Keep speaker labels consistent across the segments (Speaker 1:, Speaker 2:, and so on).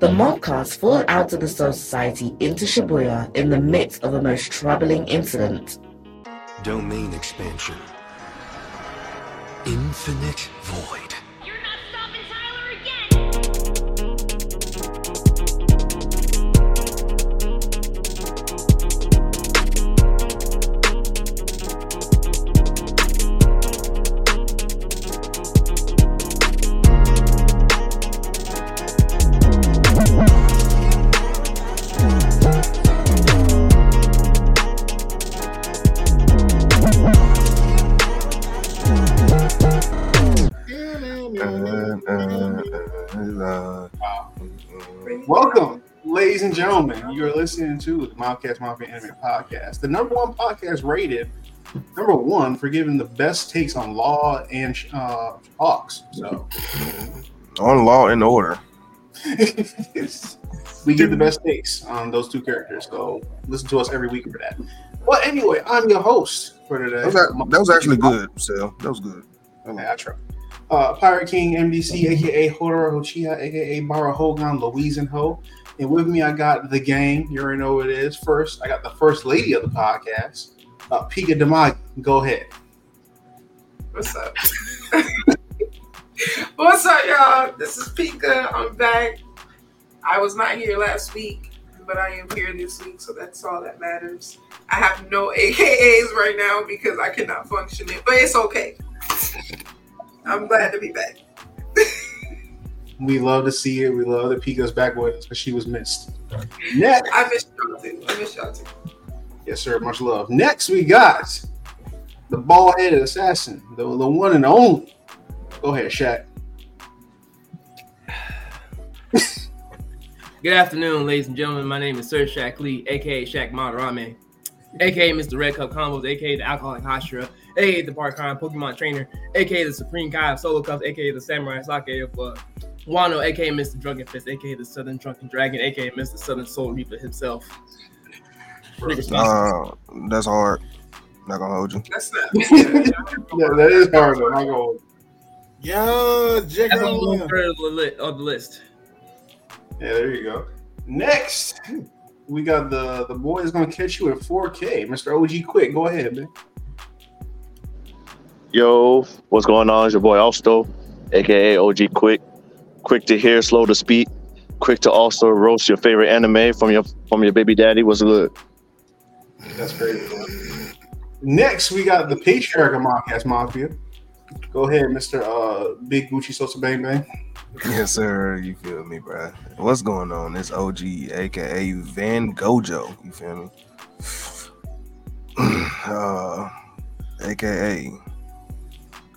Speaker 1: The mob cars followed out of the Soul Society into Shibuya in the midst of a most troubling incident.
Speaker 2: Domain expansion. Infinite void.
Speaker 3: You're not stopping Tyler again!
Speaker 4: Welcome, ladies and gentlemen. You are listening to the Mobcast Mafia Anime Podcast, the number one podcast rated number one for giving the best takes on law and uh, talks. So
Speaker 5: On Law and Order.
Speaker 4: we give the best takes on those two characters. So listen to us every week for that. But anyway, I'm your host for today.
Speaker 5: That was, act- that was actually good, Sal. That was good.
Speaker 4: Yeah, I try. Uh, Pirate King MDC, aka Hodor Hochiya, aka Bara Hogan, Louise and Ho. And with me, I got the gang. You already know what it is. First, I got the first lady of the podcast, uh, Pika Demag. Go ahead.
Speaker 6: What's up? What's up, y'all? This is Pika. I'm back. I was not here last week, but I am here this week, so that's all that matters. I have no AKAs right now because I cannot function it, but it's okay. I'm glad to be back.
Speaker 4: We love to see it. We love that Pika's back with us because she was missed. Next,
Speaker 6: I miss y'all too. I miss y'all too.
Speaker 4: yes, sir. Much love. Next, we got the bald headed assassin, the, the one and only. Go ahead, Shaq.
Speaker 7: Good afternoon, ladies and gentlemen. My name is Sir Shaq Lee, aka Shaq Madarame, aka Mr. Red Cup Combos, aka the Alcoholic Hashira, aka the Parkrime Pokemon Trainer, aka the Supreme Guy of Solo Cups, aka the Samurai Sake of uh, Wano, aka Mr. Drunken Fist, aka the Southern Drunken Dragon, aka Mr. Southern Soul Reaper himself. Niggas,
Speaker 5: Uh, that's hard. Not gonna hold you.
Speaker 6: That's not. yeah,
Speaker 4: Yeah, that is hard, though. I go,
Speaker 8: Yo, check
Speaker 7: that's
Speaker 8: it
Speaker 7: on one
Speaker 8: out.
Speaker 7: third of the, li- of the list.
Speaker 4: Yeah, there you go. Next, we got the the boy is gonna catch you in 4K, Mr. OG. Quick, go ahead, man.
Speaker 9: Yo, what's going on? It's your boy Alsto, aka OG Quick. Quick to hear, slow to speak. Quick to also roast your favorite anime from your from your baby daddy. What's good?
Speaker 4: That's crazy. Next, we got the patriarch of Mobcast Mafia. Go ahead, Mr. Uh, Big Gucci Sosa Bang Bang.
Speaker 5: Yes, sir. You feel me, bro? What's going on? It's OG, aka Van Gojo. You feel me? uh, aka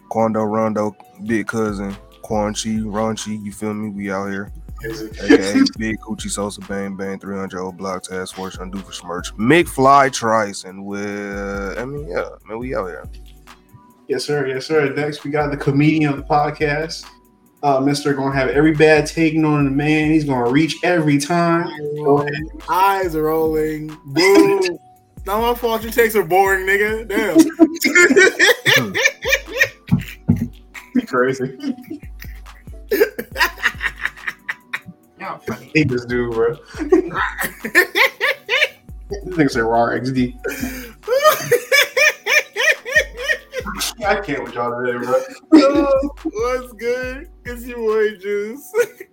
Speaker 5: Quando Rondo, big cousin Quan Chi, Ronchi. You feel me? We out here. aka Big Coochie Sosa Bang Bang 300 Old Block Task Force Undo for Smirch McFly Trice and with I mean yeah man we out here
Speaker 4: Yes, sir. Yes, sir. Next, we got the comedian of the podcast. Uh, Mr. Gonna have every bad take known to man. He's gonna reach every time. Go ahead.
Speaker 8: Eyes are rolling. Boo. Not my fault your takes are boring, nigga. Damn.
Speaker 4: Crazy.
Speaker 6: Y'all funny.
Speaker 4: hate this dude, bro. This nigga said raw XD. I can't with y'all today, bro.
Speaker 8: Yo, What's good? It's your boy Juice.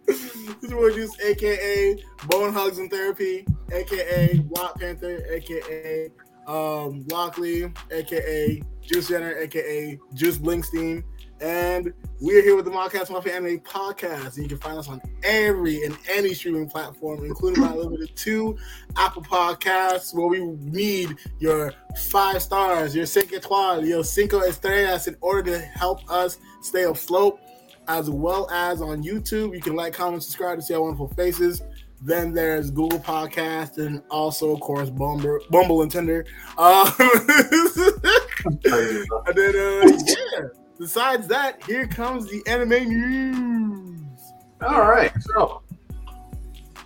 Speaker 8: it's your boy Juice, aka Bone Hugs and Therapy, aka Block Panther, aka um, Lockley, aka Juice Jenner, aka Juice Blinkstein. And we're here with the Modcast Mafia Anime Podcast. And you can find us on every and any streaming platform, including my limited to Apple Podcasts, where we need your five stars, your cinco etoiles, your cinco estrellas in order to help us stay afloat, as well as on YouTube. You can like, comment, subscribe to see our wonderful faces. Then there's Google Podcast and also, of course, Bumble, Bumble and Tinder. Uh,
Speaker 2: Um,
Speaker 4: Crazy, bro.
Speaker 8: and then, uh, yeah. Besides that, here comes the anime news.
Speaker 4: All right, so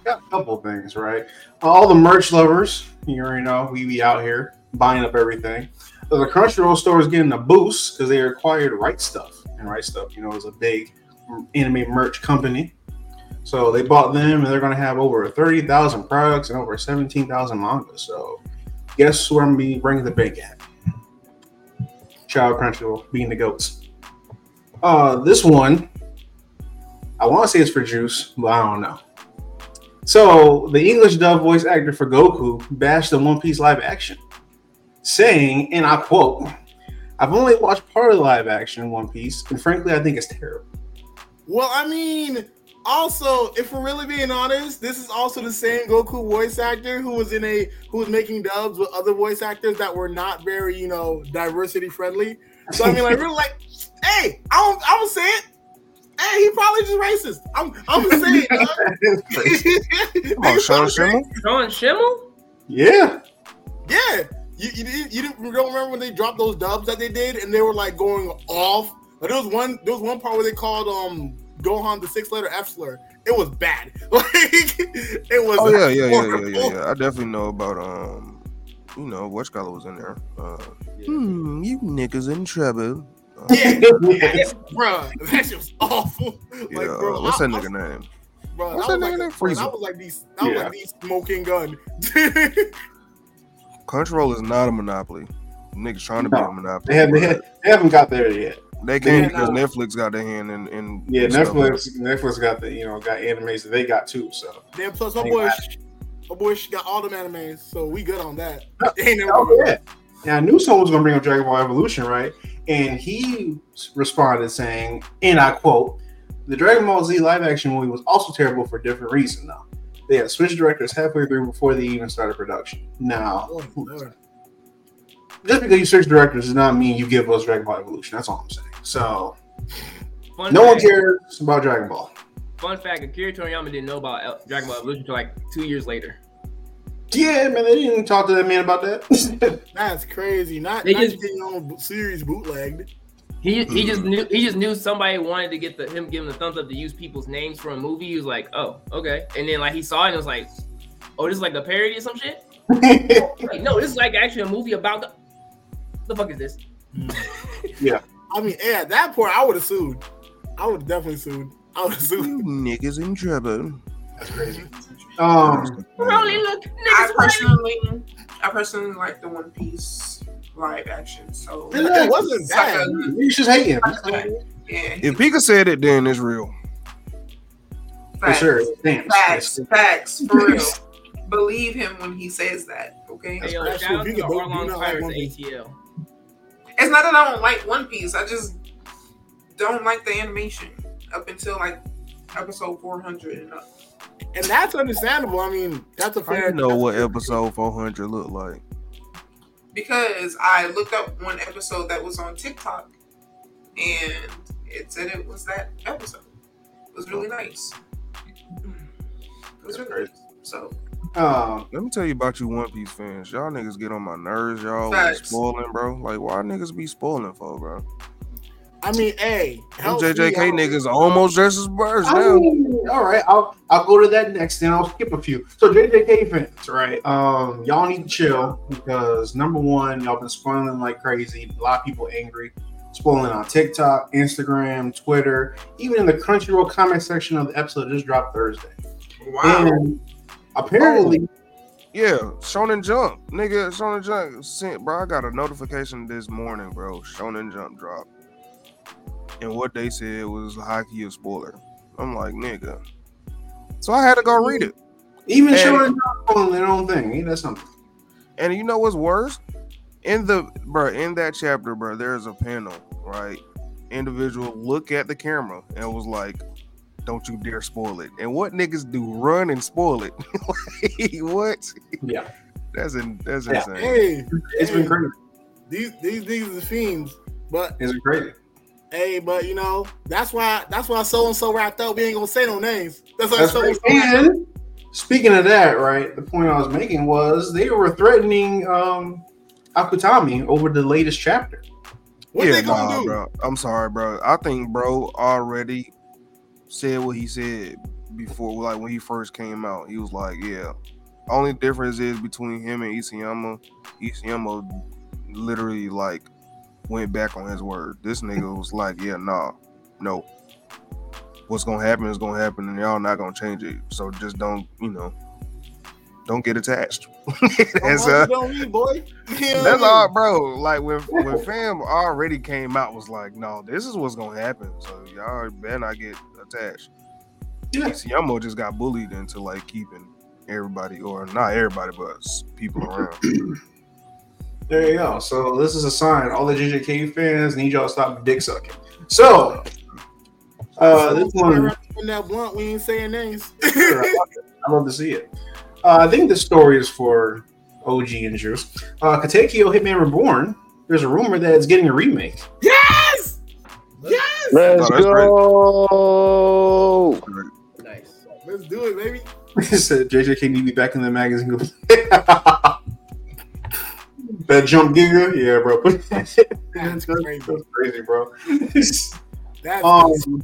Speaker 4: got a couple things, right? All the merch lovers, you already know, we be out here buying up everything. The Crunchyroll store is getting a boost because they acquired Right Stuff, and Right Stuff, you know, is a big anime merch company. So they bought them, and they're going to have over thirty thousand products and over seventeen thousand mangas. So guess where I'm going to be bringing the big at? Child Crunchyroll being the goats. Uh, this one, I want to say it's for Juice, but I don't know. So the English dub voice actor for Goku bashed the One Piece live action, saying, and I quote, "I've only watched part of the live action in One Piece, and frankly, I think it's terrible."
Speaker 2: Well, I mean, also, if we're really being honest, this is also the same Goku voice actor who was in a who was making dubs with other voice actors that were not very, you know, diversity friendly. So I mean, like, really, like, hey, I don't, I don't say it. Hey, he probably just racist. I'm, I'm gonna say it.
Speaker 5: Come on, Sean Schimmel.
Speaker 8: Sean Schimmel?
Speaker 4: Yeah,
Speaker 2: Yeah, you you, didn't- you, didn't- you don't remember when they dropped those dubs that they did, and they were like going off. Like, there was one there was one part where they called um Gohan the six letter F slur. It was bad. Like it was.
Speaker 5: Oh yeah, yeah, yeah, yeah,
Speaker 2: horrible.
Speaker 5: yeah, yeah. I definitely know about um, you know, what color was in there. Uh, hmm, you niggas in trouble. Uh,
Speaker 2: Yeah,
Speaker 4: yeah.
Speaker 2: bruh, that shit was awful. Like,
Speaker 5: yeah, uh,
Speaker 2: bro,
Speaker 5: what's
Speaker 2: I-
Speaker 5: that
Speaker 2: I-
Speaker 5: nigga name?
Speaker 2: Bro,
Speaker 5: What's
Speaker 2: that,
Speaker 5: that
Speaker 2: was
Speaker 5: nigga
Speaker 2: like
Speaker 5: named
Speaker 2: a,
Speaker 5: Frieza?
Speaker 2: that was like the that was
Speaker 4: Yeah.
Speaker 2: like the smoking gun.
Speaker 5: Control is not a monopoly. Niggas trying to be
Speaker 4: No,
Speaker 5: a monopoly.
Speaker 4: they haven't
Speaker 5: bro.
Speaker 4: they, had, they haven't got there yet.
Speaker 5: They uh, came
Speaker 4: had
Speaker 5: because
Speaker 4: not.
Speaker 5: Netflix got their hand in. in
Speaker 4: Yeah,
Speaker 5: in stuff.
Speaker 4: Netflix Netflix got the you know got animes that they got too. So
Speaker 2: then plus my
Speaker 4: They
Speaker 2: boy,
Speaker 4: got
Speaker 2: my boy sh- got all them animes, so we good on that.
Speaker 4: No,
Speaker 2: They ain't never
Speaker 4: Oh, yeah. And I knew someone was going to bring up Dragon Ball Evolution, right? And he s- responded saying, and I quote, the Dragon Ball Z live action movie was also terrible for a different reason, though. They had switched directors halfway through before they even started production. Now,
Speaker 2: Oh, Lord.
Speaker 4: just because you switch directors does not mean you give us Dragon Ball Evolution. That's all I'm saying. So,
Speaker 8: Fun
Speaker 4: no one
Speaker 8: fact-
Speaker 4: cares about Dragon Ball.
Speaker 8: Fun fact: Akira Toriyama didn't know about El- Dragon Ball Evolution until like two years later.
Speaker 4: Yeah, man, they didn't talk to that man about that.
Speaker 2: That's crazy. Not,
Speaker 8: They
Speaker 2: not
Speaker 8: just-
Speaker 2: getting your own bo- series bootlegged.
Speaker 8: He he
Speaker 6: Mm-hmm.
Speaker 8: just knew he just knew somebody wanted to get the him giving the thumbs up to use people's names for a movie. He was like, oh okay, and then like he saw it and was like, oh this is like a parody or some shit. Like, no, this is like actually a movie about the. The fuck is this?
Speaker 2: I mean, yeah, at that point, I would have sued. I would definitely sued. I would have sued.
Speaker 5: You niggas in trouble.
Speaker 4: That's crazy. Um,
Speaker 8: Only look,
Speaker 6: I
Speaker 8: niggas.
Speaker 6: personally, I personally like the One Piece live action. So
Speaker 2: It wasn't
Speaker 6: It's like
Speaker 2: bad.
Speaker 6: a-
Speaker 4: you just hate him.
Speaker 6: yeah,
Speaker 5: If Pika said it, then it's real.
Speaker 4: For
Speaker 6: facts.
Speaker 4: sure. Damn.
Speaker 6: Facts, facts, for real. Believe him when he says that. Okay,
Speaker 8: Hey, yo,
Speaker 2: That's
Speaker 8: shout out
Speaker 2: crazy.
Speaker 8: to the
Speaker 2: People
Speaker 8: Arlong
Speaker 2: do not like
Speaker 8: Pirates
Speaker 2: One Piece.
Speaker 8: ATL.
Speaker 6: it's not that I don't like One Piece. I just don't like the animation up until like episode four hundred and up.
Speaker 2: And that's understandable. I mean, that's a
Speaker 5: I
Speaker 2: fair.
Speaker 5: didn't know what episode 400 looked like.
Speaker 6: Because I looked up one episode that was on TikTok, and it said it was that episode. It was really nice. It was really nice. So
Speaker 2: Uh,
Speaker 4: Um,
Speaker 5: Let me tell you about you One Piece fans. Y'all niggas get on my nerves. Y'all always
Speaker 6: Facts.
Speaker 5: spoiling, bro. Like, why niggas be spoiling for, bro?
Speaker 2: I mean, hey,
Speaker 5: Them
Speaker 2: help me
Speaker 5: JJK
Speaker 2: out.
Speaker 5: niggas almost dressed as birds
Speaker 4: I
Speaker 5: now.
Speaker 4: mean, all right, I'll I'll go to that next, and I'll skip a few. So JJK fans, right? Um, y'all need to chill because number one, y'all been spoiling like crazy. A lot of people angry, spoiling on TikTok, Instagram, Twitter, even in the Crunchyroll comment section of the episode that just dropped Thursday.
Speaker 6: wow,
Speaker 4: And apparently,
Speaker 5: Yeah, Shonen Jump, nigga. Shonen Jump sent, bro. I got a notification this morning, bro. Shonen Jump dropped, and what they said was hockey a spoiler. I'm like, nigga. So I had to go read it,
Speaker 4: even
Speaker 5: Hey.
Speaker 4: showing up on their own thing, ain't that something?
Speaker 5: and you know what's worse? In the bro, in that chapter, bro, there's a panel, right? Individual look at the camera and was like, "Don't you dare spoil it." And what niggas do? Run and spoil it. like, what?
Speaker 4: Yeah,
Speaker 5: That's in, that's
Speaker 4: Yeah.
Speaker 5: insane.
Speaker 2: Hey,
Speaker 4: it's been crazy.
Speaker 2: these these niggas are fiends. But
Speaker 4: It's been crazy.
Speaker 2: hey, but you know that's why that's why so and so wrapped up. We ain't gonna say no names. That's why
Speaker 4: That's
Speaker 2: so and
Speaker 4: right.
Speaker 2: so.
Speaker 4: And speaking of that, right, the point I was making was they were threatening um Akutami over the latest chapter.
Speaker 2: What
Speaker 5: yeah,
Speaker 2: they gonna
Speaker 5: nah,
Speaker 2: do?
Speaker 5: bro. I'm sorry, bro. I think bro already said what he said before, like when he first came out. He was like, "Yeah." Only difference is between him and Isayama. Isayama literally like went back on his word. This nigga was like, "Yeah, nah, no." what's gonna happen is gonna happen, and y'all not gonna change it. So just don't, you know, don't get attached. that's
Speaker 6: Don't worry,
Speaker 5: uh,
Speaker 6: don't leave, boy.
Speaker 5: that's all, bro. Like when when fam already came out, was like, no, this is what's gonna happen. So y'all better not get attached.
Speaker 4: Yeah.
Speaker 5: Yamo just got bullied into like keeping everybody, or not everybody, but s- people around.
Speaker 4: There you go. So this is a sign. All the JJK fans need y'all to stop dick sucking. So uh, this one,
Speaker 6: In that blunt, we ain't saying names.
Speaker 4: I love to see it. Uh, I think this story is for OG and Juice. Uh, Katekyo Hitman Reborn. There's a rumor that it's getting a remake.
Speaker 6: yes, yes.
Speaker 9: Let's
Speaker 5: Oh, that's great.
Speaker 9: go.
Speaker 8: Nice.
Speaker 6: Let's do it, baby.
Speaker 4: It said JJK need to be back in the magazine. that jump giga, yeah, bro.
Speaker 6: That's
Speaker 4: That's
Speaker 6: crazy.
Speaker 4: crazy, bro.
Speaker 6: That's
Speaker 4: Um,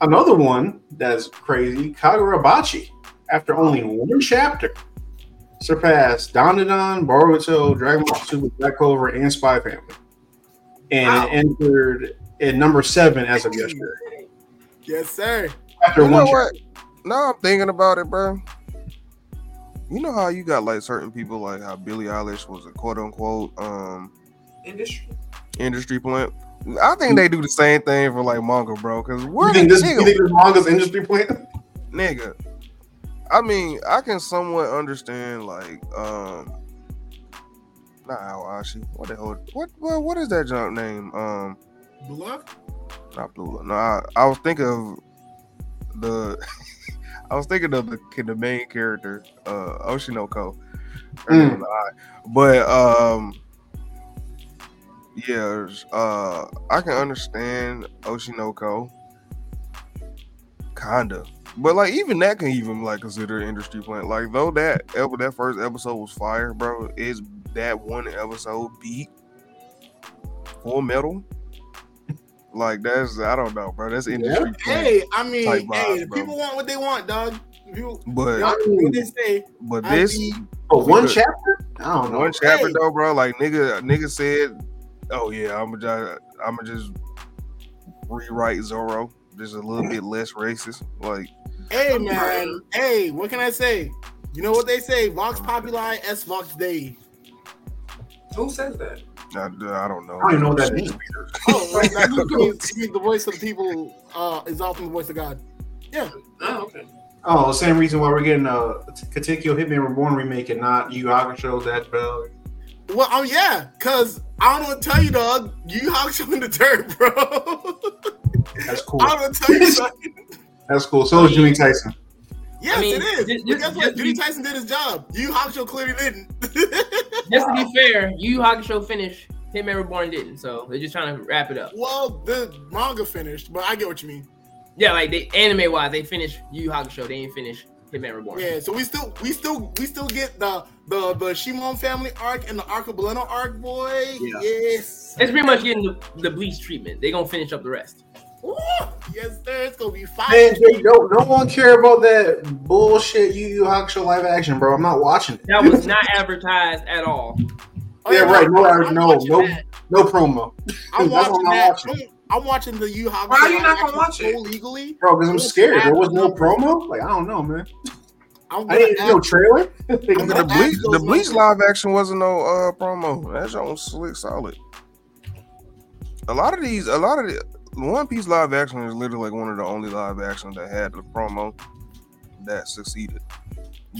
Speaker 4: another one that's crazy, Kagurabachi, after only one chapter, surpassed Donadon, Boruto, Dragon Ball Super, Black Clover, and Spy Family. And
Speaker 2: Wow.
Speaker 4: it entered at number seven as of yesterday.
Speaker 6: yes, sir.
Speaker 4: After
Speaker 5: You know
Speaker 4: one chapter.
Speaker 5: what? Now I'm thinking about it, bro. You know how you got like certain people, like how Billie Eilish was a quote unquote um
Speaker 2: Industry.
Speaker 5: industry plant. I think they do the same thing for like manga, bro. Because where
Speaker 4: You
Speaker 5: the
Speaker 4: think this, you
Speaker 5: nigga,
Speaker 4: think this manga's industry plan?
Speaker 5: nigga? I mean, I can somewhat understand like um, not Awashi. What the hell? What what what is that junk name? Um,
Speaker 6: Bluff.
Speaker 5: not Blue. Lock. No, I, I was thinking of the. I was thinking of the the main character, uh, Oshinoko. Her
Speaker 4: Mm.
Speaker 5: name was I. But um, yeah, uh, I can understand Oshinoko, kinda. But like even that can even like consider industry plant. Like though that ep- that first episode was fire, bro. Is that one episode beat Full Metal? Like that's I don't know, bro. That's industry plant.
Speaker 6: Hey, I mean,
Speaker 5: Type
Speaker 6: hey,
Speaker 5: vibe,
Speaker 6: the
Speaker 5: bro.
Speaker 6: people want what they want, dog. People,
Speaker 5: But
Speaker 6: y'all do what they say.
Speaker 5: but
Speaker 6: I
Speaker 5: this
Speaker 6: be-
Speaker 4: Oh, one
Speaker 5: Because-
Speaker 4: chapter? I don't know.
Speaker 5: one chapter
Speaker 6: Hey.
Speaker 5: though, bro. Like nigga, nigga said, "Oh yeah, I'm gonna I'm gonna just rewrite Zorro, just a little bit less racist." Like
Speaker 6: Hey,
Speaker 2: Right.
Speaker 6: man. Hey, what can I say? You know what they say? Vox Populi, S Vox Dei.
Speaker 2: Who says that?
Speaker 5: I, I don't know.
Speaker 4: I don't even know what that means.
Speaker 6: Oh, right. That means you mean the voice of the people uh, is often the voice of God.
Speaker 2: Oh, okay.
Speaker 4: Oh, same reason why we're getting a Katekyo Hitman Reborn remake and not Yu Yu Hakusho, that bell.
Speaker 6: Well, oh yeah, cause I don't want to tell you, dog. You house you in the dirt, bro.
Speaker 4: That's cool.
Speaker 6: I don't want to tell you. Dog.
Speaker 4: That's cool. So is Jimmy Tyson.
Speaker 6: Yes,
Speaker 8: I mean,
Speaker 6: it is. but
Speaker 8: just-
Speaker 6: guess
Speaker 8: just-
Speaker 6: what?
Speaker 8: just
Speaker 6: Judy
Speaker 8: be-
Speaker 6: Tyson did his job. You house your clearly didn't.
Speaker 8: Just to be fair, Yu Yu Hakusho finished. Hitman Reborn didn't, so they're just trying to wrap it up.
Speaker 6: well, the manga finished, but I get what you mean.
Speaker 8: Yeah, like they anime wise, they finished Yu Yu Hakusho. They ain't finished Hitman Reborn.
Speaker 6: Yeah, so we still, we still, we still get the the the Shimon family arc and the Arca Beleno arc, boy.
Speaker 4: Yeah.
Speaker 6: Yes.
Speaker 8: It's pretty much getting the, the bleach treatment. They gonna finish up the rest.
Speaker 6: Ooh, yes, sir. It's gonna be fire.
Speaker 4: Man, Jake, no, no one care about that bullshit Yu Yu Hakusho live action, bro. I'm not watching it.
Speaker 8: That was not advertised at all.
Speaker 6: Oh, yeah,
Speaker 4: Yeah, right. No,
Speaker 6: I'm
Speaker 4: no,
Speaker 6: watching
Speaker 4: no.
Speaker 6: that.
Speaker 4: No promo.
Speaker 6: I'm
Speaker 4: That's what
Speaker 6: watching
Speaker 4: I'm
Speaker 6: that.
Speaker 4: watching.
Speaker 6: I'm, I'm watching the Yu Hakusho.
Speaker 2: Why are you not gonna watch it?
Speaker 6: Legally,
Speaker 4: Bro, because I'm scared. There was no promo? Like, I don't know, man.
Speaker 6: I'm
Speaker 4: I
Speaker 6: gonna
Speaker 4: didn't
Speaker 6: ask,
Speaker 4: no trailer.
Speaker 6: I'm
Speaker 5: Nigga, the
Speaker 6: gonna ask
Speaker 5: bleach,
Speaker 6: those
Speaker 5: the bleach
Speaker 6: motherfuckers.
Speaker 5: live action wasn't no uh promo. That's on slick solid. A lot of these, a lot of the One Piece live action is literally like one of the only live action that had the promo that succeeded.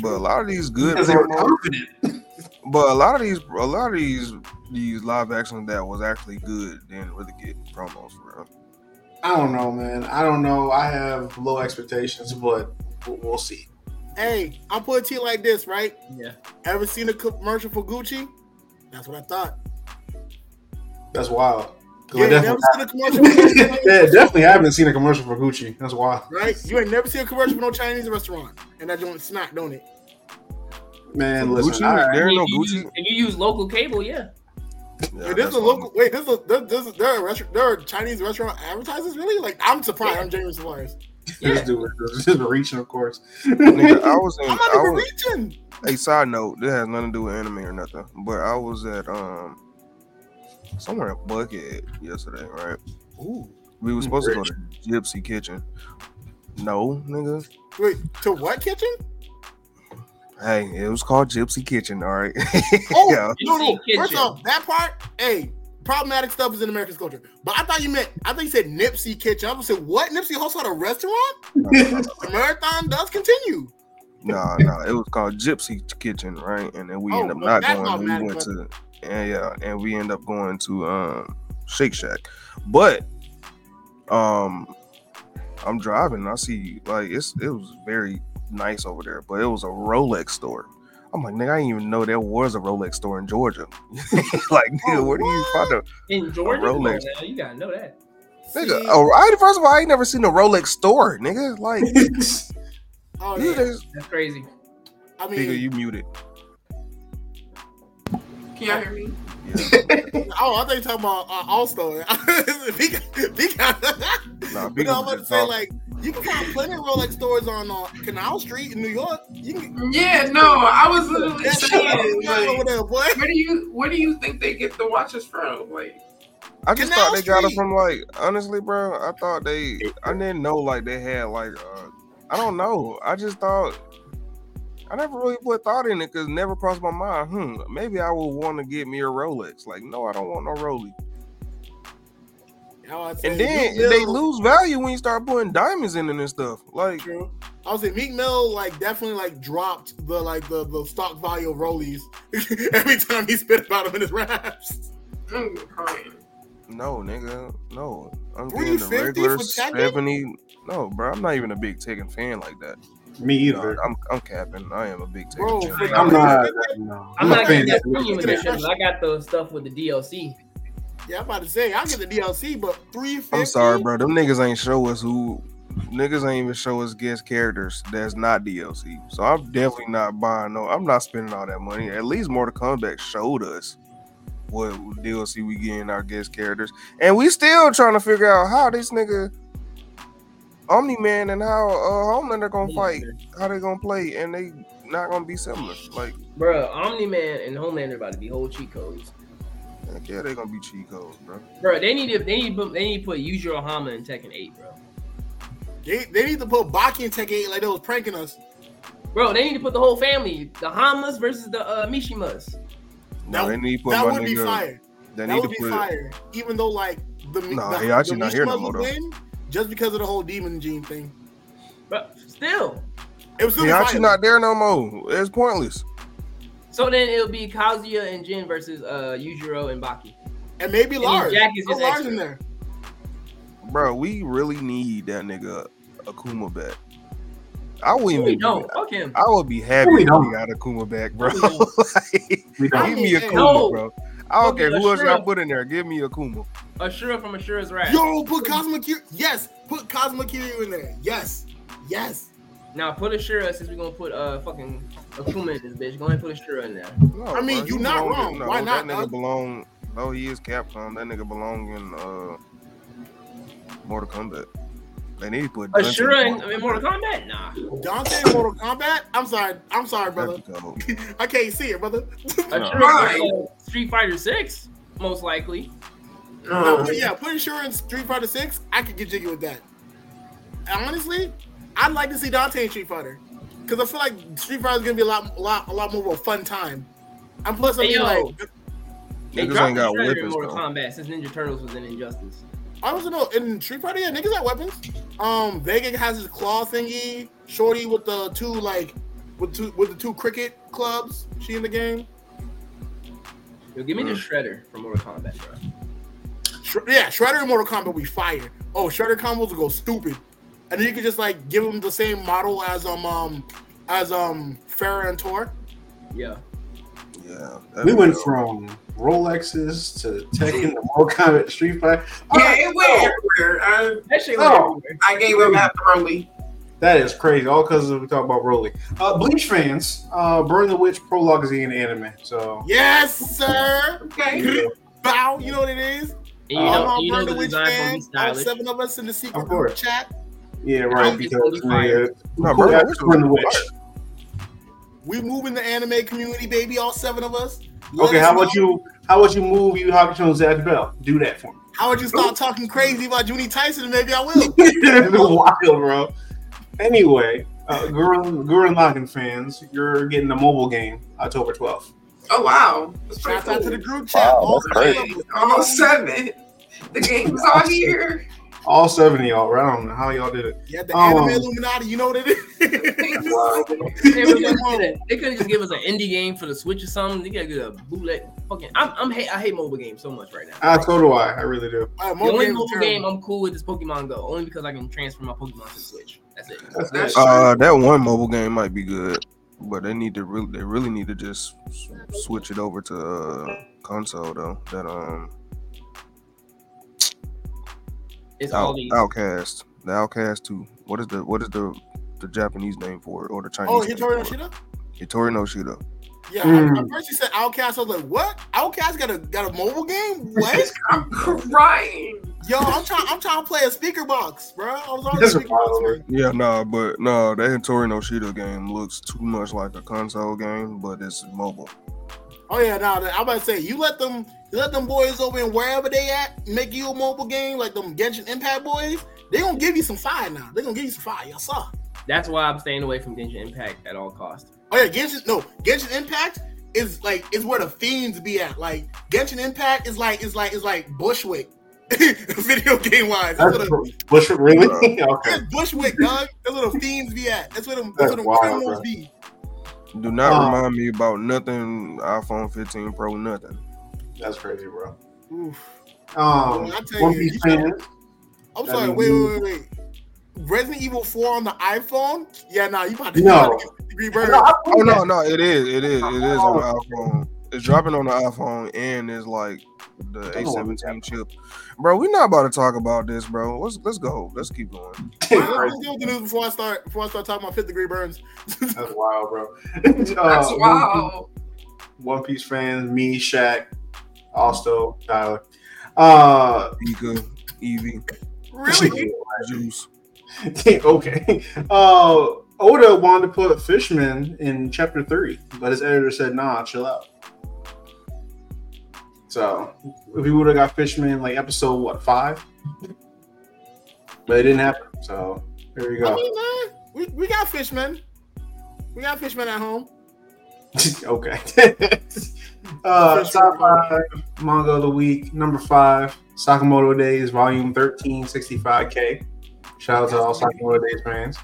Speaker 5: But a lot of these good,
Speaker 4: Because they were
Speaker 5: promo,
Speaker 4: confident.
Speaker 5: but a lot of these, a lot of these, these live action that was actually good didn't really get promos for real.
Speaker 4: I don't know, man. I don't know. I have low expectations, but we'll, we'll see.
Speaker 6: hey, I'll put it to you like this, right?
Speaker 8: Yeah.
Speaker 6: Ever seen a commercial for Gucci? That's what I thought.
Speaker 4: That's wild. 'Cause I
Speaker 6: You ain't never
Speaker 4: definitely-
Speaker 6: seen a commercial for Gucci,
Speaker 4: yeah, definitely haven't seen a commercial for Gucci. That's wild.
Speaker 6: right? You ain't never seen a commercial for no Chinese restaurant, and that joint smack, don't it?
Speaker 4: Man, listen,
Speaker 5: Gucci,
Speaker 4: all right.
Speaker 5: there ain't no
Speaker 8: if, you use,
Speaker 5: Gucci.
Speaker 8: if you use local cable, yeah.
Speaker 5: Yeah,
Speaker 6: Wait, this
Speaker 5: that's
Speaker 6: is a
Speaker 5: why
Speaker 6: local. Wait, this is a, this, this is there are restaurant there are Chinese restaurant advertisers really? Like I'm surprised. I'm genuinely surprised.
Speaker 4: This dude is just reaching, of course.
Speaker 5: I'm- nigga, I was in,
Speaker 6: I'm
Speaker 5: I
Speaker 6: not even
Speaker 5: was,
Speaker 6: reaching.
Speaker 5: Hey, side note, this has nothing to do with anime or nothing, but I was at um somewhere at Buckhead yesterday, right?
Speaker 6: Ooh,
Speaker 5: We were
Speaker 4: Hmm,
Speaker 5: supposed to go
Speaker 4: rich.
Speaker 5: to Gypsy Kitchen, No, nigga.
Speaker 6: Wait, to what kitchen?
Speaker 5: Hey, it was called Gypsy Kitchen, all right?
Speaker 6: Oh,
Speaker 5: yeah.
Speaker 6: no, no.
Speaker 8: Gypsy
Speaker 6: First
Speaker 8: kitchen.
Speaker 6: off, that part, hey, problematic stuff is in American culture. But I thought you meant, I thought you said Nipsey Kitchen. I was like, what? Nipsey hosts at a restaurant? The marathon does continue.
Speaker 5: No, no, it was called Gypsy Kitchen, right? And then we
Speaker 6: Oh,
Speaker 5: end up
Speaker 6: well,
Speaker 5: not
Speaker 6: that's
Speaker 5: going. We
Speaker 6: automatic,
Speaker 5: went to and yeah, and we end up going to um Shake Shack. But um I'm driving, I see like it's it was very nice over there, but it was a Rolex store. I'm like, nigga, I didn't even know there was a Rolex store in Georgia. like,
Speaker 6: Oh,
Speaker 5: nigga, where do you find a
Speaker 8: in Georgia. Come on
Speaker 5: Rolex.
Speaker 8: now, you gotta know that.
Speaker 5: nigga? Oh, I first of all, I ain't never seen a Rolex store, nigga. Like,
Speaker 6: oh,
Speaker 5: nigga,
Speaker 6: yeah.
Speaker 5: there's-
Speaker 8: That's crazy.
Speaker 6: I mean,
Speaker 5: nigga, you muted.
Speaker 2: Can y'all hear me?
Speaker 5: Yeah.
Speaker 6: oh, I thought you talking about uh, All-Star.
Speaker 5: Nah,
Speaker 6: You
Speaker 5: big
Speaker 6: know, I'm
Speaker 5: up
Speaker 6: about
Speaker 5: to
Speaker 6: to say,
Speaker 5: talk.
Speaker 6: like, you can find plenty of Rolex stores on uh, Canal Street in New York. You can
Speaker 2: Yeah, no, I was literally
Speaker 6: get
Speaker 2: saying,
Speaker 6: over
Speaker 2: like,
Speaker 6: there, boy.
Speaker 2: where do you where do you think they get the watches from? Like,
Speaker 5: I just
Speaker 6: Canal
Speaker 5: thought they got it
Speaker 6: Street.
Speaker 5: from like honestly, bro. I thought they I didn't know like they had like uh I don't know. I just thought I never really put thought in it because never crossed my mind. Hmm, maybe I would want to get me a Rolex. Like, no, I don't want no Rolex.
Speaker 6: I was
Speaker 5: And
Speaker 6: saying,
Speaker 5: then
Speaker 6: Meek Mill-
Speaker 5: they lose value when you start putting diamonds in it and stuff. Like,
Speaker 6: True. I was saying Meek Mill like definitely like dropped the like the, the stock value of Rollies every time he spit about him in his raps.
Speaker 2: mm, fine.
Speaker 5: no, nigga, no. I'm
Speaker 6: Were
Speaker 5: getting
Speaker 6: you
Speaker 5: the
Speaker 6: 50
Speaker 5: regular
Speaker 6: for Tekken?
Speaker 5: seventy. No, bro, I'm not even a big Tekken fan like that.
Speaker 4: Me
Speaker 5: No,
Speaker 4: either.
Speaker 5: I'm, I'm capping. I am a big Tekken
Speaker 6: Bro,
Speaker 5: fan.
Speaker 6: for-
Speaker 4: I'm not. No,
Speaker 8: I'm,
Speaker 6: not
Speaker 8: not
Speaker 6: saying
Speaker 8: getting
Speaker 6: that
Speaker 8: that
Speaker 6: we
Speaker 8: premium
Speaker 6: can get
Speaker 8: edition,
Speaker 6: that.
Speaker 8: but I got the stuff with the DLC.
Speaker 6: Yeah, I'm about to say I'll get the DLC, but three fifty.
Speaker 5: I'm sorry, bro. Them niggas ain't show us who niggas ain't even show us guest characters that's not DLC. So I'm definitely not buying no. I'm not spending all that money. At least Mortal Kombat showed us what DLC we getting our guest characters, and we still trying to figure out how this nigga Omni Man and how uh, Homelander gonna fight, how they gonna play, and they not gonna be similar. Like
Speaker 8: Bruh, Omni Man and Homelander about to be whole cheat codes.
Speaker 5: heck yeah, they gonna be cheat codes, bro.
Speaker 8: Bruh, they need to they need to- they need to put Yujiro Hama in Tekken 8, bro.
Speaker 6: They, they need to put Baki in Tech Eight like they was pranking us.
Speaker 8: Bro, they need to put the whole family, the Hamas versus the uh, Mishimas.
Speaker 5: No,
Speaker 6: That-
Speaker 5: they need to put
Speaker 6: that
Speaker 5: my
Speaker 6: would be
Speaker 5: nigga-
Speaker 6: fire.
Speaker 5: They need
Speaker 6: That would
Speaker 5: to
Speaker 6: be
Speaker 5: put.
Speaker 6: fire. Even though like the
Speaker 5: Nah,
Speaker 6: the,
Speaker 5: he actually
Speaker 6: the
Speaker 5: not here no
Speaker 6: Mishima
Speaker 5: more, though.
Speaker 6: would win just because of the whole demon gene thing.
Speaker 8: But still.
Speaker 6: It was still be
Speaker 5: Hiyachi
Speaker 6: fire.
Speaker 5: not there no more. It's pointless.
Speaker 8: So then it'll be Kazuya and Jin versus uh Yujiro and Baki.
Speaker 6: and maybe
Speaker 8: And
Speaker 6: Lars.
Speaker 8: Jack is
Speaker 6: Throw
Speaker 8: just
Speaker 6: Lars
Speaker 8: extra.
Speaker 6: in there.
Speaker 5: Bro, we really need that nigga Akuma back. I wouldn't
Speaker 8: We
Speaker 5: even.
Speaker 8: don't. Fuck him.
Speaker 5: I would be happy
Speaker 4: We
Speaker 5: if
Speaker 4: don't.
Speaker 5: we got Akuma back, bro.
Speaker 8: We don't.
Speaker 5: like,
Speaker 4: we
Speaker 6: I
Speaker 4: don't.
Speaker 5: give me
Speaker 6: mean,
Speaker 5: Akuma,
Speaker 8: no.
Speaker 5: bro. I don't
Speaker 8: Fucking
Speaker 5: care who else I
Speaker 8: Ashura.
Speaker 5: put in there. Give me Akuma.
Speaker 8: Ashura from Ashura's Wrath.
Speaker 6: Yo, put Cosmic Q. Yes, put Cosmic Q in there. Yes, yes.
Speaker 8: Now put Ashura since we're gonna put uh fucking Akuma in this bitch. Go ahead and put Ashura in there.
Speaker 5: No,
Speaker 6: I mean,
Speaker 5: bro,
Speaker 6: you
Speaker 5: he
Speaker 6: not
Speaker 5: belong in-
Speaker 6: wrong. Why not,
Speaker 5: That nigga
Speaker 6: dog?
Speaker 5: belong. No, he is Capcom. That nigga belong in uh, Mortal Kombat. They need to put Dante
Speaker 8: Ashura in,
Speaker 5: Mortal
Speaker 8: in Mortal Kombat? Nah.
Speaker 6: Dante in Mortal Kombat? I'm sorry. I'm sorry, brother.
Speaker 5: Kombat. That'd be dope.
Speaker 6: I can't see it, brother.
Speaker 8: Ashura
Speaker 2: Right.
Speaker 8: in, uh, Street Fighter Six, most likely.
Speaker 6: No,
Speaker 2: No.
Speaker 6: but yeah, put insurance Street Fighter 6, I could get jiggy with that. And honestly, I'd like to see Dante in Street Fighter. Because I feel like Street Fighter is gonna be a lot, a lot, a lot more of a fun time. And plus, I
Speaker 8: Hey,
Speaker 6: mean,
Speaker 8: yo.
Speaker 6: like,
Speaker 8: They
Speaker 5: Niggas
Speaker 8: dropped
Speaker 5: ain't got
Speaker 8: Shredder in
Speaker 5: weapons,
Speaker 8: Mortal
Speaker 5: though.
Speaker 8: Kombat since Ninja Turtles was in Injustice.
Speaker 6: I don't know. In Street Fighter, yeah, niggas got weapons. Um, Vega has his claw thingy. Shorty with the two like, with two with the two cricket clubs. She in the game.
Speaker 8: Yo, give me the Shredder from Mortal Kombat, bro.
Speaker 6: Sh- yeah, Shredder and Mortal Kombat, we fire. Oh, Shredder combos will go stupid, and then you can just like give them the same model as um um as um Farrah and Tor.
Speaker 8: Yeah.
Speaker 5: Yeah,
Speaker 4: We went from Rolexes to Tekken to Mortal Kombat Street Fighter.
Speaker 2: Yeah, it went everywhere. I,
Speaker 8: That shit was
Speaker 4: Oh.
Speaker 8: everywhere.
Speaker 2: I gave up after early.
Speaker 4: That is crazy. All because we talk about Rolly. Uh, Bleach fans, uh, Burn the Witch prologue is in anime. So
Speaker 6: Yes, sir.
Speaker 2: Okay.
Speaker 6: Bow. You know what it is.
Speaker 8: And you
Speaker 6: I'm
Speaker 8: know,
Speaker 6: on
Speaker 8: Oh, you know
Speaker 6: Burn
Speaker 8: the
Speaker 6: Witch
Speaker 8: design gonna be
Speaker 6: fan. All
Speaker 8: stylish.
Speaker 6: seven of us in the secret
Speaker 4: Of course.
Speaker 6: group chat.
Speaker 4: yeah, right.
Speaker 8: I'm just
Speaker 4: Because
Speaker 8: gonna be
Speaker 4: yeah, cool,
Speaker 5: No, Burn the
Speaker 4: that's
Speaker 5: Witch was
Speaker 4: Burn the Witch.
Speaker 5: fire.
Speaker 6: We move in the anime community, baby. All seven of us. Let
Speaker 4: Okay,
Speaker 6: us
Speaker 4: how
Speaker 6: know.
Speaker 4: about you? How about you move you Hakuto and Zach Bell? Do that for me.
Speaker 2: Oh.
Speaker 6: How would you start talking crazy about Junie Tyson? Maybe I will.
Speaker 4: It'd be wild, bro. Anyway, uh, Gurren, Gurren Lagann fans, you're getting a mobile game October 12th.
Speaker 2: Oh wow! That's pretty
Speaker 6: Shout out to the
Speaker 2: cool.
Speaker 6: group chat.
Speaker 9: Wow,
Speaker 6: All
Speaker 9: that's crazy.
Speaker 6: available.
Speaker 2: All seven. The game was all here.
Speaker 4: All seven of y'all, right? I don't know how y'all did it.
Speaker 6: Yeah, the
Speaker 4: Oh.
Speaker 6: anime Illuminati. You know what it is.
Speaker 8: They could've just did it. They could have just give us an indie game for the Switch or something. They gotta get a bootleg. Fucking, I'm, I'm hate. I hate mobile games so much right now.
Speaker 4: I Ah, so do I. I really do.
Speaker 6: All right,
Speaker 8: the only
Speaker 6: games
Speaker 8: mobile
Speaker 6: are
Speaker 8: game
Speaker 6: terrible.
Speaker 8: I'm cool with is Pokemon Go, only because I can transfer my Pokemon to Switch. That's it.
Speaker 4: That's
Speaker 2: That's
Speaker 4: it.
Speaker 5: Uh, that one mobile game might be good, but they need to really, they really need to just s- switch it over to uh, console though. That um,
Speaker 8: It's all
Speaker 5: out,
Speaker 8: these.
Speaker 5: Outcast, the Outcast Two. What is the what is the the Japanese name for it or the Chinese?
Speaker 6: Oh,
Speaker 5: name
Speaker 6: Hitori no
Speaker 5: for it?
Speaker 6: Shida?
Speaker 5: Hitori no Shida.
Speaker 6: Yeah,
Speaker 4: Mm.
Speaker 6: I- at first you said Outcast. I was like, "What? Outcast got a got a mobile game? What?
Speaker 2: I'm crying.
Speaker 6: Yo, I'm trying. I'm trying to play a speaker box, bro. I was on the
Speaker 4: That's a
Speaker 6: speaker box.
Speaker 4: problem.
Speaker 5: Yeah, nah, but no, that Hitori no Shida game looks too much like a console game, but it's mobile.
Speaker 6: Oh yeah, nah. I'm about to say you let them you let them boys over in wherever they at make you a mobile game like them Genshin Impact boys. They gonna give you some fire now. They gonna give you some fire. Y'all saw.
Speaker 8: That's why I'm staying away from Genshin Impact at all costs.
Speaker 6: Oh yeah, Genshin. No, Genshin Impact is like is where the fiends be at. Like Genshin Impact is like is like is like Bushwick, video game wise. That's
Speaker 4: That's
Speaker 6: where the,
Speaker 4: for- Bush, really? okay.
Speaker 6: that's Bushwick, dog. That's where the fiends be at. That's where them, that's
Speaker 4: That's
Speaker 6: where them
Speaker 4: wild,
Speaker 6: criminals
Speaker 4: bro.
Speaker 6: be.
Speaker 5: Do not
Speaker 4: Oh.
Speaker 5: remind me about nothing iPhone 15 Pro, nothing.
Speaker 4: That's crazy, bro.
Speaker 6: Oof.
Speaker 4: Um,
Speaker 6: I tell
Speaker 4: One
Speaker 6: you,
Speaker 4: Piece
Speaker 6: you
Speaker 4: fans,
Speaker 6: I'm
Speaker 4: That
Speaker 6: sorry.
Speaker 4: means
Speaker 6: Wait,
Speaker 4: you-
Speaker 6: wait, wait, wait. Resident Evil 4 on the iPhone? Yeah, nah, you about to, you
Speaker 4: No.
Speaker 6: about to get degree burger.
Speaker 4: No, I-
Speaker 5: Oh no, no, it is, it is, it is on the iPhone. It's dropping on the iPhone, and it's like the
Speaker 4: Don't worry about
Speaker 5: A17 chip. Bro, we're not about to talk about this, bro. Let's let's go. Let's keep going.
Speaker 6: Let's let's deal with the news before I start before I start talking about fifth degree burns.
Speaker 4: That's wild, bro.
Speaker 2: That's
Speaker 4: Uh, One
Speaker 2: wow.
Speaker 4: Piece- One Piece fans, me, Shaq, also Tyler. Uh,
Speaker 5: Ika, Evie,
Speaker 6: Really?
Speaker 5: E Juice.
Speaker 4: okay. Uh, Oda wanted to put Fishman in chapter three, but his editor said, "Nah, chill out." So, if we would have got Fishman in, like episode what five, but it didn't happen. So there you
Speaker 6: I
Speaker 4: go.
Speaker 6: mean, man, we, we got fishmen. We got fishmen at home.
Speaker 4: okay. uh, top five manga of the week, number five, Sakamoto Days, volume 13, 65K. Shout out to all Sakamoto Days fans.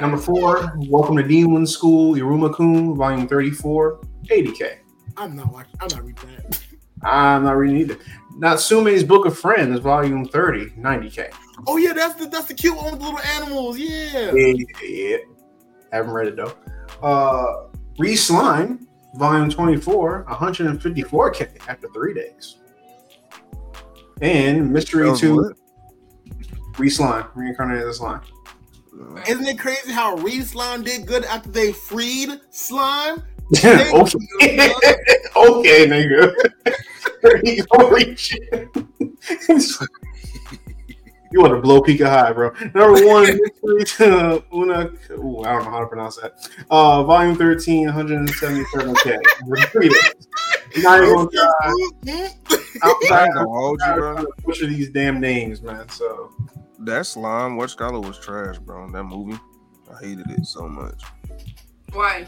Speaker 4: Number four, Welcome to Demon School, Iruma Kun, volume 34, 80K.
Speaker 6: I'm not watching. I'm not reading that.
Speaker 4: I'm not reading either. Natsume's Book of Friends, volume 30, 90K.
Speaker 6: Oh yeah, that's the that's the cute one with the little animals. Yeah.
Speaker 4: Yeah, yeah. Haven't read it though. Uh, Re Slime, volume 24, 154K after three days. And
Speaker 5: That
Speaker 4: Mystery
Speaker 5: was
Speaker 4: 2,
Speaker 5: lit.
Speaker 4: Re Slime, reincarnated as slime.
Speaker 6: Isn't it crazy how Reed Slime did good after they freed Slime? Thank
Speaker 4: okay.
Speaker 6: you, brother.
Speaker 4: okay, nigga. There you go, reach. you want to blow Pika high, bro. Number one, Mystery to Una. Ooh, I don't know how to pronounce that. Uh, volume 13, 177K. Repeat it. Not even gonna try. I'm
Speaker 5: I
Speaker 4: not
Speaker 5: ain't gonna hold you,
Speaker 4: trying
Speaker 5: bro.
Speaker 4: to butcher these damn names, man. So
Speaker 5: That slime, Watch Scholar was trash, bro. That movie, I hated it so much
Speaker 2: Why?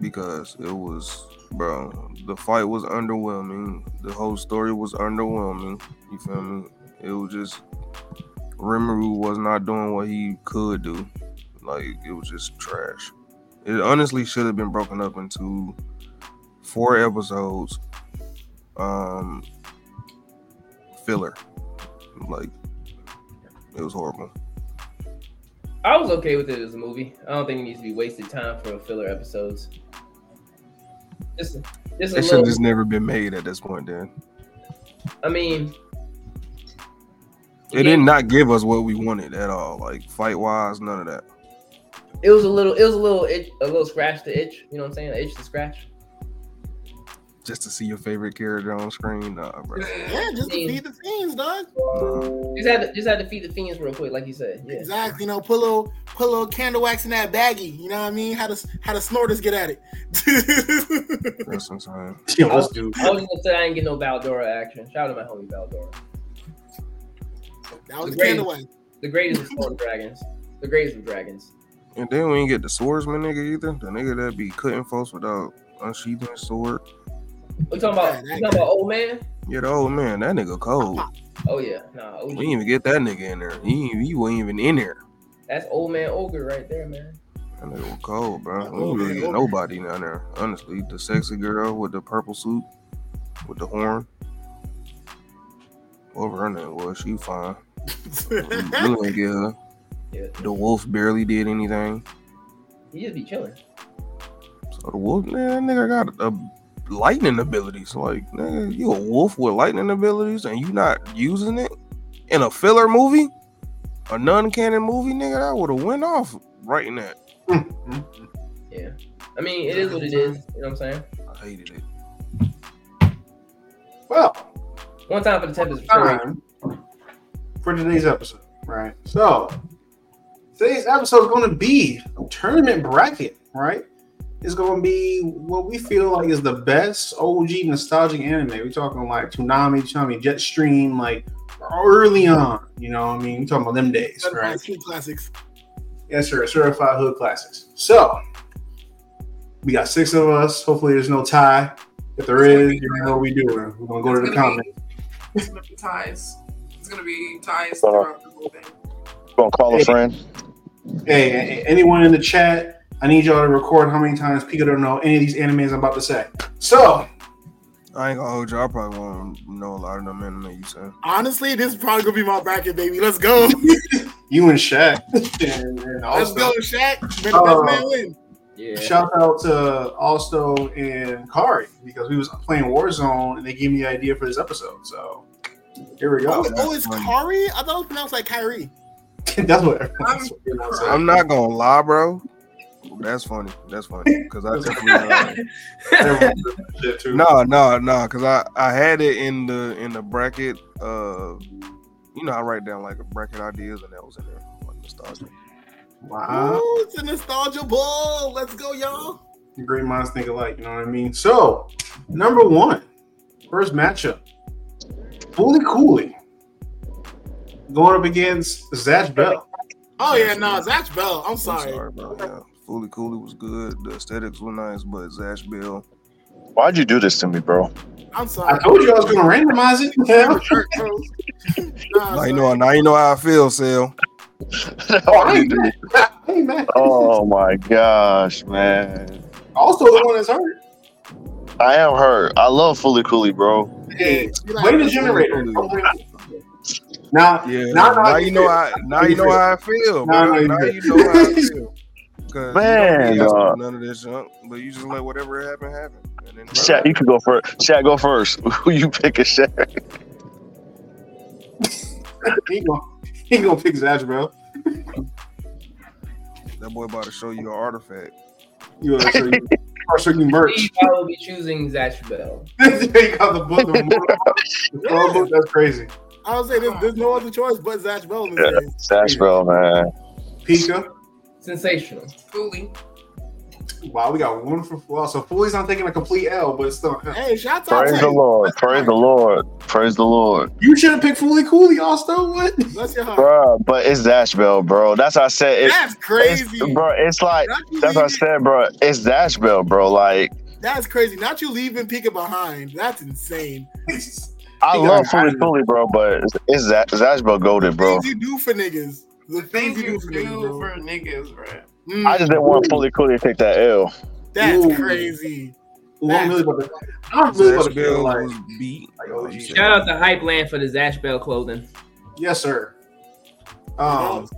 Speaker 5: because it was, bro. The fight was underwhelming. The whole story was underwhelming. You feel me? It was just Rimuru was not doing what he could do. Like it was just trash. It honestly should have been broken up into four episodes. Um filler. Like it was horrible.
Speaker 8: I was okay with it as a movie. I don't think it needs to be wasted time for filler episodes. Just, just a
Speaker 5: It should have
Speaker 8: little.
Speaker 5: just never been made at this point then.
Speaker 8: I mean,
Speaker 5: It did not give us what we wanted at all. Like fight wise, none of that.
Speaker 8: it was a little. It was a little. Itch, a little scratch to itch. You know what I'm saying? An itch to scratch.
Speaker 5: Just to see your favorite character on screen. Nah, bro.
Speaker 6: Yeah, just to feed the fiends, dog.
Speaker 5: Nah.
Speaker 8: Just had to, just had to feed the fiends real quick, like you said. Yeah.
Speaker 6: Exactly. You know, put a little put a little candle wax in that baggie. You know what I mean? How to how the snorters get at it.
Speaker 5: That's insane.
Speaker 4: let's do.
Speaker 8: I was just upset I didn't get no Valdora action. Shout out to my homie Valdora.
Speaker 6: that was the
Speaker 8: Great.
Speaker 6: candle wax.
Speaker 8: The greatest of Stone Dragons. The Graves of Dragons.
Speaker 5: And then we ain't get the swordsman nigga either. The nigga that be cutting folks without unsheathing his sword.
Speaker 8: What you talking about? You talking about old man?
Speaker 5: Yeah, the old man, that nigga cold.
Speaker 8: Oh yeah, nah,
Speaker 5: We
Speaker 8: OG.
Speaker 5: didn't even get that nigga in there. He, ain't- he wasn't even in there.
Speaker 8: That's old man ogre right there, man.
Speaker 5: That nigga was cold, bro. We
Speaker 6: Oh,
Speaker 5: didn't really
Speaker 6: man,
Speaker 5: get
Speaker 6: oh.
Speaker 5: nobody down there. Honestly, the sexy girl with the purple suit, with the horn. Whatever her name was, she fine. We really ain't get her.
Speaker 8: Yeah,
Speaker 5: The wolf barely did anything.
Speaker 8: he just be chilling.
Speaker 5: So the wolf, man, that nigga got a lightning abilities. Like, nigga, you a wolf with lightning abilities and you not using it in a filler movie, a non-canon movie, nigga. That would have went off writing that.
Speaker 8: Yeah, I mean it is what it is. You know what I'm saying?
Speaker 5: I hated it.
Speaker 4: Well,
Speaker 8: One time for the Tempest.
Speaker 4: time for today's episode. Right. So today's episode is going to be a tournament bracket. Right. It's going to be what we feel like is the best OG nostalgic anime. We're talking like Toonami, Chami, Jetstream, like early on. You know what I mean? We're talking about them days. Right.
Speaker 6: Street classics.
Speaker 4: Yes, sir. Certified Hood Classics. So we got six of us. Hopefully, there's no tie. If there is, you know what we doing. We're gonna go to the comments.
Speaker 2: It's gonna be ties. It's gonna be ties
Speaker 9: Uh-huh.
Speaker 2: throughout the whole thing.
Speaker 9: Gonna call
Speaker 4: Hey.
Speaker 9: a friend.
Speaker 4: Hey, a- a- anyone in the chat, I need y'all to record how many times people don't know any of these animes I'm about to say. So
Speaker 5: I ain't gonna hold you. I probably won't know a lot of them anime you said.
Speaker 6: Honestly, this is probably gonna be my bracket, baby. Let's go.
Speaker 4: you and Shaq. and, and
Speaker 6: Let's
Speaker 4: also,
Speaker 6: go, Shaq. May the
Speaker 4: Oh.
Speaker 6: best man win.
Speaker 8: Yeah.
Speaker 4: shout out to also and Kari because we was playing Warzone and they gave me the idea for this episode. So here we
Speaker 6: Oh,
Speaker 4: go.
Speaker 6: it's- oh, it's Kari. I thought it was pronounced like Kyrie.
Speaker 4: That's what everyone's that's what
Speaker 5: I'm not gonna lie, bro. That's funny. That's funny. Cause I definitely uh,
Speaker 4: everyone's doing shit too.
Speaker 5: no, no, no. Cause I I had it in the in the bracket. Uh, you know, I write down like bracket ideas, and that was in there. Like nostalgia.
Speaker 4: Wow.
Speaker 6: Ooh, it's a nostalgia ball. Let's go, y'all.
Speaker 4: great minds think alike. You know what I mean? So, number one, first matchup, Bully Cooley going up against Zach Bell.
Speaker 6: Oh yeah, nah, Zach Bell. I'm
Speaker 5: I'm
Speaker 6: sorry.
Speaker 5: sorry, bro. Yeah, Fully Cooley was good. The aesthetics were nice, but Zash Bill.
Speaker 9: Why'd you do this to me, bro?
Speaker 6: I'm
Speaker 4: I
Speaker 6: sorry.
Speaker 4: told you I was going to randomize it.
Speaker 6: Hurt, bro. Nah,
Speaker 5: Now you
Speaker 6: sorry.
Speaker 5: know. Now you know how I feel, Sal.
Speaker 4: I ain't mad. I ain't mad.
Speaker 9: oh my gosh, man.
Speaker 4: Also, the one that's hurt.
Speaker 9: I am hurt. I love Fully Cooley, bro.
Speaker 4: Hey,
Speaker 6: You like-
Speaker 4: Wait a generator. Now,
Speaker 5: Yeah.
Speaker 4: Now-
Speaker 5: Now,
Speaker 4: now
Speaker 5: you know how. Now you know how I feel,
Speaker 4: Now I know
Speaker 5: bro.
Speaker 4: you
Speaker 5: Now
Speaker 4: feel.
Speaker 5: you know how I feel. 'Cause
Speaker 9: Man,
Speaker 5: you don't
Speaker 9: dog.
Speaker 5: ask none of this junk, but you just let whatever happen happen. And then
Speaker 9: Shaq, you can go first. Shaq, go first. Who you picking, Shaq?
Speaker 4: he ain't gonna- he ain't going to pick Zach Bell.
Speaker 5: that boy about to show you an artifact.
Speaker 4: You know, so you- or so you
Speaker 8: Steve,
Speaker 4: merch.
Speaker 8: I will be choosing Zatch Bell.
Speaker 4: they got the book. The book, the book that's crazy.
Speaker 6: I would say there's, there's no other choice but Zach Bell in this
Speaker 9: Yeah.
Speaker 6: game.
Speaker 9: Zash, bro, man.
Speaker 4: Pika.
Speaker 8: Sensational.
Speaker 2: Fully.
Speaker 4: Wow, we got one for four. So Foley's not taking a complete L, but it's still.
Speaker 6: Hey, shout out
Speaker 9: Praise the
Speaker 6: to
Speaker 9: Lord. Praise the Lord. Praise the Lord.
Speaker 4: You should have picked Foley Cooley, also. What?
Speaker 6: Bless your heart.
Speaker 9: Bruh, but it's Zash Bell, bro. That's how I said it.
Speaker 6: That's crazy.
Speaker 9: It's, bro, it's like
Speaker 6: Not you
Speaker 9: that's what I
Speaker 6: leaving-
Speaker 9: said, bro. It's Zash Bell, bro. Like
Speaker 6: That's crazy. Not you leaving Pika behind. That's insane.
Speaker 9: I
Speaker 4: He
Speaker 9: love
Speaker 4: got
Speaker 9: Fully
Speaker 4: riding.
Speaker 9: Cooley, bro, but it's, it's Zash, Zash Bell Golden, bro.
Speaker 6: Things you do for niggas. The
Speaker 2: Things you do
Speaker 6: for niggas.
Speaker 2: for
Speaker 6: Bro.
Speaker 2: niggas, bro.
Speaker 6: Mm,
Speaker 9: I just didn't want Fully Cooley to take that L.
Speaker 6: that's
Speaker 4: Ooh.
Speaker 6: crazy.
Speaker 4: Ooh, I'm really about to. I'm really about
Speaker 5: Zash
Speaker 4: to feel
Speaker 5: Bill
Speaker 4: like,
Speaker 5: was beat.
Speaker 4: like oh, OG.
Speaker 8: Shout out to Hype Land for the Zatch Bell clothing.
Speaker 4: yes, sir. Um,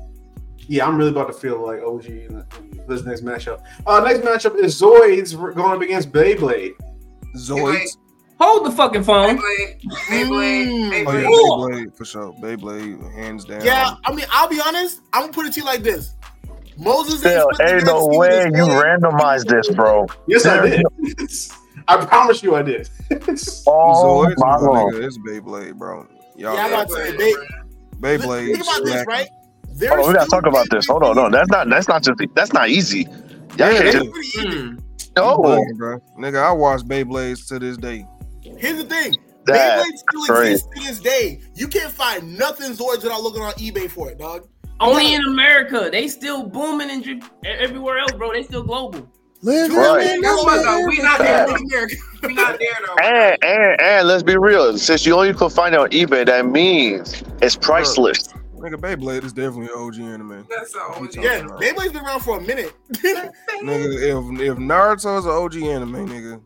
Speaker 4: yeah, I'm really about to feel like OG in in this next matchup. Uh, next matchup is Zoids going up against Beyblade.
Speaker 5: Zoids.
Speaker 8: Hold the fucking phone.
Speaker 2: Beyblade,
Speaker 6: Mm.
Speaker 2: Beyblade, Beyblade.
Speaker 5: Oh yeah,
Speaker 8: Cool.
Speaker 5: Beyblade for sure. Beyblade, hands down.
Speaker 6: Yeah, I mean, I'll be honest. I'm gonna put it to you like this. Moses
Speaker 9: Hell,
Speaker 6: put
Speaker 9: ain't
Speaker 6: together
Speaker 9: no
Speaker 6: to see
Speaker 9: way
Speaker 6: what this
Speaker 9: you
Speaker 6: is.
Speaker 9: randomized this, bro.
Speaker 4: Yes, I did. I promise you, I did.
Speaker 9: Oh
Speaker 5: Zoids,
Speaker 9: my
Speaker 5: my
Speaker 9: lord.
Speaker 5: nigga, it's Beyblade, bro. Y'all,
Speaker 6: Yeah, I'm about to say they.
Speaker 5: Beyblade.
Speaker 6: Think about this,
Speaker 5: slack.
Speaker 6: right? There's
Speaker 9: Hold on, we gotta
Speaker 6: still
Speaker 9: talk about this. Hold on, no, that's not that's not just that's not easy.
Speaker 5: Yeah,
Speaker 9: Y'all can't
Speaker 5: it
Speaker 9: just
Speaker 5: is.
Speaker 6: Pretty easy.
Speaker 8: Mm.
Speaker 9: no.
Speaker 4: Oh.
Speaker 5: Bugging, bro. Nigga, I watch Beyblades to this day.
Speaker 6: Here's the thing.
Speaker 9: That
Speaker 6: Beyblade still
Speaker 9: crazy.
Speaker 6: exists to this day. You can't find nothing Zords without looking on eBay for it, dog.
Speaker 8: Only in America. They still booming in J- e, everywhere else, bro. They still global.
Speaker 5: Live
Speaker 9: Right.
Speaker 5: in
Speaker 2: Come on, though. We not there.
Speaker 6: in America.
Speaker 2: We not there though.
Speaker 9: And, and and let's be real. Since you only can find it on eBay, that means it's priceless.
Speaker 5: Nigga, Beyblade is definitely an OG anime.
Speaker 2: That's the OG.
Speaker 6: Yeah, Beyblade's been around for a minute.
Speaker 5: Nigga, if if Naruto is an OG anime, nigga,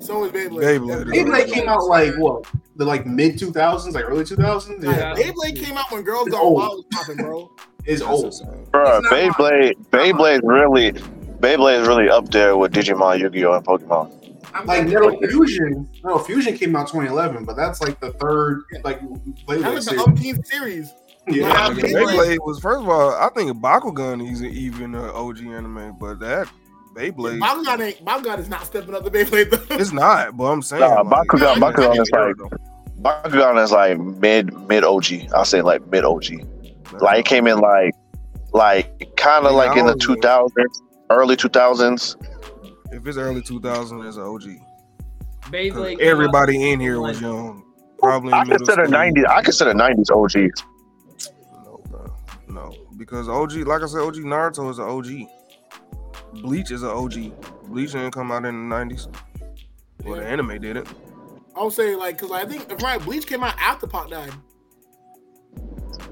Speaker 6: so is Beyblade.
Speaker 5: Beyblade. is
Speaker 4: Even
Speaker 5: an
Speaker 4: they
Speaker 5: OG.
Speaker 4: came out like what? The like mid 2000s, like early 2000s? Yeah.
Speaker 8: Yeah.
Speaker 6: Beyblade came out when Girls
Speaker 4: It's
Speaker 6: Gone
Speaker 4: old.
Speaker 6: Wild was popping, bro.
Speaker 4: It's
Speaker 5: That's
Speaker 4: old.
Speaker 5: insane.
Speaker 9: Bruh,
Speaker 2: It's not mine.
Speaker 9: Beyblade, Beyblade's really, Beyblade's really up there with Digimon, Yu-Gi-Oh, and Pokemon.
Speaker 2: I'm
Speaker 4: Like
Speaker 2: not
Speaker 4: Metal
Speaker 2: there.
Speaker 4: Fusion. No, Fusion came out 2011, but that's like the third like
Speaker 6: That
Speaker 4: Beyblade
Speaker 6: was the
Speaker 4: series.
Speaker 6: umpteenth series.
Speaker 4: Yeah.
Speaker 6: Yeah.
Speaker 5: Nigga,
Speaker 6: Beyblade-
Speaker 5: Beyblade was first of all, I think Bakugan is even an OG anime, but that Beyblade,
Speaker 6: Bakugan ain't Bakugan is not stepping up to Beyblade though.
Speaker 5: it's not. But I'm saying,
Speaker 9: Nah,
Speaker 5: like,
Speaker 9: Bakugan-
Speaker 5: it's
Speaker 9: Bakugan
Speaker 5: an
Speaker 9: is like-
Speaker 5: era,
Speaker 9: Bakugan is like mid, mid OG. I say like mid OG.
Speaker 5: though.
Speaker 9: Like it came in like, like kind of
Speaker 5: Yeah,
Speaker 9: like in
Speaker 5: I
Speaker 9: the
Speaker 5: don't-
Speaker 9: 2000s, early 2000s.
Speaker 5: if it's early 2000, it's an OG.
Speaker 8: Beyblade.
Speaker 5: 'Cause
Speaker 8: came out-
Speaker 5: Everybody in here was young. Probably
Speaker 9: I
Speaker 5: in middle
Speaker 9: consider
Speaker 5: school.
Speaker 9: 90s. I consider 90s OG.
Speaker 5: No, bro. No. Because OG, like I said, OG Naruto is an OG. Bleach is an OG. Bleach didn't come out in the 90s. Well, the anime did it.
Speaker 6: I'm saying like because I think if right, Bleach came out after Pac died.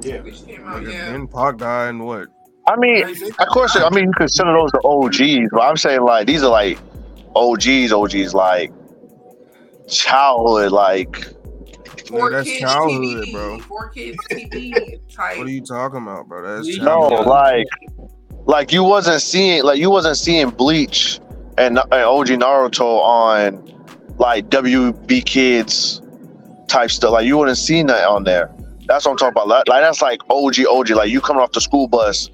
Speaker 4: Yeah.
Speaker 2: Which came
Speaker 6: Oh,
Speaker 2: out,
Speaker 5: Nigga,
Speaker 2: yeah.
Speaker 5: Then Pac died and what?
Speaker 9: I mean, of course, I mean you consider those the OGs, but I'm saying like these are like OGs, OGs like childhood, like
Speaker 5: Nigga, that's
Speaker 2: kids
Speaker 5: childhood,
Speaker 2: TV,
Speaker 5: bro.
Speaker 2: Four kids TV type.
Speaker 5: What are you talking about, bro? That's
Speaker 8: Bleach.
Speaker 9: no,
Speaker 5: childhood.
Speaker 9: like like you wasn't seeing like you wasn't seeing Bleach and, and OG Naruto on like WB Kids type stuff. Like you wouldn't see that on there. That's what I'm talking about. Like like, that's like OG, OG. Like you coming off the school bus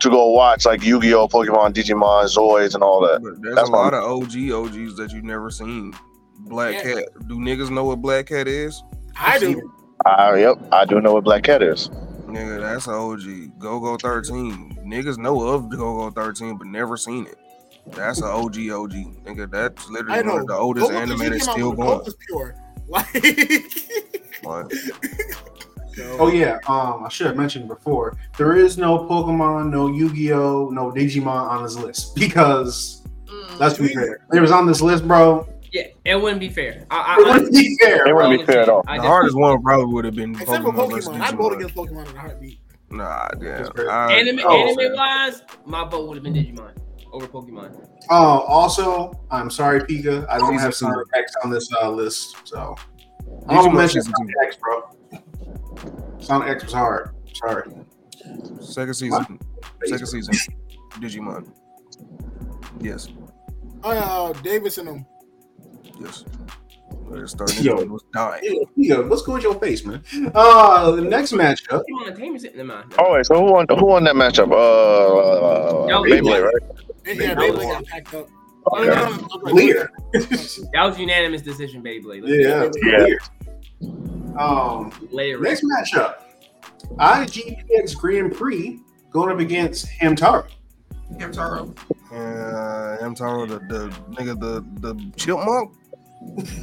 Speaker 9: to go watch like Yu-Gi-Oh, Pokemon, Digimon, Zoids, and all that.
Speaker 5: But there's
Speaker 9: That's
Speaker 5: a
Speaker 9: why-
Speaker 5: lot of OG OGs that you never seen. Black
Speaker 6: Yeah.
Speaker 5: Cat. Do niggas know what Black Cat is?
Speaker 6: I do.
Speaker 9: Ah, yep, I do know what Black Cat is.
Speaker 5: Nigga, that's an OG. Go Go 13. Niggas know of Go Go 13, but never seen it. That's an OG OG. Nigga, that's
Speaker 6: I
Speaker 5: literally one
Speaker 6: know
Speaker 5: of the oldest
Speaker 6: Goku
Speaker 5: anime
Speaker 6: Jin
Speaker 5: that's
Speaker 6: came out
Speaker 5: still
Speaker 6: when
Speaker 5: going.
Speaker 6: Goku was pure. Like
Speaker 5: Like,
Speaker 4: Oh yeah, um, I should have mentioned before. There is no Pokemon, no Yu-Gi-Oh, no Digimon on this list because
Speaker 2: Mm.
Speaker 4: let's be fair, it was on this list, bro.
Speaker 8: Yeah, it wouldn't be fair. I, I,
Speaker 4: It wouldn't be fair.
Speaker 9: It wouldn't be fair at all.
Speaker 8: I
Speaker 5: the
Speaker 8: just-
Speaker 5: hardest one probably would have been
Speaker 6: except for
Speaker 5: Pokemon. versus
Speaker 6: Pokemon, I vote
Speaker 5: Digimon.
Speaker 6: against Pokemon in a heartbeat.
Speaker 5: Nah, damn.
Speaker 4: That's
Speaker 5: I-
Speaker 8: anime,
Speaker 4: Oh,
Speaker 8: anime wise, my vote would have been Digimon over Pokemon.
Speaker 4: Oh, also, I'm sorry, Pika. I don't
Speaker 5: Season
Speaker 4: have Sonic
Speaker 5: two.
Speaker 4: X on this uh, list, so I'm
Speaker 5: Digimon
Speaker 4: gonna mention
Speaker 5: season
Speaker 4: Sonic X, bro. Sonic X was hard. Sorry.
Speaker 5: Second season. Second season. Digimon. Yes.
Speaker 6: Oh yeah, uh, Davis and them.
Speaker 5: Yes. Let's start. Niggas
Speaker 4: Yo.
Speaker 5: was dying.
Speaker 4: Ew, Pika, what's going with your face, man? Uh, the next matchup.
Speaker 8: Pokemon Tamers in mind.
Speaker 9: Oh, wait, so who won? Who won that matchup? Uh,
Speaker 8: Yo,
Speaker 9: Beyblade, right?
Speaker 6: Yeah,
Speaker 8: Beyblade.
Speaker 6: Beyblade got packed up. Oh, no, no,
Speaker 9: Okay.
Speaker 6: no, no, no, no.
Speaker 4: Clear.
Speaker 8: That was unanimous decision, Beyblade. Let's
Speaker 4: yeah.
Speaker 9: Yeah.
Speaker 4: Clear. Um,
Speaker 8: layer it.
Speaker 4: Next matchup, IGPX Grand Prix going up against Hamtaro.
Speaker 2: Hamtaro.
Speaker 5: Uh, Hamtaro, the, the nigga, the the chipmunk.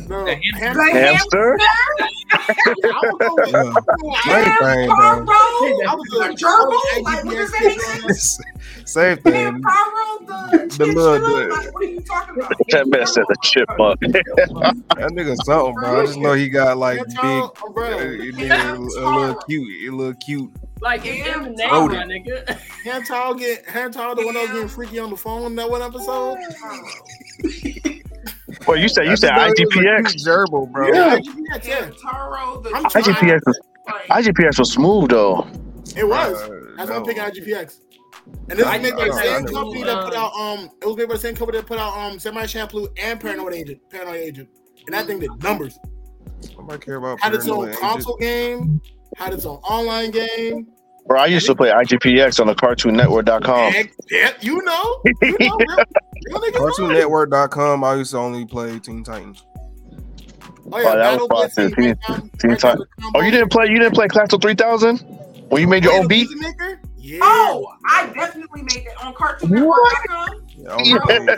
Speaker 6: No,
Speaker 8: The
Speaker 6: Ham-
Speaker 8: hamster.
Speaker 2: Like
Speaker 9: Hamster?
Speaker 6: I would go with-
Speaker 5: Yeah. Same thing,
Speaker 2: Hamtaro?
Speaker 5: bro.
Speaker 6: I
Speaker 2: The
Speaker 6: would go with-
Speaker 2: gerbil? Like, what does that make sense?
Speaker 5: Same thing.
Speaker 2: Hamtaro? The
Speaker 5: The little
Speaker 2: chinchilla?
Speaker 5: dude.
Speaker 2: Like, what are you talking about?
Speaker 9: That man said the chipmunk.
Speaker 5: That nigga something, bro. I just know he got like
Speaker 6: Hamtaro,
Speaker 5: big,
Speaker 6: oh,
Speaker 5: uh,
Speaker 6: bro.
Speaker 5: nigga, a little cute, a little cute.
Speaker 8: Like it's in the name,
Speaker 5: Loaded.
Speaker 8: my nigga.
Speaker 6: Hamtaro get Hamtaro the one that was getting freaky on the phone that one episode.
Speaker 9: well, you said you said
Speaker 5: I just know he was a
Speaker 9: IGPX.
Speaker 5: cute gerbil, bro. Uh,
Speaker 4: Yeah.
Speaker 6: Yeah, yeah.
Speaker 2: Hamtaro, the
Speaker 6: I'm
Speaker 2: giant,
Speaker 9: IGPX was
Speaker 2: like,
Speaker 9: IGPX was smooth though.
Speaker 6: It was.
Speaker 5: Uh,
Speaker 6: That's
Speaker 5: no.
Speaker 6: why I'm picking IGPX. And this
Speaker 8: I-
Speaker 6: is made by
Speaker 5: I
Speaker 6: the
Speaker 5: don't- I
Speaker 6: same
Speaker 5: don't
Speaker 6: company
Speaker 8: know.
Speaker 6: that put out um it was made by the same company that put out um Semi Shampoo and Paranoid Agent. Paranoid Agent. And that thing did numbers.
Speaker 5: Nobody care about
Speaker 6: Had its
Speaker 5: paranoid
Speaker 6: own
Speaker 5: agent.
Speaker 6: console game, had its own online game.
Speaker 9: Bro, I used to play IGPX on the CartoonNetwork.com.
Speaker 6: And, yeah, you know. You know real, real niggas know.
Speaker 5: CartoonNetwork.com. I used to only play Teen Titans.
Speaker 6: Oh yeah,
Speaker 9: Oh, that was
Speaker 6: Battle Blitz,
Speaker 9: Boston.
Speaker 6: Teen Titans,
Speaker 9: Teen
Speaker 6: Teen Titans.
Speaker 9: Oh, you didn't play you didn't play Class of 3000 when you made your own beat.
Speaker 6: Maker? Yeah.
Speaker 2: Oh, I definitely made that on Cartoon Network.com.
Speaker 5: Yeah, I only played-
Speaker 2: To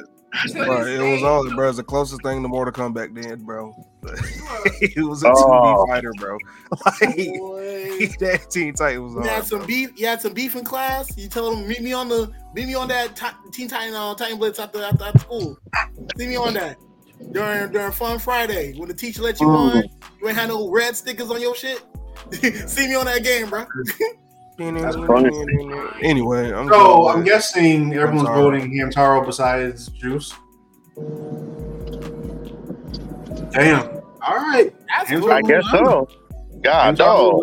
Speaker 5: bro,
Speaker 2: this
Speaker 5: it was
Speaker 2: day.
Speaker 5: all, bro. It's the closest thing to Mortal Kombat did, bro. he was a 2D
Speaker 9: Oh.
Speaker 5: fighter, bro. Like
Speaker 6: Boy.
Speaker 5: that Teen Titan was
Speaker 6: You
Speaker 5: hard.
Speaker 6: had some beef. You had some beef in class. You told him meet me on the meet me on that ti- Teen Titan uh, Titan Blitz after, after after school. See me on that during during Fun Friday when the teacher let you
Speaker 4: Oh,
Speaker 6: on. You ain't had no red stickers on your shit. See me on that game, bro.
Speaker 9: funny.
Speaker 5: Anyway, I'm
Speaker 4: So
Speaker 5: going
Speaker 4: I'm
Speaker 5: with-
Speaker 4: guessing everyone's
Speaker 5: Hamtaro.
Speaker 4: voting Hamtaro besides Juice. Damn. All right.
Speaker 6: That's
Speaker 4: Hands
Speaker 6: cool.
Speaker 9: I guess so. God, dog.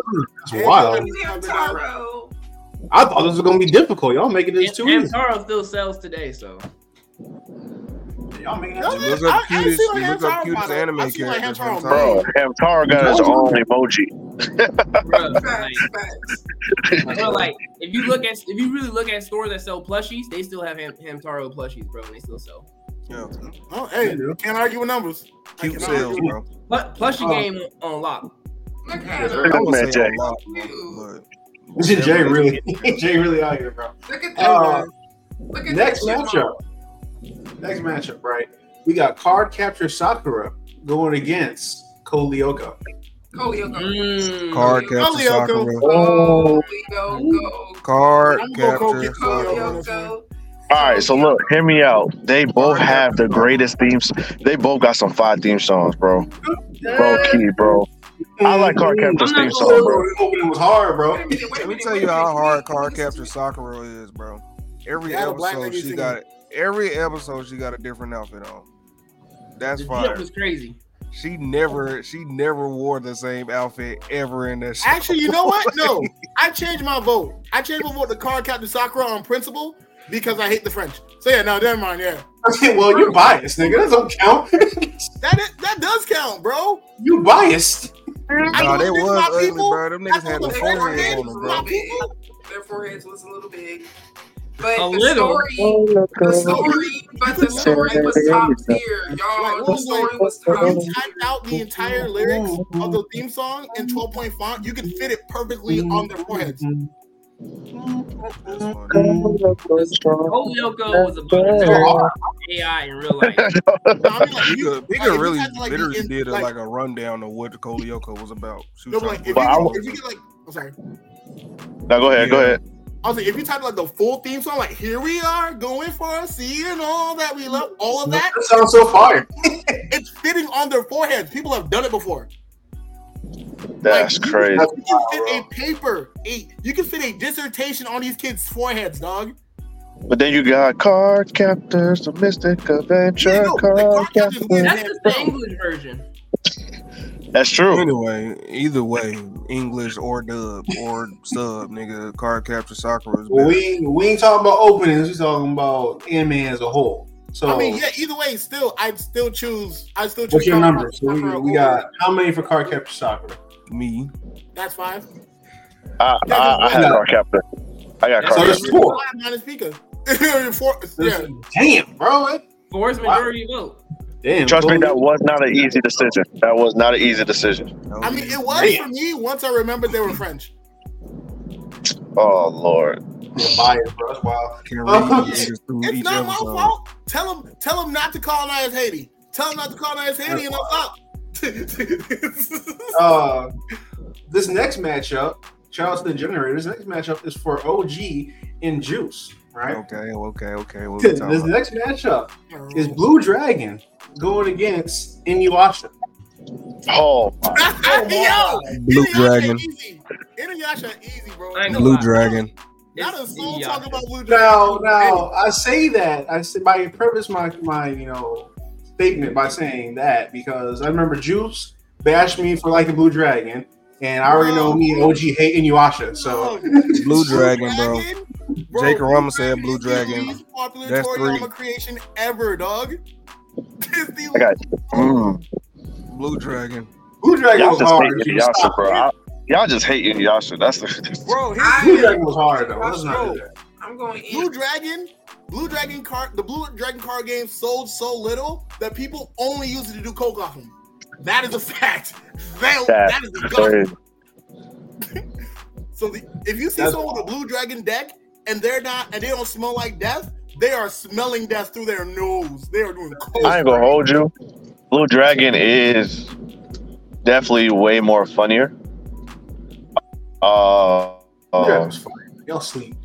Speaker 4: That's wild.
Speaker 2: Hamtaro.
Speaker 4: I thought this was gonna be difficult. Y'all making this
Speaker 8: And,
Speaker 4: too easy.
Speaker 8: Taro still sells today, so
Speaker 4: Y'all making
Speaker 6: Y'all
Speaker 4: this
Speaker 6: just-
Speaker 5: Look up
Speaker 6: I- I ain't
Speaker 5: cutest-
Speaker 6: seen no
Speaker 5: look up
Speaker 6: Hamtaro
Speaker 5: cutest
Speaker 6: product.
Speaker 5: anime
Speaker 6: I seen, like,
Speaker 5: characters
Speaker 6: Hamtaro
Speaker 5: from
Speaker 9: Bro, Hamtaro got his own emoji.
Speaker 8: bro, like,
Speaker 2: Facts, facts.
Speaker 8: bro, like if you look at if you really look at stores that sell plushies, they still have Ham, Hamtaro plushies, bro, and they still sell.
Speaker 5: Yeah.
Speaker 6: Oh, hey, can't argue with numbers. I
Speaker 5: Cute
Speaker 6: cannot
Speaker 5: sales,
Speaker 6: argue.
Speaker 5: bro.
Speaker 8: But plushie
Speaker 4: Oh.
Speaker 8: game on lock.
Speaker 2: Look at
Speaker 5: I
Speaker 2: her.
Speaker 9: Look
Speaker 5: wouldn't
Speaker 9: at
Speaker 5: say
Speaker 9: Jay.
Speaker 5: a lot,
Speaker 2: Dude,
Speaker 5: but-
Speaker 4: This is Jay really. Jay really out here, bro.
Speaker 2: Look at that.
Speaker 4: Uh,
Speaker 2: Look at
Speaker 4: next
Speaker 2: that shit,
Speaker 4: matchup. Next matchup, right? We got card capture Sakura going against Kolioka.
Speaker 2: Go, Leo, go.
Speaker 8: Mm.
Speaker 5: Card
Speaker 2: Go,
Speaker 5: capture
Speaker 6: Leo, go.
Speaker 5: Sakura.
Speaker 4: Oh,
Speaker 2: Leo, go.
Speaker 5: Card
Speaker 6: I'm gonna go
Speaker 5: capture
Speaker 6: get
Speaker 2: Go,
Speaker 6: Sakura.
Speaker 5: Sakura.
Speaker 2: Leo, go.
Speaker 9: All right, so look, hear me out. They both have the greatest themes. They both got some fire theme songs, bro.
Speaker 5: Oh.
Speaker 9: Bro, key, bro. I like Card Captor's
Speaker 8: I'm
Speaker 9: theme
Speaker 8: not
Speaker 9: song,
Speaker 8: gonna-
Speaker 9: bro.
Speaker 4: The Oh. opening was hard, bro.
Speaker 2: Wait a minute, wait a
Speaker 5: Let me
Speaker 2: minute,
Speaker 5: tell
Speaker 2: wait
Speaker 5: you
Speaker 2: a
Speaker 5: how
Speaker 2: minute.
Speaker 5: hard Card Capture Sakura is, bro. Every
Speaker 6: Yeah, the black
Speaker 5: episode
Speaker 6: lady
Speaker 5: she
Speaker 6: singing.
Speaker 5: got every episode she got a different outfit on. That's
Speaker 8: The
Speaker 5: fire.
Speaker 8: jump was crazy.
Speaker 5: She never she never wore the same outfit ever in that show.
Speaker 6: Actually, you know what? No, I changed my vote. I changed my vote to card captain Sakura on principle because I hate the French. So yeah, no, never mind. Yeah,
Speaker 4: well, you're biased, nigga. That don't count.
Speaker 6: that is, that does count, bro.
Speaker 4: you biased.
Speaker 6: I
Speaker 5: Nah, they
Speaker 6: believe
Speaker 5: was
Speaker 6: in my
Speaker 5: ugly,
Speaker 6: people.
Speaker 5: bro. Them
Speaker 6: I
Speaker 5: niggas had
Speaker 6: believe
Speaker 5: the
Speaker 6: in
Speaker 2: my
Speaker 5: forehead on
Speaker 2: people.
Speaker 5: them,
Speaker 6: My
Speaker 5: bro.
Speaker 6: people.
Speaker 2: Their foreheads was a little big. But
Speaker 8: A
Speaker 2: the
Speaker 8: little.
Speaker 2: story,
Speaker 6: Oh,
Speaker 2: the story, but the story was top tier, y'all. The story was top
Speaker 6: You typed out the entire lyrics of the theme song in 12 point font. You can fit it perfectly
Speaker 5: Mm-hmm.
Speaker 6: on their foreheads.
Speaker 5: That's funny.
Speaker 8: Holyoke was a bunch AI in real life.
Speaker 6: No, I mean, like,
Speaker 5: He
Speaker 6: you-
Speaker 5: could, he
Speaker 6: like, if
Speaker 5: could
Speaker 6: you
Speaker 5: really
Speaker 6: had to, like, be
Speaker 5: literally
Speaker 6: in-
Speaker 5: did a,
Speaker 6: like-
Speaker 5: like, a rundown of what the Kolioka was about. She
Speaker 6: No,
Speaker 5: was
Speaker 6: but like, if
Speaker 5: trying
Speaker 6: you,
Speaker 5: to-
Speaker 9: But I
Speaker 6: if you get like, I'm sorry.
Speaker 9: Now go ahead, go ahead.
Speaker 6: I was like, if you type like the full theme song, like here we are going for a sea and all that we love, all of that,
Speaker 4: That sounds so fire.
Speaker 6: it's fitting on their foreheads. People have done it before.
Speaker 9: That's crazy.
Speaker 6: You can fit a paper, a you can fit a dissertation on these kids' foreheads, dog.
Speaker 9: But then you got Card Captors, the Mystic
Speaker 6: Yeah,
Speaker 9: Adventure,
Speaker 6: no, like,
Speaker 9: Card
Speaker 6: Card Captors was
Speaker 9: Captors.
Speaker 8: That's just the English version.
Speaker 9: That's true.
Speaker 5: Anyway, either way, English or dub or sub, nigga, card capture soccer is better.
Speaker 4: We we ain't talking about openings. We talking about anime as a whole. So
Speaker 6: I mean, yeah. Either way, still, I'd still choose. I would still choose.
Speaker 4: Oh. what's your
Speaker 6: Cardcaptor
Speaker 4: number? So we,
Speaker 6: over-
Speaker 4: we got how many for card capture soccer?
Speaker 5: Me,
Speaker 6: that's five.
Speaker 9: I, I, I had Card Captor. I got
Speaker 4: So
Speaker 9: Card
Speaker 4: there's
Speaker 9: Captor.
Speaker 4: four.
Speaker 6: Five minus Pika. Four, yeah,
Speaker 4: There's- Damn, bro.
Speaker 8: Forest majority vote.
Speaker 4: Damn.
Speaker 9: Trust me,
Speaker 4: Kobe.
Speaker 9: that was not an easy decision. That was not an easy decision.
Speaker 6: I mean, it was
Speaker 4: Man.
Speaker 6: for me once I remembered they were French.
Speaker 9: Oh Lord.
Speaker 4: You're biased, bro. That's wild.
Speaker 5: Can't read niggas through
Speaker 6: It's
Speaker 5: each
Speaker 6: not my
Speaker 5: episode.
Speaker 6: fault. Tell him, tell him not to colonize Haiti. Tell him not to colonize Haiti, and I'm up.
Speaker 4: Uh, this next matchup, Charleston Generator. This next matchup is for OG and Juice, right?
Speaker 9: Oh,
Speaker 5: Okay, okay, okay. What we
Speaker 4: This
Speaker 5: talking about?
Speaker 4: next matchup is Blue Dragon going against Inuyasha.
Speaker 9: Oh
Speaker 6: Yo,
Speaker 5: Blue
Speaker 6: Inuyasha
Speaker 5: Dragon,
Speaker 6: easy. Inuyasha easy, bro.
Speaker 8: I ain't gonna
Speaker 5: Blue
Speaker 8: lie.
Speaker 5: Dragon.
Speaker 6: Not a soul
Speaker 8: It's
Speaker 6: talking about Blue
Speaker 4: Now,
Speaker 6: Dragon.
Speaker 4: now I say that I say I preface my my you know statement by saying that because I remember Juice bashed me for liking Blue Dragon, and I already know me and OG hate Inuyasha, so
Speaker 9: Oh,
Speaker 5: Blue Dragon, bro.
Speaker 6: Bro,
Speaker 5: Jake
Speaker 6: Blue
Speaker 5: Arama said Blue
Speaker 6: is the
Speaker 5: Dragon.
Speaker 6: least popular
Speaker 5: That's
Speaker 6: Toriyama
Speaker 5: three.
Speaker 6: creation ever, dog. It's the
Speaker 9: I got mm,
Speaker 5: Blue Dragon.
Speaker 4: Blue Dragon
Speaker 9: y'all
Speaker 4: was
Speaker 9: just
Speaker 4: hard.
Speaker 9: hate
Speaker 4: She was
Speaker 9: Inuyasha,
Speaker 4: stopped.
Speaker 9: bro. I, y'all just hate Inuyasha. That's the
Speaker 6: bro. His
Speaker 4: Blue
Speaker 2: I,
Speaker 4: Dragon was hard though. Let's not do that.
Speaker 2: I'm going
Speaker 6: Blue
Speaker 2: in.
Speaker 6: Dragon, Blue Dragon card, the Blue Dragon card game sold so little that people only use it to do coke off them. That is a fact. They- that is a fact.
Speaker 9: crazy.
Speaker 6: So the, if you see
Speaker 4: That's-
Speaker 6: someone with a Blue Dragon deck and they're not and they don't smell like death, they are smelling death through their nose. They are doing coke.
Speaker 9: I ain't gonna hold you. Blue Dragon is definitely way more funnier. Uh,
Speaker 4: Yeah,
Speaker 9: uh
Speaker 4: it's fine. Y'all sleep.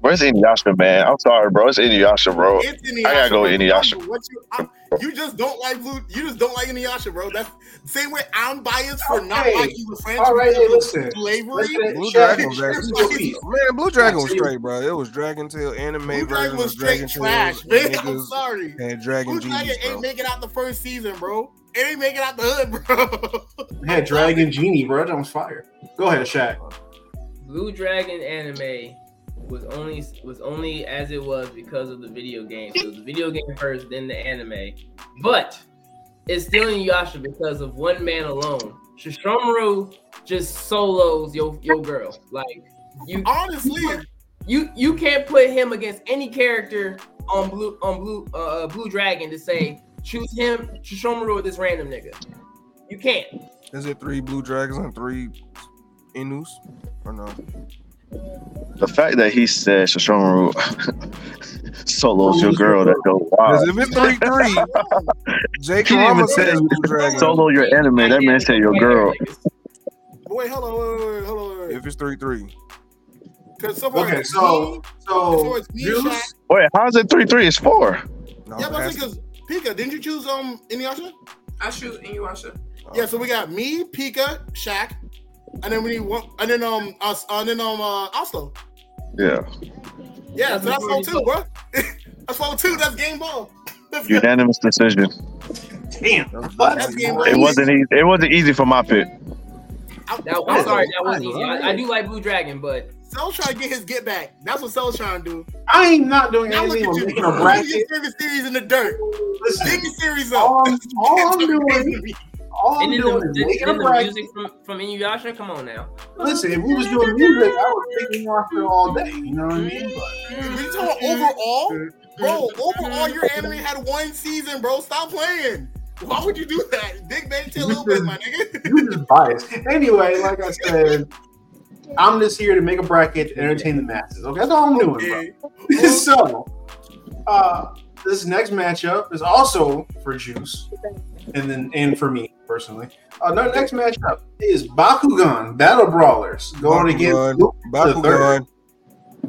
Speaker 9: where's Inuyasha, man? I'm sorry, bro. It's Inuyasha, bro.
Speaker 6: It's Inuyasha.
Speaker 9: I gotta go
Speaker 6: bro.
Speaker 9: Inuyasha.
Speaker 6: What you, I, you just don't like Blue. You just don't like Inuyasha, bro. That's same way I'm biased for not
Speaker 4: Okay.
Speaker 6: liking the franchise.
Speaker 4: All right, hey,
Speaker 6: of
Speaker 4: listen.
Speaker 6: Slavery.
Speaker 4: Listen,
Speaker 5: Blue
Speaker 4: Shaq,
Speaker 5: Dragon was
Speaker 4: Shaq's
Speaker 5: actually-
Speaker 4: sweet.
Speaker 5: Man, Blue Dragon was
Speaker 4: Yeah, see-
Speaker 5: straight, bro. It was Dragon Tail anime
Speaker 6: Blue
Speaker 5: version
Speaker 6: Dragon
Speaker 5: of
Speaker 6: was straight
Speaker 5: Dragon Tail.
Speaker 6: trash, man. I'm
Speaker 5: niggas
Speaker 6: sorry.
Speaker 5: And Dragon
Speaker 6: Blue Dragon
Speaker 5: Genius, bro.
Speaker 6: ain't making out the first season, bro. It ain't making out the hood, bro.
Speaker 4: Yeah, Dragon Genie, bro. That was fire. Go ahead, Shaq.
Speaker 8: Blue Dragon anime was only was only as it was because of the video game. So it was the video game first, then the anime. But it's still in Yasha because of one man alone. Shishomaru just solos your your girl. Like you
Speaker 6: Honestly,
Speaker 8: you you can't put him against any character on blue on blue uh uh, blue dragon to say choose him Shishomaru or this random nigga. You can't.
Speaker 5: Is it three Blue Dragons and three Inus? Or
Speaker 4: Uh,
Speaker 5: no?
Speaker 9: The fact that he said Shishomaru solos your girl that go
Speaker 5: Because
Speaker 9: wild.
Speaker 5: if it's three three, Jake
Speaker 9: He didn't even
Speaker 5: Rama
Speaker 9: say
Speaker 5: said Blue Dragon.
Speaker 9: solo your anime. That man said your girl.
Speaker 6: wait, hold on, wait, wait, wait, hold on. Wait.
Speaker 5: If it's three three,
Speaker 6: Because so far,
Speaker 4: Okay,
Speaker 6: as
Speaker 4: so
Speaker 6: me-
Speaker 4: so
Speaker 6: it's me,
Speaker 4: Juice.
Speaker 6: Shaq.
Speaker 9: Wait, how's it three three? It's four.
Speaker 5: no,
Speaker 6: yeah, but
Speaker 5: that's-
Speaker 6: because Pika, didn't you choose um Inuyasha?
Speaker 2: I choose Inuyasha.
Speaker 6: Yeah, so we got me, Pika, Shaq, and then we need one, and then um us, and then um uh, Oslo.
Speaker 9: Yeah,
Speaker 6: Yeah, so that's
Speaker 8: Yeah,
Speaker 6: all two, bro. that's all two. That's game ball. That's good.
Speaker 9: unanimous decision.
Speaker 4: Damn.
Speaker 5: that's-
Speaker 4: What?
Speaker 6: That's game ball.
Speaker 9: It wasn't easy. It wasn't easy for my pick.
Speaker 6: I-
Speaker 8: That, I'm sorry, that was
Speaker 4: I
Speaker 8: easy. I, I do like Blue Dragon, but
Speaker 6: Cell trying to get his get back. That's what Cell trying to do.
Speaker 4: I ain't not doing
Speaker 6: Now look
Speaker 4: anything. I'm
Speaker 6: at you.
Speaker 4: making
Speaker 6: Digging
Speaker 4: a bracket.
Speaker 6: your series in the dirt. Dig
Speaker 4: Listen,
Speaker 6: your series up.
Speaker 4: all I'm,
Speaker 6: That's
Speaker 4: all I'm
Speaker 6: what you're
Speaker 4: doing, all I'm
Speaker 8: and then the,
Speaker 4: doing is
Speaker 8: then-
Speaker 4: making a
Speaker 8: then the
Speaker 4: bracket.
Speaker 8: music from, from Inuyasha, come on now.
Speaker 4: Listen, if we was doing music, I would pick New Yorker all day. You know what I mean?
Speaker 6: We talking about overall, bro. Overall, your anime had one season, bro. Stop playing. Why would you do that? Big Bang Tail, little bit, my nigga.
Speaker 4: But you just biased. Anyway, like I said, I'm just here to make a bracket to entertain the masses. Okay, that's all I'm doing, bro. so, uh, this next matchup is also for Juice, and then and for me personally. Uh, no, next matchup is Bakugan Battle Brawlers going
Speaker 5: Bakugan.
Speaker 4: against Luke
Speaker 5: Bakugan.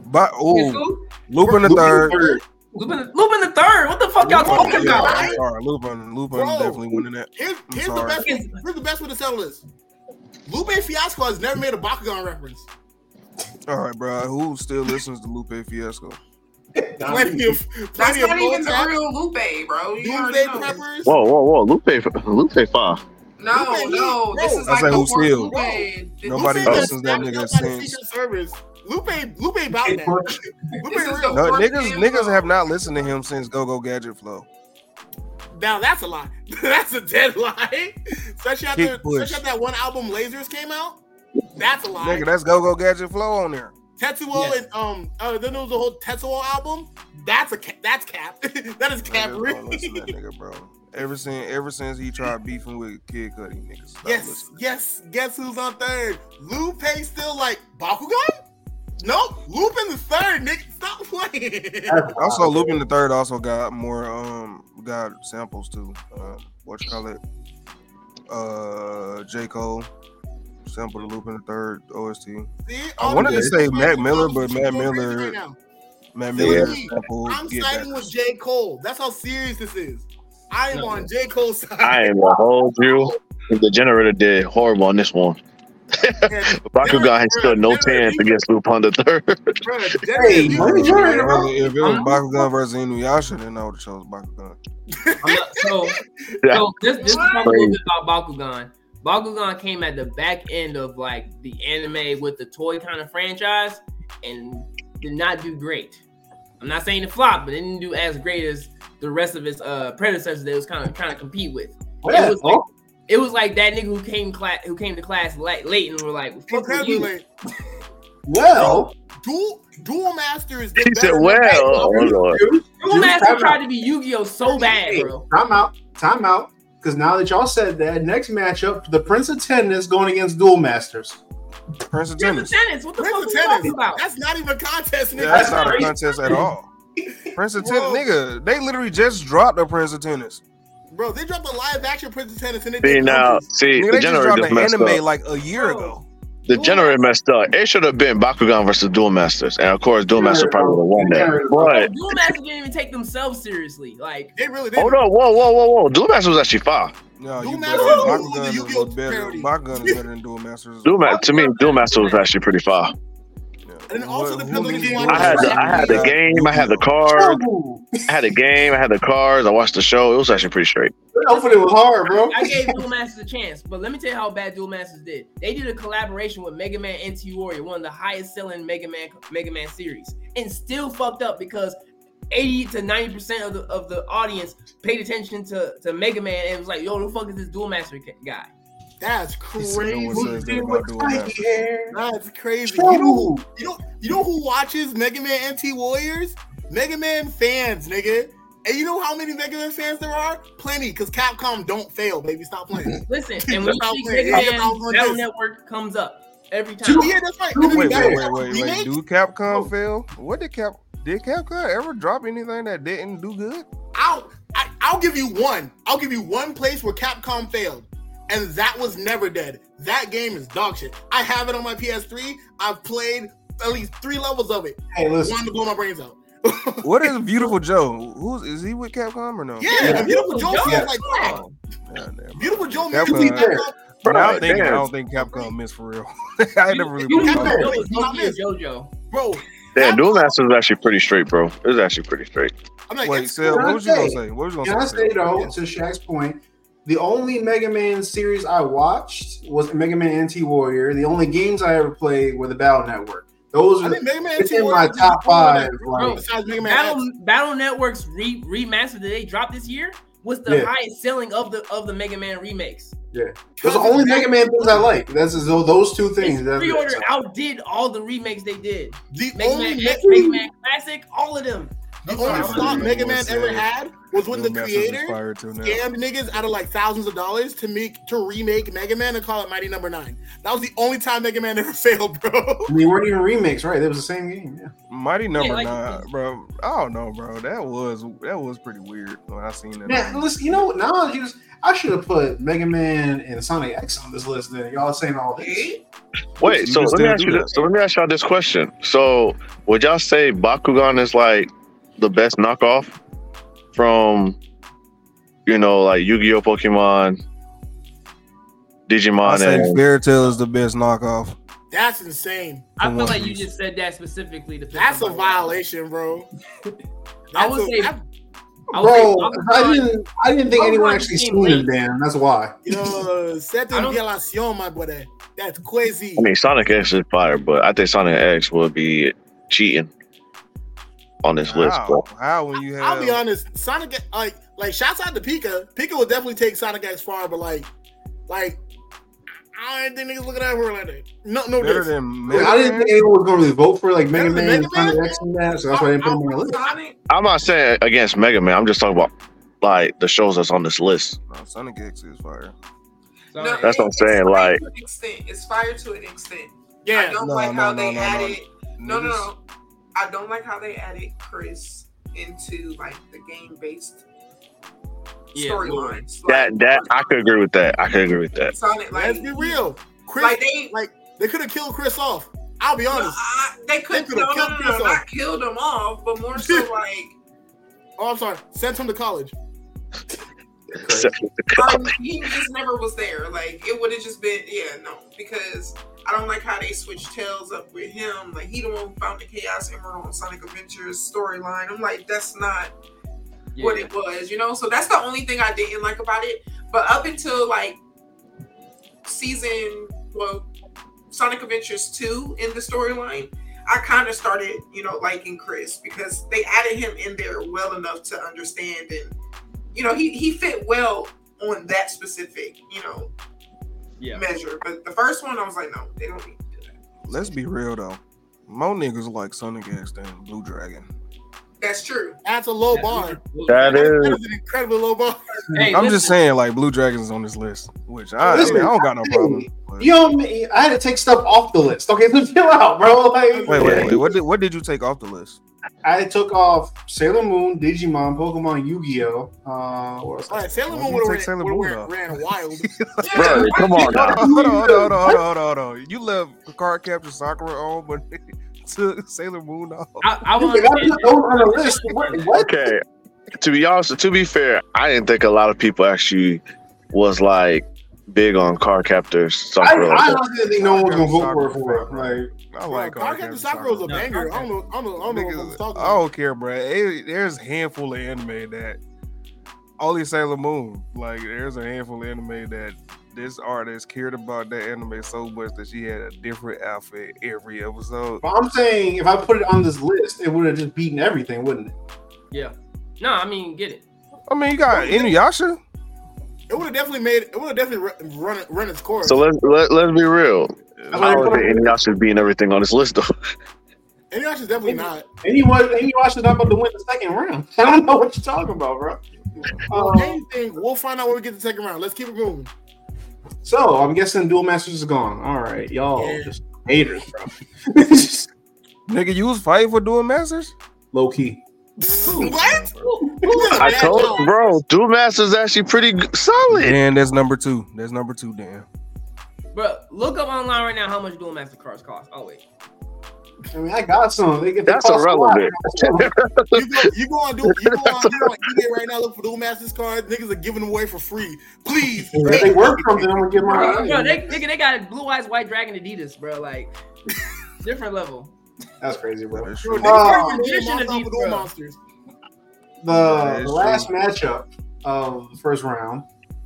Speaker 5: Ba- ooh,
Speaker 8: Who's who?
Speaker 5: Lupin the third.
Speaker 8: Lupin, Lupin the third. What the fuck y'all
Speaker 5: Lupin,
Speaker 8: talking
Speaker 5: yeah,
Speaker 8: about?
Speaker 5: I'm sorry, Lupin. Lupin
Speaker 6: Bro.
Speaker 5: definitely winning that.
Speaker 6: Here's,
Speaker 5: I'm
Speaker 6: here's the
Speaker 5: sorry.
Speaker 6: best. Here's the best way to settle this. Lupe Fiasco has never made a Bakugan reference.
Speaker 5: All right, bro. Who still listens to Lupe Fiasco?
Speaker 6: Plenty of,
Speaker 2: That's
Speaker 6: plenty of
Speaker 2: not even the
Speaker 6: bullcrap.
Speaker 2: real Lupe, bro. You already
Speaker 6: Doomsday
Speaker 2: know.
Speaker 6: preppers.
Speaker 9: Whoa, whoa, whoa! Lupe, Lupe five.
Speaker 2: No,
Speaker 6: Lupe,
Speaker 2: no, this
Speaker 6: no.
Speaker 2: is
Speaker 5: I
Speaker 2: like
Speaker 5: say
Speaker 2: the
Speaker 5: who's
Speaker 2: worst
Speaker 5: still?
Speaker 2: Lupe. This-
Speaker 5: Nobody
Speaker 6: Lupe got
Speaker 5: listens to that
Speaker 6: snapped
Speaker 5: nigga
Speaker 6: up by the
Speaker 5: since-
Speaker 6: Secret Service. Lupe, Lupe about that. Lupe
Speaker 2: This is
Speaker 6: real.
Speaker 5: No,
Speaker 2: Or
Speaker 5: niggas,
Speaker 2: Jim
Speaker 5: niggas
Speaker 2: Ross.
Speaker 5: have not listened to him since Go Go Gadget Flow.
Speaker 6: Now that's a lie. that's a dead lie. Especially after,
Speaker 5: Kick push.
Speaker 6: especially after that one album Lasers came out. That's a lie.
Speaker 5: Nigga, that's Go Go Gadget Flow on there.
Speaker 6: Tetsuo
Speaker 8: Yes.
Speaker 6: and um uh, then there was a whole Tetsuo album. That's a ca- that's cap. that is cap.
Speaker 5: Niggas don't listen to that
Speaker 6: really.
Speaker 5: nigga, bro. Ever since, ever since he tried beefing with Kid Cudi, niggas. stopped
Speaker 6: yes,
Speaker 5: listening.
Speaker 6: yes, guess who's on third? Lupe still like Bakugan? Nope, Lupin the third, Nick. Stop playing.
Speaker 5: Also, Lupin the Third also got more um got samples too. Um, what you call it? Uh, J Cole sample the Lupin the Third OST.
Speaker 6: See,
Speaker 5: I
Speaker 6: All
Speaker 5: wanted
Speaker 6: the
Speaker 5: to
Speaker 6: guys-
Speaker 5: say Mac Miller, but
Speaker 6: Go
Speaker 5: Mac
Speaker 6: crazy right
Speaker 5: Miller,
Speaker 6: now.
Speaker 5: Mac
Speaker 6: See,
Speaker 5: Miller
Speaker 6: look,
Speaker 5: sampled.
Speaker 6: I'm
Speaker 5: Get
Speaker 6: siding
Speaker 5: Back.
Speaker 6: with J. Cole. That's how serious this is. I am
Speaker 8: No.
Speaker 6: on J. Cole's side.
Speaker 9: I ain't gonna hold you. The generator did horrible on this one. Bakugan had still no chance against Lupin the third.
Speaker 6: Bruh,
Speaker 4: Hey,
Speaker 6: Dennis,
Speaker 4: Money
Speaker 6: you-
Speaker 4: Jordan, bro.
Speaker 5: Really, If it was
Speaker 8: I'm-
Speaker 5: Bakugan versus Inuyasha, then I would have chose Bakugan.
Speaker 8: I'm not- so,
Speaker 9: Yeah.
Speaker 8: so this, this is talk a little bit about Bakugan. Bakugan came at the back end of like the anime with the toy kind of franchise and did not do great. I'm not saying it flopped, but it didn't do as great as the rest of its uh, predecessors that it was kind of trying to compete with. It
Speaker 4: oh.
Speaker 8: was like it was like that nigga who came class who came to class late, late and were like, "Fuck with
Speaker 6: Incredibly
Speaker 8: you."
Speaker 6: late.
Speaker 4: Well,
Speaker 6: Dual Dual Master is the
Speaker 9: He said,
Speaker 6: better-
Speaker 9: "Well, oh, Lord.
Speaker 8: Duel Master tried to be Yu-Gi-Oh so bad,
Speaker 4: Hey,
Speaker 8: bro.
Speaker 4: Time out. Time out. Because now that y'all said that, next matchup, the Prince of Tennis going against Duel Masters.
Speaker 5: Prince of
Speaker 8: Prince of
Speaker 5: Tennis.
Speaker 8: Tennis, what the
Speaker 6: Prince
Speaker 8: fuck
Speaker 6: of
Speaker 8: we talking
Speaker 6: Tennis.
Speaker 8: about?
Speaker 6: That's not even a contest, nigga.
Speaker 5: Yeah, that's not a
Speaker 4: crazy.
Speaker 5: contest at all. Prince of Tennis,
Speaker 6: Bro.
Speaker 5: nigga, they literally just dropped the Prince of Tennis.
Speaker 6: Bro, they dropped a live action Princess Tennis and they
Speaker 9: See
Speaker 6: did
Speaker 9: now,
Speaker 6: numbers.
Speaker 9: see
Speaker 5: Nigga,
Speaker 9: the
Speaker 5: they just
Speaker 9: generator
Speaker 5: dropped
Speaker 9: just
Speaker 5: an
Speaker 9: messed
Speaker 5: anime
Speaker 9: up.
Speaker 5: like a year ago.
Speaker 9: The generator messed up. It should have been Bakugan versus Duel Masters, and of course, Duel Master probably would have won that.
Speaker 8: Duel Masters didn't even take themselves seriously. Like,
Speaker 6: They really
Speaker 9: But
Speaker 6: did.
Speaker 9: hold on, whoa, whoa, whoa, whoa! Duel Master was actually fire.
Speaker 5: No,
Speaker 6: Duel
Speaker 5: you
Speaker 6: Masters
Speaker 5: better.
Speaker 6: is
Speaker 5: My
Speaker 6: the
Speaker 5: gun
Speaker 6: Yu-Gi-Oh
Speaker 5: is better.
Speaker 6: parody.
Speaker 5: My gun is better than Duel Masters.
Speaker 9: Duel Ma- to me, Duel Master was actually pretty fire.
Speaker 5: Yeah.
Speaker 6: And it also
Speaker 5: Who-
Speaker 6: depends
Speaker 5: who
Speaker 6: on the
Speaker 5: needs
Speaker 6: game.
Speaker 5: Duel
Speaker 9: I had, the, I had the
Speaker 5: Masters?
Speaker 9: game, I had the card, I had the game, I had the cards. I watched the show. It was actually pretty straight.
Speaker 4: Hopefully it was hard, bro.
Speaker 8: I gave Duel Masters a chance, but let me tell you how bad Duel Masters did. They did a collaboration with Mega Man NT Warrior, one of the highest selling Mega Man Mega Man series, and still fucked up because 80 to 90 percent of the of the audience paid attention to, to Mega Man and was like, yo, who the fuck is this Duel Master ca- guy?
Speaker 6: That's
Speaker 5: He said no
Speaker 6: crazy.
Speaker 5: one says that about Duel Masters.
Speaker 6: That's crazy. You know, who- you know, you know who watches Mega Man NT Warriors? Mega Man fans, nigga. And you know how many Mega Man fans there are? Plenty, because Capcom don't fail, baby. Stop playing.
Speaker 8: Listen, and when you
Speaker 6: That's
Speaker 8: see
Speaker 6: how-
Speaker 8: Mega
Speaker 6: that's
Speaker 8: Man,
Speaker 6: how it
Speaker 8: Battle
Speaker 6: is.
Speaker 8: Network comes up every time.
Speaker 6: yeah, that's right. And then
Speaker 5: Wait,
Speaker 6: you
Speaker 5: wait, wait,
Speaker 6: got
Speaker 5: wait,
Speaker 6: remakes?
Speaker 5: wait. Do
Speaker 6: Oh.
Speaker 5: Capcom fail? What did Cap? Did Capcom ever drop anything that didn't do good?
Speaker 6: I'll I, I'll give you one. I'll give you one place where Capcom failed, and that was Never Dead. That game is dog shit. I have it on my PS3. I've played at least three levels of it.
Speaker 4: Hey, listen.
Speaker 6: Wanted to blow my brains out.
Speaker 5: What is Beautiful Joe? Who's is he with Capcom or no?
Speaker 6: Yeah, and Beautiful Joe
Speaker 8: Joe,
Speaker 6: feels like
Speaker 8: come
Speaker 6: crap.
Speaker 8: on.
Speaker 5: God damn.
Speaker 6: Beautiful Joe
Speaker 5: That
Speaker 6: made me
Speaker 5: was-
Speaker 6: think Capcom-
Speaker 9: Bro,
Speaker 5: Now I'm thinking, I
Speaker 9: damn.
Speaker 5: don't think Capcom missed for real. I never really.
Speaker 8: Duel
Speaker 5: thought about
Speaker 6: Capcom
Speaker 8: Master
Speaker 5: it.
Speaker 8: was
Speaker 6: Not
Speaker 8: Nokia
Speaker 6: this.
Speaker 8: JoJo.
Speaker 6: bro.
Speaker 9: Damn,
Speaker 6: Capcom-
Speaker 9: Duel Master was actually pretty straight, bro. It was actually pretty straight.
Speaker 6: I'm like,
Speaker 5: Wait,
Speaker 6: it's
Speaker 5: Sel,
Speaker 4: Can I
Speaker 5: what was you gonna
Speaker 4: say-
Speaker 5: say? What was you
Speaker 4: Can I
Speaker 5: gonna say?
Speaker 4: say
Speaker 5: Sel?
Speaker 4: though, to Shaq's point, the only Mega Man series I watched was Mega Man NT Warrior. The only games I ever played were the Battle Network. Those
Speaker 6: I
Speaker 4: are
Speaker 6: think
Speaker 4: the,
Speaker 6: Mega Man
Speaker 4: it's
Speaker 6: 2
Speaker 4: in
Speaker 6: was
Speaker 4: my
Speaker 6: the
Speaker 4: top
Speaker 6: only
Speaker 4: five.
Speaker 6: one that-
Speaker 4: Like,
Speaker 6: Besides Mega Man X.
Speaker 8: Battle Battle Network's re, remaster that they dropped this year was the
Speaker 4: Yeah.
Speaker 8: highest selling of the of the Mega Man remakes.
Speaker 4: those are the only Mega Man things I like. That's as though those two things.
Speaker 8: This
Speaker 4: That's it.
Speaker 8: pre-order outdid all the remakes they did.
Speaker 6: The
Speaker 8: Mega
Speaker 6: only,
Speaker 8: Man
Speaker 6: Me-
Speaker 8: X, Mega Man Classic, all of them.
Speaker 6: the
Speaker 8: sorry,
Speaker 6: only
Speaker 8: I'm
Speaker 6: stock
Speaker 5: not
Speaker 6: Mega
Speaker 5: gonna
Speaker 6: Man
Speaker 5: say
Speaker 6: ever
Speaker 5: it.
Speaker 6: had was when
Speaker 5: Duel
Speaker 6: the
Speaker 5: Masters is
Speaker 6: creator
Speaker 5: fire too now.
Speaker 6: scammed niggas out of like thousands of dollars to make to remake Mega Man and call it Mighty Number Nine. That was the only time Mega Man ever failed, bro.
Speaker 4: And they weren't even remakes, right? It was the same game. Yeah.
Speaker 5: Mighty number
Speaker 8: like-
Speaker 5: nine, bro. I don't know, bro. That was that was pretty weird when I seen that.
Speaker 4: Now, listen, you know, what? now I just I should have put Mega Man and Sonic X on this list. Then y'all saying all this.
Speaker 9: Wait,
Speaker 5: You
Speaker 9: so
Speaker 5: can
Speaker 9: let me
Speaker 5: still
Speaker 9: ask
Speaker 5: do
Speaker 9: you
Speaker 5: that.
Speaker 9: this. So let me ask y'all this question. So would y'all say Bakugan is like the best knockoff from you know like Yu-Gi-Oh, Pokemon,
Speaker 5: I
Speaker 9: Digimon,
Speaker 5: say
Speaker 9: and
Speaker 5: Fairy Tail is the best knockoff.
Speaker 6: That's insane.
Speaker 8: I
Speaker 5: For
Speaker 8: feel
Speaker 5: one
Speaker 8: like you
Speaker 5: reason.
Speaker 8: just said that specifically to piss
Speaker 6: That's a
Speaker 8: somebody off.
Speaker 6: violation, bro.
Speaker 8: I would
Speaker 6: That's a-
Speaker 8: say-
Speaker 6: that-
Speaker 8: I would say
Speaker 4: Bro, I
Speaker 8: Bakugan-
Speaker 4: didn't I didn't think
Speaker 8: Bakugan
Speaker 4: anyone actually
Speaker 8: came
Speaker 4: seen him,
Speaker 8: late.
Speaker 4: Dan. That's why.
Speaker 6: yo, set
Speaker 8: I
Speaker 6: the
Speaker 8: don't-
Speaker 6: violation, my brother. That's crazy.
Speaker 9: I mean Sonic X is fire, but I think Sonic X would be cheating on this list,
Speaker 5: How?
Speaker 9: bro.
Speaker 5: How when you have?
Speaker 6: I'll be honest, Sonic like like shouts out to Pika. Pika would definitely take Sonic X far, but like like I don't think niggas looking at her like that. No, no,
Speaker 5: better
Speaker 6: this.
Speaker 5: than
Speaker 4: Like, I didn't
Speaker 5: Man.
Speaker 4: think anyone was going to really vote for like Mega
Speaker 6: Better than
Speaker 4: Man and
Speaker 6: Mega Man?
Speaker 4: Sonic X and that, so that's why I didn't put him on my list.
Speaker 2: Sonic,
Speaker 9: I'm not saying against Mega Man. I'm just talking about like the shows that's on this list.
Speaker 5: No, Sonic X is fire.
Speaker 8: Sorry.
Speaker 2: no,
Speaker 9: That's what I'm
Speaker 2: it's
Speaker 9: saying,
Speaker 2: fire
Speaker 9: like-
Speaker 2: to an extent. it's fire to an extent. I
Speaker 6: Yeah.
Speaker 2: don't
Speaker 5: No,
Speaker 2: like
Speaker 5: no,
Speaker 2: how
Speaker 5: no,
Speaker 2: they
Speaker 5: no, no.
Speaker 2: added. No, no,
Speaker 5: Niggas-
Speaker 2: no. I don't like how they added Chris into like the game based
Speaker 8: Yeah,
Speaker 2: storylines.
Speaker 9: That that I could agree with that. I could agree with that.
Speaker 2: Sonic, like,
Speaker 6: Let's be real. Chris
Speaker 2: like they,
Speaker 6: They could have killed Chris off. I'll be
Speaker 2: no,
Speaker 6: honest.
Speaker 2: I, they could
Speaker 6: could've
Speaker 2: no, no,
Speaker 6: killed
Speaker 2: no,
Speaker 6: Chris
Speaker 2: no,
Speaker 6: off.
Speaker 2: not killed him off, but more so like
Speaker 6: Oh, I'm sorry. Sent him to college.
Speaker 2: um, he just never was there. Like it would have just been yeah, no, because I don't like how they switched tails up with him. Like he the one who found the Chaos Emerald on Sonic Adventures storyline. I'm like, that's not
Speaker 8: Yeah.
Speaker 2: what it was, you know. So that's the only thing I didn't like about it. But up until like season, well, Sonic Adventures two in the storyline, I kind of started, you know, liking Chris because they added him in there well enough to understand, and you know, he he fit well on that specific, you know,
Speaker 8: Yeah.
Speaker 2: measure. But the first one, I was like, no, they don't need to do that.
Speaker 5: Let's be real though. My niggas like Sonic X than Blue Dragon.
Speaker 2: That's true.
Speaker 6: That's a low
Speaker 8: That's-
Speaker 6: bar.
Speaker 9: That
Speaker 6: That
Speaker 9: is
Speaker 6: is an incredibly low bar.
Speaker 8: Hey,
Speaker 5: I'm
Speaker 8: listen,
Speaker 5: just saying, like Blue Dragon's on this list, which I, I, mean, I don't got no problem. but-
Speaker 4: You know, what I mean? I had to take stuff off the list. Okay, chill out, bro. Like,
Speaker 5: Wait, wait, wait. What did what did you take off the list?
Speaker 4: I took off Sailor Moon, Digimon, Pokemon, Yu Gi Oh. Uh, what else?
Speaker 6: All right, Sailor
Speaker 5: Why
Speaker 6: Moon
Speaker 5: you
Speaker 6: would
Speaker 5: take
Speaker 6: have
Speaker 5: Sailor
Speaker 6: ran, would've
Speaker 5: Moon
Speaker 6: ran, ran wild.
Speaker 9: Bro, come on now.
Speaker 5: hold on, hold on, hold on, hold on, hold on. You left card capture Sakura on, but took Sailor Moon off.
Speaker 8: I, I want
Speaker 4: Nigga, I put those on the list. What? what?
Speaker 9: Okay. To be honest, to be fair, I didn't think a lot of people actually was like big on car captors.
Speaker 4: I,
Speaker 9: Sakura.
Speaker 4: I honestly think no one's gonna vote for it. For it. Like,
Speaker 5: I
Speaker 6: Bro,
Speaker 5: like
Speaker 6: Card
Speaker 5: card capture
Speaker 6: Captain Sakura was a
Speaker 5: Sakura.
Speaker 8: No,
Speaker 6: banger.
Speaker 8: Card
Speaker 6: I don't know. I don't know. I don't know what I'm
Speaker 5: Niggas,
Speaker 6: talking
Speaker 5: I
Speaker 6: about.
Speaker 5: don't care, bro. there's a handful of anime that only Sailor Moon. Like, there's a handful of anime that this artist cared about that anime so much that she had a different outfit every episode.
Speaker 4: but I'm saying if I put it on this list, it would have just beaten everything, wouldn't it?
Speaker 8: Yeah. No, I mean, get it.
Speaker 5: I mean, you got Inuyasha.
Speaker 6: It would have definitely made. It would have definitely ru- run run its course.
Speaker 9: So let's let, let's be real.
Speaker 4: I
Speaker 9: I
Speaker 4: like
Speaker 9: don't think any of y'all should be in everything on this list though.
Speaker 6: Inuyasha's definitely not.
Speaker 4: Anyone, Inuyasha's not about to win the second round. I don't know what you're talking about, bro.
Speaker 6: Well,
Speaker 4: Um,
Speaker 6: anything, we'll find out when we get to the second round. Let's keep it moving.
Speaker 4: So I'm guessing Dual Masters is gone. All right, y'all
Speaker 6: Yeah.
Speaker 4: just haters, bro. Just
Speaker 5: Nigga, you was fighting for doing masters.
Speaker 4: Low key.
Speaker 6: what?
Speaker 9: I told bro, Duel Master's actually pretty g- solid.
Speaker 5: And that's number two. That's number two, Dan.
Speaker 8: Bro, look up online right now how much dual master cards cost. Oh wait.
Speaker 4: I mean, I got some. They get
Speaker 9: That's irrelevant.
Speaker 6: You go, you go on, do, you go on, you go on eBay right now. Look for Duel Masters cards. Niggas are giving them away for free. Please,
Speaker 4: If they work something, I'm gonna get
Speaker 8: Bro, bro,
Speaker 4: mine.
Speaker 8: they, nigga, they got blue eyes white dragon Adidas, bro. Like different level.
Speaker 4: That's crazy, bro. Uh,
Speaker 5: That's
Speaker 6: Bro,
Speaker 5: true.
Speaker 6: niggas are
Speaker 8: Oh,
Speaker 6: giving
Speaker 8: addition to
Speaker 6: monsters off
Speaker 8: these,
Speaker 6: of Duel
Speaker 8: bro.
Speaker 6: Monsters.
Speaker 4: The, the
Speaker 5: That's
Speaker 4: last
Speaker 5: true.
Speaker 4: matchup of the first round,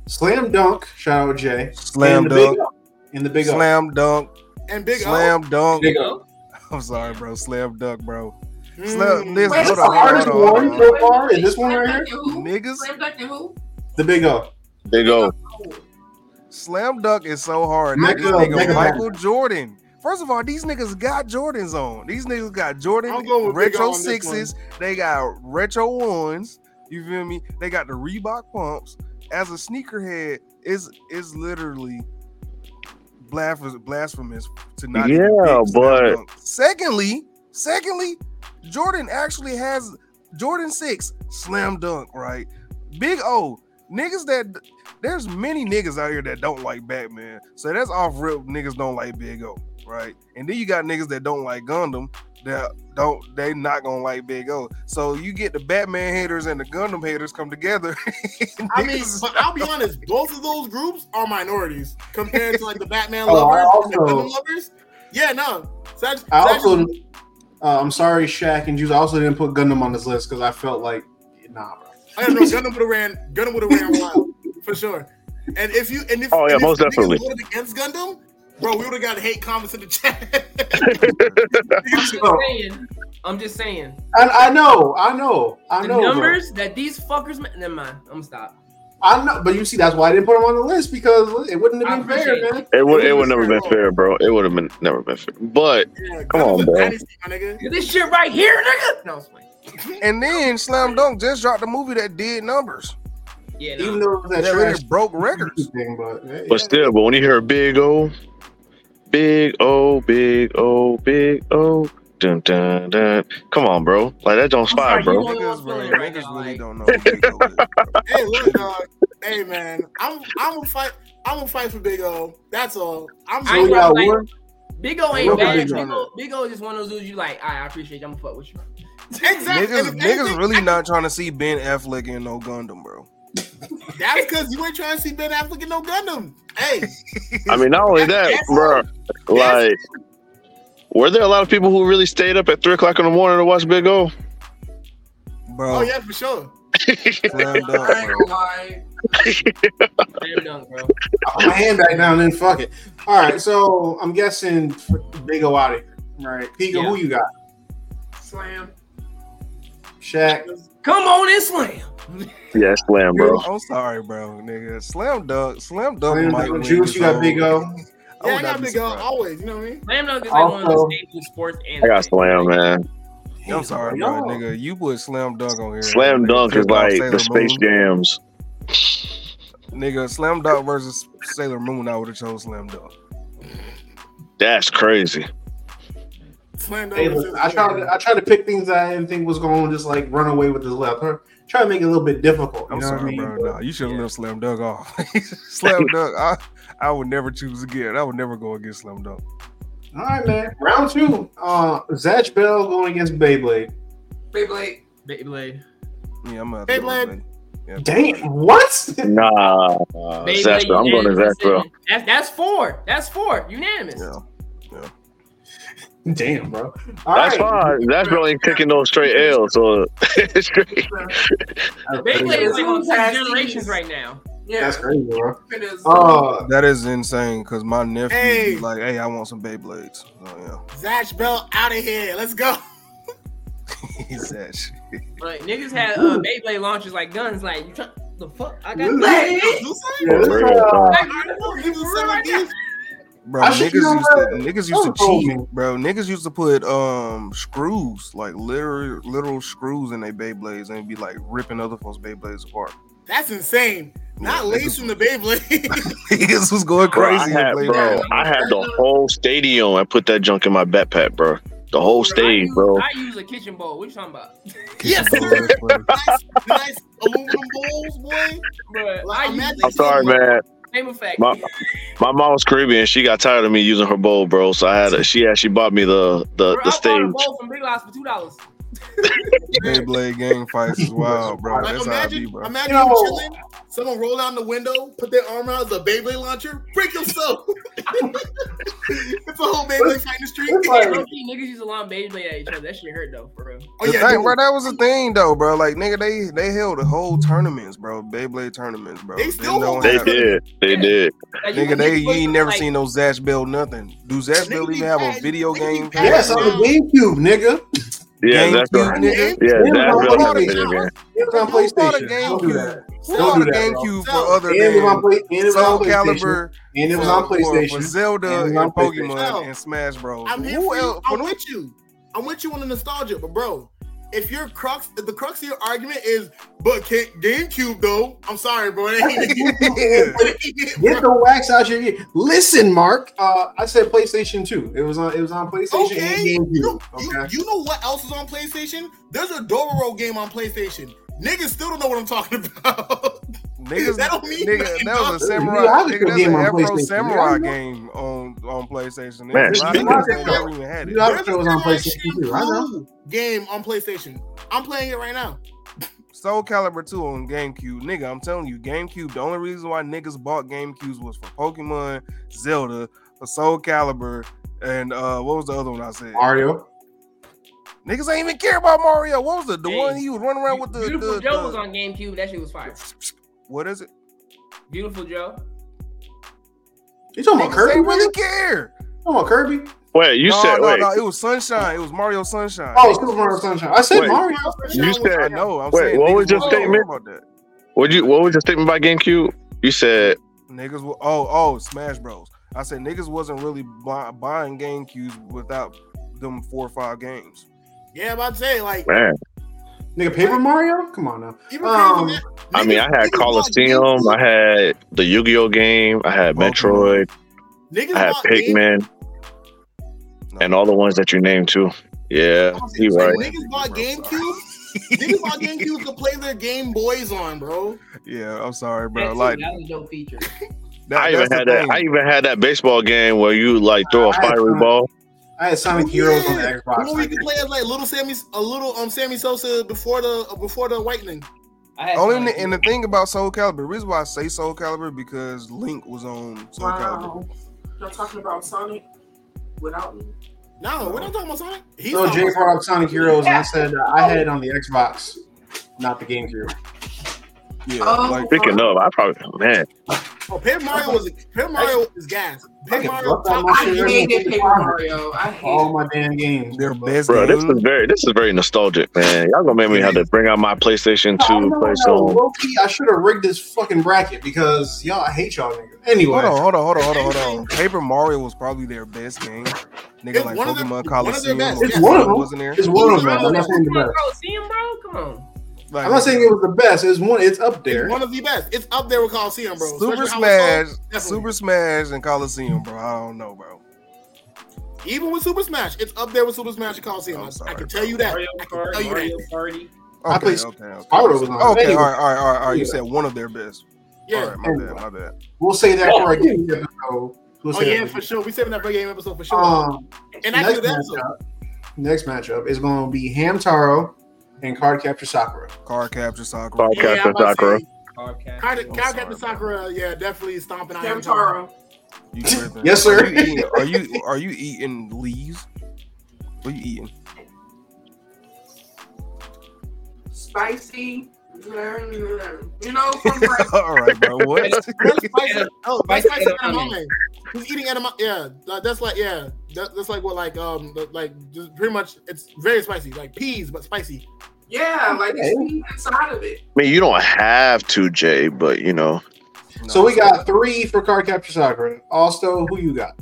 Speaker 4: Slam Dunk. Shout out Jay.
Speaker 5: Slam
Speaker 4: and the big
Speaker 5: dunk.
Speaker 4: Up. In the big up.
Speaker 5: Slam dunk.
Speaker 6: And Big
Speaker 5: Slam dunk.
Speaker 4: Big
Speaker 8: up.
Speaker 5: I'm sorry, bro. Slam dunk, bro.
Speaker 6: O. Hmm.
Speaker 5: Slam- this-
Speaker 4: Wait,
Speaker 5: Hold
Speaker 4: this is
Speaker 5: on,
Speaker 4: the hardest
Speaker 5: hold on,
Speaker 4: one
Speaker 5: hold on.
Speaker 4: so far. Is this one right here?
Speaker 5: Niggas,
Speaker 2: Slam dunk and who?
Speaker 4: The big up.
Speaker 9: They go.
Speaker 5: slam dunk is so hard.
Speaker 4: Michael-
Speaker 5: this nigga
Speaker 4: Michael-
Speaker 5: Michael Jordan. First of all, these niggas got Jordans on. These niggas got Jordan
Speaker 6: I'm going with Big
Speaker 5: retro
Speaker 6: O on this
Speaker 5: sixes. They got retro ones. You feel me? They got the Reebok pumps. As a sneakerhead, is is literally blasphemous, blasphemous to not. even
Speaker 9: Yeah,
Speaker 5: pick Slam
Speaker 9: but-
Speaker 5: Dunk. secondly, secondly, Jordan actually has Jordan six slam dunk right. Big O niggas that there's many niggas out here that don't like Batman. So that's off rip niggas don't like Big O, right? And then you got niggas that don't like Gundam that don't they not gonna like Big O. So you get the Batman haters and the Gundam haters come together.
Speaker 6: I mean,
Speaker 5: Niggas-
Speaker 6: but I'll be honest. Both of those groups are minorities compared to like the Batman
Speaker 4: Oh, I
Speaker 6: lovers, and the
Speaker 4: also-
Speaker 6: Gundam lovers. Yeah, no. Sag-
Speaker 4: I
Speaker 6: Sag-
Speaker 4: also, uh, I'm sorry, Shaq and Juice. I also didn't put Gundam on this list because I felt like, nah, bro.
Speaker 6: I don't know. Gundam would have ran. Gundam would have ran wild for sure. And if you and if
Speaker 9: Oh, yeah,
Speaker 6: and if
Speaker 9: most
Speaker 6: niggas
Speaker 9: definitely.
Speaker 6: voted against Gundam, bro, we would have got hate comments in the chat.
Speaker 8: I'm just
Speaker 4: So-
Speaker 8: saying. I'm just saying.
Speaker 4: I, I know, I know, I
Speaker 8: The
Speaker 4: know. bro.
Speaker 8: numbers that these fuckers ma- never mind. I'm gonna stop.
Speaker 4: I know, but you see, that's why I didn't put him on the list because it wouldn't
Speaker 8: I
Speaker 4: have been fair,
Speaker 8: appreciate
Speaker 4: man.
Speaker 9: It would it
Speaker 6: Niggas
Speaker 9: would never been
Speaker 6: are-
Speaker 9: fair, bro. It would have been never been fair. But
Speaker 6: Yeah,
Speaker 9: Come
Speaker 6: Gundam's
Speaker 9: on,
Speaker 6: a
Speaker 9: bro.
Speaker 6: dynasty, my nigga.
Speaker 8: Look at This shit right here, nigga. No, it's fine.
Speaker 5: and then Slam Dunk just dropped a movie that did numbers.
Speaker 8: Yeah, no.
Speaker 4: Even though it was that
Speaker 5: That
Speaker 4: trash
Speaker 5: really broke records.
Speaker 4: thing, but, hey,
Speaker 9: but still, but when you hear Big O, Big O, Big O, Big O, dun dun dun. Come on, bro. Like that
Speaker 8: sorry,
Speaker 9: don't spy,
Speaker 8: you
Speaker 9: bro.
Speaker 8: won't-
Speaker 5: Niggas, bro, niggas
Speaker 8: Right, right,
Speaker 5: really
Speaker 8: like-
Speaker 5: don't know. who Big O is, bro.
Speaker 6: Hey, look, dog. Hey, man. I'm I'm gonna fight. I'm gonna fight for Big O. That's all. I'm
Speaker 8: I
Speaker 4: so
Speaker 8: ain't
Speaker 4: we
Speaker 6: just,
Speaker 8: gonna
Speaker 4: got
Speaker 8: like-
Speaker 4: one.
Speaker 8: Big O
Speaker 4: Look
Speaker 8: ain't
Speaker 4: at
Speaker 8: bad.
Speaker 4: Big O.
Speaker 8: Big o, Big o is just one of those dudes you like. "Alright, I appreciate you. I'm gonna fuck with you.
Speaker 6: exactly.
Speaker 5: Niggas,
Speaker 6: And if
Speaker 5: niggas
Speaker 6: anything,
Speaker 5: really not trying to see Ben Affleck in no Gundam, bro.
Speaker 6: That's because you ain't trying to see Ben Affleck in no Gundam. Hey,
Speaker 9: I mean, not only that,
Speaker 6: That's-
Speaker 9: bro. Like, were there a lot of people who really stayed up at three o'clock in the morning to watch Big O?
Speaker 5: Bro,
Speaker 6: oh yeah, for sure.
Speaker 5: slam dunk,
Speaker 2: I ain't
Speaker 5: bro.
Speaker 2: gonna lie.
Speaker 8: Slam dunk, bro.
Speaker 4: I'll put my hand back down and then fuck it. All right, so I'm guessing Big O out of here. All right, Pika,
Speaker 8: Yeah.
Speaker 4: who you got?
Speaker 2: Slam.
Speaker 4: Shaq.
Speaker 8: Come on and slam.
Speaker 9: Yeah, slam, bro.
Speaker 5: I'm sorry, bro, nigga. Slam dunk, slam dunk.
Speaker 4: Slam
Speaker 5: might
Speaker 4: Dunk,
Speaker 5: win
Speaker 4: Juice,
Speaker 5: this
Speaker 4: you got
Speaker 5: whole-
Speaker 4: Big O.
Speaker 5: would
Speaker 6: Yeah,
Speaker 5: not
Speaker 6: I, got
Speaker 5: be
Speaker 6: Big O
Speaker 5: surprised.
Speaker 6: always. You know what I mean?
Speaker 8: Slam dunk is like one of
Speaker 4: Also-
Speaker 8: the staple sports.
Speaker 9: I got slam, man.
Speaker 5: I'm sorry, bro,
Speaker 4: Yo.
Speaker 5: nigga. You put slam dunk on here.
Speaker 9: Slam
Speaker 5: Nigga,
Speaker 9: dunk is
Speaker 5: took off
Speaker 9: like
Speaker 5: Sailor
Speaker 9: the Space
Speaker 5: Moon.
Speaker 9: Jams.
Speaker 5: Nigga, slam dunk versus Sailor Moon. I would have chose slam dunk.
Speaker 9: That's crazy.
Speaker 6: Slam
Speaker 4: Hey, listen, I tried. To, I tried to pick things that I didn't think was going to just like run away with his left. Huh? Try to make it a little bit difficult. You
Speaker 5: I'm
Speaker 4: know
Speaker 5: sorry,
Speaker 4: what I mean?
Speaker 5: bro. Nah, you should have left Slam Dunk off. Slam Dunk, I, I would never choose again. I would never go against Slam Dunk.
Speaker 4: All right, man. Round two. Uh, Zatch Bell going against Beyblade.
Speaker 2: Beyblade.
Speaker 8: Beyblade.
Speaker 5: Yeah, I'm out. Hey,
Speaker 6: Blade.
Speaker 4: Damn. What?
Speaker 9: Nah,
Speaker 8: Beyblade,
Speaker 9: Zach, I'm going to
Speaker 8: unanimous
Speaker 9: Zach, bro.
Speaker 8: decision. That's that's four. That's four. Unanimous.
Speaker 5: Yeah.
Speaker 4: Damn, bro. All
Speaker 9: That's
Speaker 4: right.
Speaker 9: fine. That's bro ain't taking no straight L, so it's great.
Speaker 8: Beyblade is like on
Speaker 2: Ooh,
Speaker 8: six
Speaker 2: that's
Speaker 8: generations
Speaker 2: easy.
Speaker 8: right now.
Speaker 2: Yeah.
Speaker 4: That's crazy, bro.
Speaker 2: Finna-
Speaker 4: Uh,
Speaker 5: That is insane because my nephew
Speaker 6: Hey.
Speaker 5: be like, hey, I want some Beyblades. Oh,
Speaker 6: Zatch Bell out of here. Let's go.
Speaker 5: yeah. He's that shit.
Speaker 8: Like niggas had uh, Beyblade launchers like guns. Like you try, the fuck? I got
Speaker 2: Beyblade?
Speaker 4: yeah, this, uh,
Speaker 8: Like,
Speaker 5: Bro,
Speaker 4: I
Speaker 5: niggas
Speaker 4: should
Speaker 5: used,
Speaker 4: know
Speaker 5: to,
Speaker 4: that.
Speaker 5: niggas used to
Speaker 4: Oh,
Speaker 5: cheat,
Speaker 4: man.
Speaker 5: bro. Niggas used to put um screws, like literal literal screws in their Beyblades and be like ripping other folks' Beyblades apart.
Speaker 6: That's insane. Not
Speaker 5: Yeah,
Speaker 6: lace from the Beyblade.
Speaker 5: niggas was going
Speaker 9: Bro,
Speaker 5: crazy.
Speaker 9: I had,
Speaker 5: in Beyblade.
Speaker 9: bro, I had the whole stadium. I put that junk in my backpack, bro. The whole stage,
Speaker 8: I
Speaker 9: bro.
Speaker 8: Use, I use a kitchen bowl. What you talking about?
Speaker 6: yes,
Speaker 5: Bro,
Speaker 6: sir.
Speaker 5: that's funny.
Speaker 6: nice, nice aluminum bowls, boy.
Speaker 8: But
Speaker 6: Like,
Speaker 8: I use
Speaker 6: imagine-
Speaker 9: I'm sorry, man.
Speaker 8: same effect.
Speaker 9: My my mom was Caribbean. She got tired of me using her bowl, bro. So I had a, she actually bought me the
Speaker 8: Bro, I
Speaker 9: the, the
Speaker 8: bought a
Speaker 9: stage.
Speaker 8: bowl from Big Lots for two dollars.
Speaker 5: Beyblade gang fights is wild, bro.
Speaker 6: Like,
Speaker 5: That's how I be,
Speaker 6: imagine,
Speaker 5: bro.
Speaker 6: imagine
Speaker 4: Yo.
Speaker 6: you chilling. Someone roll down the window, put their arm out as a Beyblade launcher, break yourself. it's a whole Beyblade fight in the street.
Speaker 4: It's like-
Speaker 8: Low key, niggas use a long Beyblade at each other. That shit hurt though, for real.
Speaker 6: oh
Speaker 5: The
Speaker 6: yeah,
Speaker 5: thing,
Speaker 6: dude,
Speaker 5: bro, that was the thing though, bro. Like nigga, they they held the whole tournaments, bro. Beyblade tournaments, bro.
Speaker 6: They still
Speaker 5: don't
Speaker 9: They
Speaker 5: have-
Speaker 9: did. They did.
Speaker 8: Like, you-
Speaker 5: Nigga, they you
Speaker 8: like,
Speaker 5: ain't never
Speaker 8: like,
Speaker 5: seen no Zash Bell nothing. Do Zash Bell
Speaker 6: Nigga be
Speaker 5: even have a
Speaker 6: patting-
Speaker 5: video
Speaker 6: nigga be
Speaker 5: game?
Speaker 6: patting-
Speaker 4: yes, on the GameCube, nigga.
Speaker 9: Yeah, that's
Speaker 5: GameCube,
Speaker 9: right.
Speaker 5: nigga.
Speaker 9: Yeah,
Speaker 4: Yeah,
Speaker 9: that's
Speaker 4: bro,
Speaker 9: really
Speaker 4: hold
Speaker 9: happened
Speaker 5: it.
Speaker 9: again.
Speaker 4: It was on
Speaker 5: Who bought a
Speaker 4: PlayStation. Don't do that.
Speaker 5: Who
Speaker 4: Don't
Speaker 5: bought a
Speaker 4: do that, bro.
Speaker 5: GameCube
Speaker 6: Don't.
Speaker 5: for other
Speaker 4: And it was on
Speaker 5: than
Speaker 4: Play- and it was on
Speaker 5: Soul
Speaker 4: PlayStation.
Speaker 5: Calibur?
Speaker 4: And it was on
Speaker 5: for- for- for
Speaker 4: PlayStation.
Speaker 5: Zelda
Speaker 4: And
Speaker 5: and,
Speaker 4: it was on PlayStation.
Speaker 5: Pokemon
Speaker 6: No.
Speaker 5: and Smash Bros.
Speaker 6: I'm here
Speaker 5: Who
Speaker 6: for you.
Speaker 5: else?
Speaker 6: I'm
Speaker 5: for
Speaker 6: with you. I'm with you on the nostalgia, but bro, if your crux, if the crux of your argument is, but can't GameCube though. I'm sorry, bro. It ain't it,
Speaker 4: Get
Speaker 6: bro.
Speaker 4: the wax out your ear. Listen, Mark. Uh, I said PlayStation 2. It was on. It was on PlayStation
Speaker 6: Okay.
Speaker 4: and
Speaker 6: You,
Speaker 4: GameCube.
Speaker 6: you,
Speaker 4: Okay.
Speaker 6: you know what else is on PlayStation? There's a Dororo game on PlayStation. Niggas still don't know what I'm talking about.
Speaker 5: Niggas,
Speaker 6: That don't mean
Speaker 5: nigga,
Speaker 6: nothing,
Speaker 5: that was
Speaker 6: dog.
Speaker 5: a samurai.
Speaker 4: You have a
Speaker 5: Nigga,
Speaker 4: good
Speaker 5: that's
Speaker 4: game
Speaker 5: an
Speaker 4: on
Speaker 5: Afro
Speaker 4: PlayStation.
Speaker 5: samurai
Speaker 4: You know?
Speaker 5: game on on PlayStation.
Speaker 9: Man,
Speaker 5: There's a lot of
Speaker 9: speaking of-
Speaker 5: niggas that never even had it.
Speaker 4: You have to was on
Speaker 6: There's a
Speaker 4: PlayStation 2. I know.
Speaker 6: Blue game on PlayStation. I'm playing it right now.
Speaker 5: Soul Calibur 2 on GameCube. Nigga, I'm telling you, GameCube, the only reason why niggas bought GameCubes was for Pokemon, Zelda, for Soul Calibur, and uh what was the other one I said?
Speaker 4: Mario.
Speaker 5: Niggas ain't even care about Mario. What was it? The
Speaker 8: Hey,
Speaker 5: one he was running around with the,
Speaker 8: Beautiful
Speaker 5: the,
Speaker 8: Joe
Speaker 5: the-
Speaker 8: was on GameCube. That shit was fire.
Speaker 5: what is it?
Speaker 8: Beautiful Joe.
Speaker 4: You talking about
Speaker 5: Niggas
Speaker 4: Kirby?
Speaker 5: ain't really
Speaker 4: Really?
Speaker 5: care.
Speaker 4: You talking about Kirby?
Speaker 9: Wait, you
Speaker 5: no,
Speaker 9: said
Speaker 5: no,
Speaker 9: wait.
Speaker 5: no, it was Sunshine. It was Mario Sunshine.
Speaker 4: Oh, Super Mario Sunshine. I said
Speaker 9: Wait.
Speaker 4: Mario.
Speaker 9: You said
Speaker 5: I know. I'm
Speaker 9: Wait,
Speaker 5: saying
Speaker 9: what
Speaker 5: niggas
Speaker 9: was your
Speaker 5: wasn't talking
Speaker 9: statement?
Speaker 5: about that.
Speaker 9: What you what was your statement about GameCube? You said
Speaker 5: Niggas were oh oh Smash Bros. I said niggas wasn't really buy, buying GameCubes without them four or five games.
Speaker 6: Yeah, I'm about to say like.
Speaker 9: man.
Speaker 4: Nigga, Paper Mario. Come on now.
Speaker 6: even crazy than
Speaker 4: Um,
Speaker 6: that,
Speaker 9: I mean, I
Speaker 6: niggas-
Speaker 9: had
Speaker 6: niggas bought
Speaker 9: Coliseum, I
Speaker 6: GameCube-
Speaker 9: had the Yu-Gi-Oh game, I had
Speaker 5: Pokemon.
Speaker 9: Metroid,
Speaker 6: niggas
Speaker 9: I had
Speaker 6: bought Game-
Speaker 9: Pikmin,
Speaker 5: No.
Speaker 9: and all the ones that you named too.
Speaker 2: Oh,
Speaker 9: Yeah, you
Speaker 6: Like,
Speaker 9: right.
Speaker 6: Niggas bought GameCube. niggas bought GameCube to play their Game Boys on, bro.
Speaker 5: Yeah, I'm sorry,
Speaker 8: That
Speaker 5: bro.
Speaker 8: too,
Speaker 5: Like
Speaker 8: that was a dope feature.
Speaker 5: that,
Speaker 9: I even
Speaker 5: that's the
Speaker 9: had that.
Speaker 5: thing.
Speaker 9: I even had that baseball game where you like throw a
Speaker 4: I had
Speaker 9: fiery
Speaker 4: some-
Speaker 9: ball.
Speaker 4: I had Sonic
Speaker 6: Yeah.
Speaker 4: Heroes on the
Speaker 6: You know
Speaker 4: Xbox.
Speaker 6: where you can play as like little Sammy, a little um Sammy Sosa before the uh, before the whitening.
Speaker 8: I had
Speaker 5: Only
Speaker 8: fun.
Speaker 5: and the thing about Soul Calibur, the reason why I say Soul Calibur because Link was on Soul
Speaker 2: Wow.
Speaker 5: Calibur.
Speaker 2: Y'all talking about Sonic without me?
Speaker 6: No, we're not talking about Sonic. He's
Speaker 4: So
Speaker 6: talking
Speaker 4: Jay
Speaker 6: about Sonic.
Speaker 4: brought up Sonic Heroes, and I said uh, I had it on the Xbox, not the GameCube.
Speaker 5: Yeah,
Speaker 2: Oh.
Speaker 5: like
Speaker 9: Speaking of, I probably man,
Speaker 6: Oh, Paper Mario was Paper Mario is gas. Paper
Speaker 4: can
Speaker 6: Mario
Speaker 4: block that
Speaker 6: top
Speaker 4: much
Speaker 2: I
Speaker 4: shit.
Speaker 6: tier.
Speaker 2: hated Paper Mario. I
Speaker 4: All
Speaker 2: hated
Speaker 4: my damn games.
Speaker 5: their best
Speaker 9: bro, this
Speaker 5: game.
Speaker 9: is very this is very nostalgic, man. Y'all gonna make me have to bring out my PlayStation
Speaker 4: No,
Speaker 9: Two,
Speaker 4: no,
Speaker 9: play
Speaker 4: no,
Speaker 9: some.
Speaker 4: low-key, I should have rigged this fucking bracket because y'all I hate y'all niggas. Anyway,
Speaker 5: Hold on, hold on, hold on, hold on, hold on. Paper Mario was probably their best game. Nigga,
Speaker 6: It's
Speaker 5: like
Speaker 6: one of their-
Speaker 5: Pokemon
Speaker 6: it's one of their
Speaker 5: Coliseum.
Speaker 6: best.
Speaker 5: or
Speaker 6: It's
Speaker 5: something
Speaker 4: one of them.
Speaker 5: Wasn't there?
Speaker 4: it's one of them. I'm not saying the
Speaker 8: Come on,
Speaker 4: best.
Speaker 8: bro. See him, bro. Come on.
Speaker 5: Like,
Speaker 4: I'm not saying it was the best. It's one. It's up there.
Speaker 6: One of the best. It's up there with Coliseum, bro.
Speaker 5: Super
Speaker 6: Especially how it's
Speaker 5: Smash,
Speaker 6: sold, definitely.
Speaker 5: Super Smash, and Coliseum, bro. I don't know, bro.
Speaker 6: Even with Super Smash, it's up there with Super Smash and Coliseum.
Speaker 9: Oh,
Speaker 5: I'm
Speaker 6: I- I,
Speaker 5: sorry.
Speaker 6: can tell you that.
Speaker 8: Mario
Speaker 6: I can
Speaker 8: Kart,
Speaker 6: tell you
Speaker 8: Mario
Speaker 6: that.
Speaker 8: Party.
Speaker 4: I
Speaker 5: Okay,
Speaker 4: play
Speaker 5: okay, okay.
Speaker 4: Sparta was on.
Speaker 5: Okay,
Speaker 4: Anyway,
Speaker 5: all right, all right, all right, all right. You
Speaker 4: Yeah.
Speaker 5: said one of their best.
Speaker 6: Yeah.
Speaker 5: All right, my bad, my bad.
Speaker 4: We'll say that
Speaker 8: Oh.
Speaker 4: for a game episode. We'll
Speaker 6: Oh
Speaker 4: say
Speaker 6: yeah,
Speaker 4: that
Speaker 6: for sure. We saving that for game episode for sure.
Speaker 4: Um,
Speaker 6: and I
Speaker 4: next
Speaker 6: do that. So.
Speaker 4: matchup, next matchup is going to be Hamtaro and Card Capture Sakura.
Speaker 5: Card capture soccer.
Speaker 9: Card
Speaker 6: Yeah,
Speaker 9: Captain
Speaker 6: I'm about to
Speaker 9: Sakura.
Speaker 6: say,
Speaker 8: Podcast.
Speaker 6: Card,
Speaker 5: I'm
Speaker 6: Card
Speaker 5: sorry,
Speaker 6: Captain Sakura, yeah, definitely stomping out. Hamtaro.
Speaker 2: Hamtaro.
Speaker 5: You tripping.
Speaker 4: Yes, sir.
Speaker 5: Are you, eating, are you are you eating leaves? What are you eating?
Speaker 2: Spicy. You know, from like,
Speaker 5: all right, bro. What?
Speaker 6: That's spicy. Oh, that's
Speaker 8: Spicy
Speaker 6: spicy
Speaker 8: edamame.
Speaker 6: edamame. He's eating edamame. Yeah, that- that's like yeah, that, that's like what like um the- like just pretty much it's very spicy, like peas but spicy.
Speaker 2: yeah, like it's meat inside of it.
Speaker 9: I mean, you don't have to, Jay, but you know,
Speaker 4: so we got three for Card Capture Sakura. Also, who you got?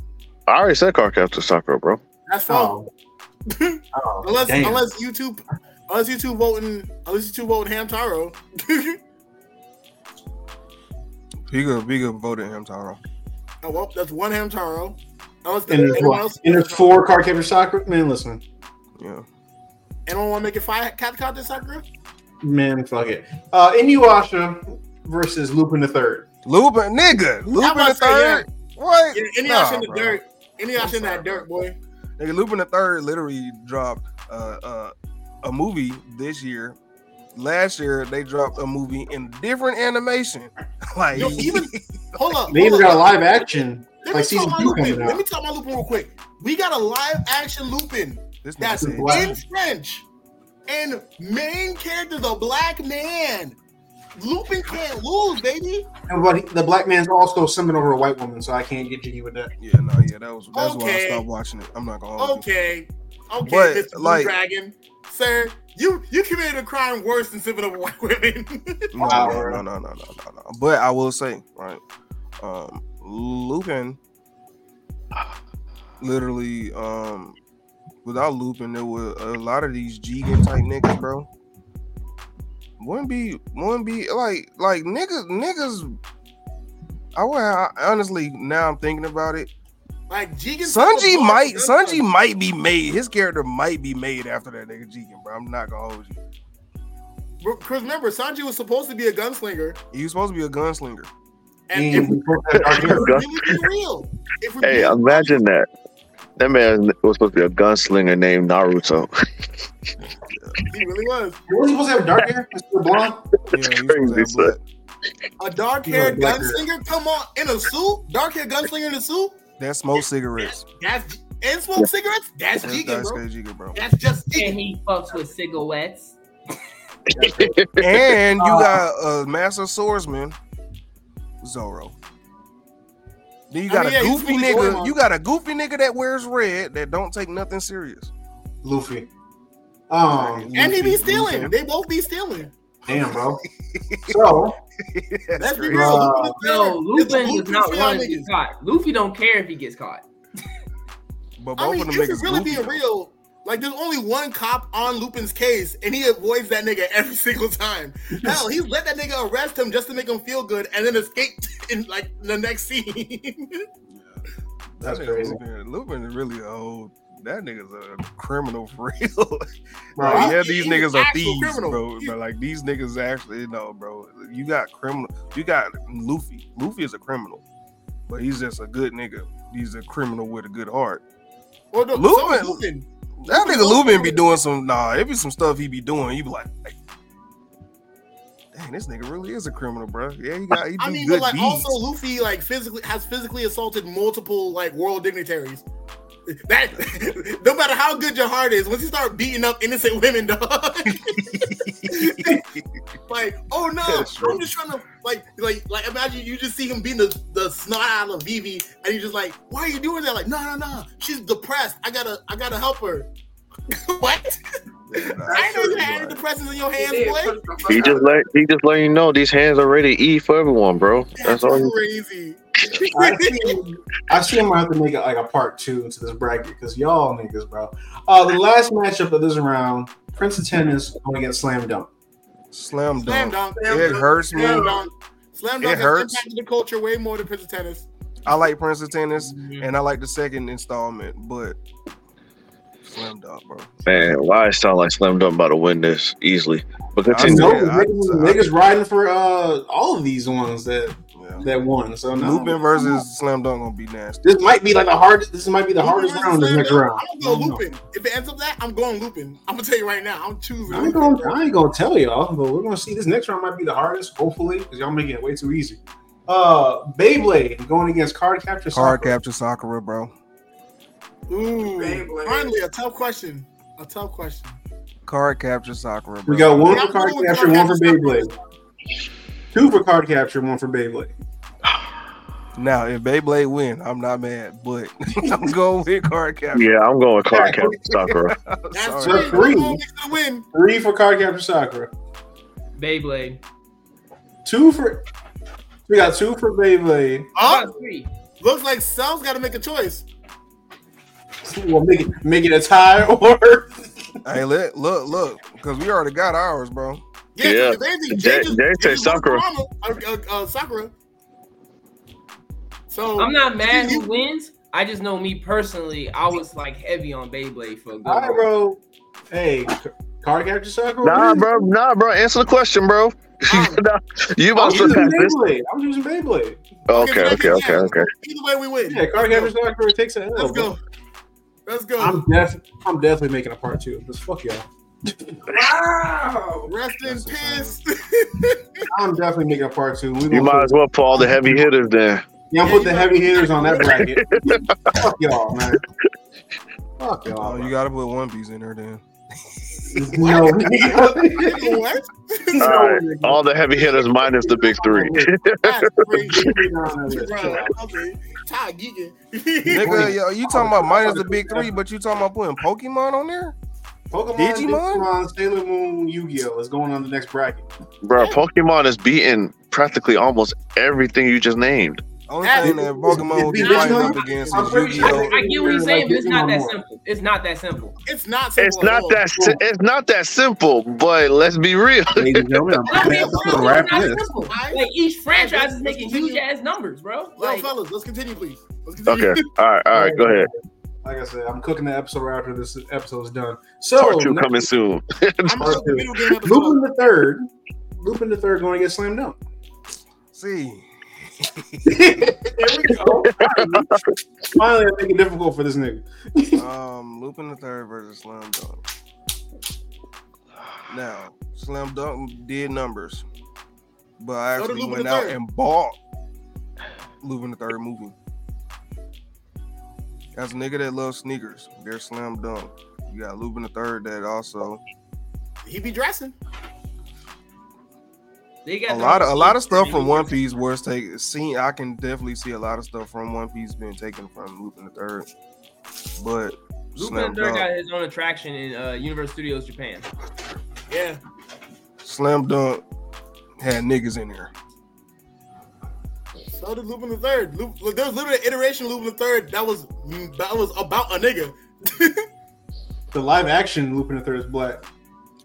Speaker 9: I already said Card Captain Sakura, bro.
Speaker 6: That's fun.
Speaker 4: Oh,
Speaker 6: unless
Speaker 4: damn.
Speaker 6: unless YouTube, unless you two voting, unless you two voting Hamtaro.
Speaker 5: Bigger, bigger voted him, Tyrone.
Speaker 6: oh well, that's one Hamtaro. Unless
Speaker 4: and there's,
Speaker 6: anyone
Speaker 4: what?
Speaker 6: else,
Speaker 4: And there's four Card Capture Sakura. Man, listen.
Speaker 5: Yeah.
Speaker 6: Anyone want to make it five? Cat Captain Sakura.
Speaker 4: Man, fuck it. Uh, Inuyasha versus Lupin the Third.
Speaker 5: Lubin, nigga. Lubin
Speaker 6: about
Speaker 5: the
Speaker 6: to say, yeah.
Speaker 5: third. What?
Speaker 6: Yeah, Any
Speaker 5: Nah,
Speaker 6: option in the
Speaker 5: bro.
Speaker 6: dirt. Any
Speaker 5: I'm
Speaker 6: option in that
Speaker 5: sorry,
Speaker 6: dirt, boy.
Speaker 5: Nigga, Lupin the Third literally dropped uh, uh, a movie this year. Last year they dropped a movie in different animation. like
Speaker 6: Yo, even hold up.
Speaker 4: They even
Speaker 6: hold
Speaker 4: got a
Speaker 6: up.
Speaker 4: live action.
Speaker 6: Let
Speaker 4: Like
Speaker 6: me
Speaker 4: season
Speaker 6: talk my
Speaker 4: two
Speaker 6: Lupin.
Speaker 4: coming out.
Speaker 6: Let me talk my Lupin real quick. We got a live action Lupin
Speaker 5: this nigga
Speaker 6: that's
Speaker 5: said,
Speaker 4: Wow.
Speaker 6: in French, and main character's a black man. Lupin can't lose, baby.
Speaker 4: And But the black man's also summon over a white woman, so I can't get jiggy with that.
Speaker 5: Yeah, no, yeah, that was that's why I
Speaker 6: Okay.
Speaker 5: stopped watching it. I'm not gonna hold you.
Speaker 6: Okay, okay,
Speaker 5: But,
Speaker 6: Mr. Blue
Speaker 5: like-
Speaker 6: Dragon, sir, you you committed a crime worse than sipping over white women.
Speaker 5: No,
Speaker 4: Wow,
Speaker 5: no,
Speaker 4: bro.
Speaker 5: no, no, no, no, no, no. But I will say, right, um, Lupin, literally, um, without Lupin, there were a lot of these Jigen type niggas, bro. Wouldn't be, wouldn't be like, like niggas, niggas. I would I, honestly now I'm thinking about it.
Speaker 6: like Jigen,
Speaker 5: Sanji might, Sanji might be made. His character might be made after that nigga Jigen, bro. I'm not gonna hold you.
Speaker 6: Because remember, Sanji was supposed to be a gunslinger,
Speaker 5: He was supposed to be a gunslinger.
Speaker 6: and
Speaker 4: And
Speaker 6: if we
Speaker 4: we both have dark hair.
Speaker 9: Gun-
Speaker 6: if we be real, if we
Speaker 9: Hey,
Speaker 6: be
Speaker 9: imagine that. That man was supposed to be a gunslinger named Naruto.
Speaker 6: He really was.
Speaker 4: Wasn't he supposed to have dark hair? Mr. Blonde?
Speaker 9: That's
Speaker 5: he was supposed to
Speaker 9: crazy,
Speaker 5: have
Speaker 9: son.
Speaker 5: blood.
Speaker 6: A dark haired
Speaker 4: Yeah, black
Speaker 6: gunslinger? Come on, in a suit? Dark haired gunslinger in a suit?
Speaker 5: That smoke cigarettes.
Speaker 6: That's and smoke cigarettes? That's
Speaker 5: That's
Speaker 6: Jigen,
Speaker 5: Daisuke Jigen,
Speaker 6: bro.
Speaker 5: bro.
Speaker 6: That's just
Speaker 1: And
Speaker 6: Jigen.
Speaker 1: he fucks with cigarettes.
Speaker 5: And you got a master swordsman, Zoro. Then you
Speaker 6: I
Speaker 5: got
Speaker 6: mean, yeah,
Speaker 5: a
Speaker 6: he's
Speaker 5: goofy
Speaker 6: really going
Speaker 5: nigga.
Speaker 6: on.
Speaker 5: You got a goofy nigga that wears red that don't take nothing serious.
Speaker 4: Luffy. Um,
Speaker 6: And he be
Speaker 5: Luffy,
Speaker 6: stealing.
Speaker 5: Luffy.
Speaker 6: They both be stealing.
Speaker 4: damn, bro. So,
Speaker 5: That's
Speaker 6: Let's be
Speaker 5: crazy.
Speaker 6: real.
Speaker 4: Wow.
Speaker 6: Lupin the Third is the
Speaker 8: No, Lupin does not
Speaker 6: for y'all
Speaker 8: want to get
Speaker 6: niggas.
Speaker 8: caught. Luffy don't care if he gets caught.
Speaker 5: But both
Speaker 6: I mean,
Speaker 5: of
Speaker 6: if
Speaker 5: them
Speaker 6: you
Speaker 5: niggas
Speaker 6: really
Speaker 5: goofy.
Speaker 6: be
Speaker 5: though.
Speaker 6: real, like there's only one cop on Lupin's case, and he avoids that nigga every single time. Hell, he let that nigga arrest him just to make him feel good, and then escaped in like the next scene.
Speaker 4: That's
Speaker 5: That nigga
Speaker 4: crazy.
Speaker 5: Lupin, Lupin is really a whole. That nigga's a criminal for real.
Speaker 4: bro,
Speaker 5: Like,
Speaker 6: He-
Speaker 5: yeah, these
Speaker 6: he's
Speaker 5: niggas are
Speaker 6: actual
Speaker 5: thieves,
Speaker 6: criminal.
Speaker 5: bro.
Speaker 6: He-
Speaker 5: But like these niggas actually, no, bro. You got criminal. You got Luffy. Luffy is a criminal, but he's just a good nigga. He's a criminal with a good heart.
Speaker 6: Or no,
Speaker 5: Lupin-
Speaker 6: so Lupin.
Speaker 5: That nigga Lupin be doing some. Nah, it be some stuff he be doing. You be like, like, dang, this nigga really is a criminal, bro. Yeah, he got. He do
Speaker 6: I mean,
Speaker 5: good
Speaker 6: but like
Speaker 5: deeds.
Speaker 6: also Luffy like physically has physically assaulted multiple like world dignitaries. That no matter how good your heart is, once you start beating up innocent women, dog. like, oh no,
Speaker 5: That's true.
Speaker 6: I'm just trying to like like like imagine you just see him beating the, the snot out of Vivi and you're just like, why are you doing that? Like, no, no, no. She's depressed. I gotta I gotta help her. what?
Speaker 5: Yeah, nah,
Speaker 6: I didn't know you
Speaker 5: he
Speaker 6: had
Speaker 5: like-
Speaker 6: antidepressants in your
Speaker 2: He
Speaker 6: hands,
Speaker 2: did
Speaker 6: boy.
Speaker 2: push the fuck
Speaker 9: He just
Speaker 2: out.
Speaker 9: let he just let you know these hands are ready to eat for everyone, bro.
Speaker 6: That's
Speaker 9: That's all. You,
Speaker 6: crazy.
Speaker 4: I see, I see I'm gonna have to make a, like a part two to this bracket because y'all niggas, bro. Uh, the last matchup of this round, Prince of Tennis going against Slam Dunk.
Speaker 5: Slam dunk.
Speaker 6: Slam dunk.
Speaker 5: It hurts me.
Speaker 6: Slam dunk. Slam
Speaker 5: It
Speaker 6: dunk has
Speaker 5: hurts.
Speaker 6: impacted the culture way more than Prince of Tennis.
Speaker 5: I like Prince of Tennis,
Speaker 8: Mm-hmm.
Speaker 5: and I like the second installment, but Slam Dunk, bro.
Speaker 9: Man, why it sound like Slam Dunk about to win this easily? But
Speaker 5: I
Speaker 9: continue.
Speaker 5: know.
Speaker 4: No,
Speaker 5: Yeah, I-
Speaker 4: niggas, niggas riding for uh, all of these ones that
Speaker 5: Yeah.
Speaker 4: that won. So no,
Speaker 5: Lupin versus Slam Dunk gonna be nasty.
Speaker 4: this might be like the hardest. This might be the
Speaker 6: Lupin
Speaker 4: hardest
Speaker 6: versus
Speaker 4: round this
Speaker 6: Slam
Speaker 4: next
Speaker 6: Dunk.
Speaker 4: round.
Speaker 6: I'm going Lupin. If it ends up that, I'm going Lupin. I'm gonna tell you right now. I'm choosing.
Speaker 4: I ain't
Speaker 6: Lupin.
Speaker 4: gonna, I ain't gonna tell y'all, but we're gonna see. This next round might be the hardest, hopefully, because y'all making it way too easy. Uh, Beyblade going against Card Capture.
Speaker 5: Card
Speaker 4: Sakura.
Speaker 5: capture Sakura, bro.
Speaker 6: Ooh,
Speaker 2: Beyblade.
Speaker 6: finally a tough question. A tough question.
Speaker 5: Card capture Sakura, bro.
Speaker 4: We got one
Speaker 6: Yeah,
Speaker 4: for Card
Speaker 6: I'm going
Speaker 4: Capture,
Speaker 6: Card
Speaker 4: one for
Speaker 6: Capture
Speaker 4: Beyblade. Two for Card Capture, one for Beyblade.
Speaker 5: Now, if Beyblade win, I'm not mad, but I'm going with card capture.
Speaker 9: Yeah, I'm going with Clark Kent Sakura.
Speaker 5: I'm
Speaker 6: That's
Speaker 5: sorry.
Speaker 4: Three.
Speaker 6: three. Who's going next to win?
Speaker 4: Three for Card Capture Sakura.
Speaker 8: Beyblade.
Speaker 4: Two for. We got two for Beyblade.
Speaker 6: Oh,
Speaker 8: Three.
Speaker 6: looks like Sal's got to make a choice.
Speaker 4: Well, make it, make it a tie or.
Speaker 5: Hey, let, look, look, because we already got ours, bro.
Speaker 6: Yeah,
Speaker 9: Yeah.
Speaker 6: if anything,
Speaker 9: Jay-
Speaker 6: Jay, just-
Speaker 9: Jay
Speaker 6: Jay
Speaker 9: said
Speaker 6: just
Speaker 9: Sakura.
Speaker 6: wants Kurama, uh, uh, uh, Sakura. So
Speaker 8: I'm not mad who wins. I just know me personally. I was like heavy on Beyblade for a good.
Speaker 4: All right,
Speaker 8: while.
Speaker 4: bro. Hey, Card Capture Sakura.
Speaker 9: Nah,
Speaker 4: wins.
Speaker 9: bro. Nah, bro. Answer the question, bro. Nah, you
Speaker 4: I'm
Speaker 9: about to
Speaker 4: using
Speaker 9: surpass this?
Speaker 4: Beyblade. I'm using Beyblade.
Speaker 9: Okay, okay, okay, okay.
Speaker 6: Either way, we win.
Speaker 4: Yeah, Card Capture Sakura takes an L.
Speaker 6: Let's
Speaker 4: bro.
Speaker 6: go. Let's go.
Speaker 4: I'm def- I'm definitely making a part two. Just fuck y'all.
Speaker 2: Wow.
Speaker 6: Rest in
Speaker 5: That's
Speaker 6: peace.
Speaker 4: I'm definitely making a part two. We
Speaker 9: You
Speaker 4: gonna
Speaker 9: might
Speaker 4: put,
Speaker 9: as well put all the heavy hitters then.
Speaker 4: y'all put the heavy hitters on that bracket. fuck y'all, man. Fuck y'all.
Speaker 5: Oh, you
Speaker 4: bro.
Speaker 5: got to put One Piece in there then.
Speaker 4: no,
Speaker 6: Nigga, what?
Speaker 9: All right, all the heavy hitters minus the big three.
Speaker 6: That's crazy. Bro,
Speaker 4: Nigga,
Speaker 6: okay. Ty Gigan.
Speaker 5: Nigga, yo, you talking about minus the big three, but you talking about putting Pokemon on there?
Speaker 4: Pokemon,
Speaker 5: Digimon?
Speaker 4: Digimon, Sailor Moon, Yu-Gi-Oh is going on the next bracket.
Speaker 9: Bro, Pokemon is beating practically almost everything you just named.
Speaker 5: Only
Speaker 6: That-
Speaker 5: thing that Pokemon will be
Speaker 4: Digimon?
Speaker 5: fighting up against
Speaker 4: I'm
Speaker 5: is
Speaker 4: pretty
Speaker 5: Yu-Gi-Oh.
Speaker 4: sure-
Speaker 8: I, I get what he's saying, but it's not that
Speaker 4: Like,
Speaker 8: simple. It's not that simple.
Speaker 6: It's not simple.
Speaker 9: It's not
Speaker 6: at all.
Speaker 9: that. si- It's not that simple. But let's be real.
Speaker 4: Ladies and gentlemen,
Speaker 8: No, I mean, it's
Speaker 6: I'm gonna
Speaker 8: not-
Speaker 6: wrap
Speaker 8: it's not
Speaker 6: this.
Speaker 8: simple.
Speaker 6: Alright?
Speaker 8: Like each franchise is
Speaker 6: Let's
Speaker 8: making
Speaker 6: continue.
Speaker 8: huge ass numbers, bro.
Speaker 6: Yo,
Speaker 8: Like
Speaker 6: fellas, let's continue, please. Let's continue.
Speaker 9: Okay. All right. All right. Go ahead.
Speaker 4: Like I said, I'm cooking the episode right after this episode is done. So,
Speaker 9: Part two coming soon.
Speaker 6: I'm gonna shoot the video game episode.
Speaker 4: Lupin the third, Lupin the third going to get slammed down.
Speaker 5: See,
Speaker 4: there we go. Finally, I make it difficult for this nigga.
Speaker 5: um, Lupin the Third versus Slam Dunk. Now, Slam Dunk did numbers, but I
Speaker 6: So did
Speaker 5: actually
Speaker 6: Lupin
Speaker 5: went
Speaker 6: the
Speaker 5: out
Speaker 6: Third.
Speaker 5: and bought Lupin the Third movie. As a nigga that loves sneakers, they're Slam Dunk. You got Lupin the Third that also
Speaker 6: He be dressing.
Speaker 8: they got
Speaker 5: a
Speaker 8: the-
Speaker 5: lot of a lot of stuff from One Piece was taken. Seen, I can definitely see a lot of stuff from One Piece being taken from Lupin the Third, but
Speaker 8: Lupin
Speaker 5: Slam
Speaker 8: the Third
Speaker 5: Dunk.
Speaker 8: got his own attraction in uh, Universe Studios Japan.
Speaker 6: Yeah.
Speaker 5: Slam Dunk had niggas in there.
Speaker 6: So did Lupin the Third. Loop, look, there was literally an iteration of Lupin the Third that was that was about a nigga.
Speaker 4: The live action Lupin the Third is black.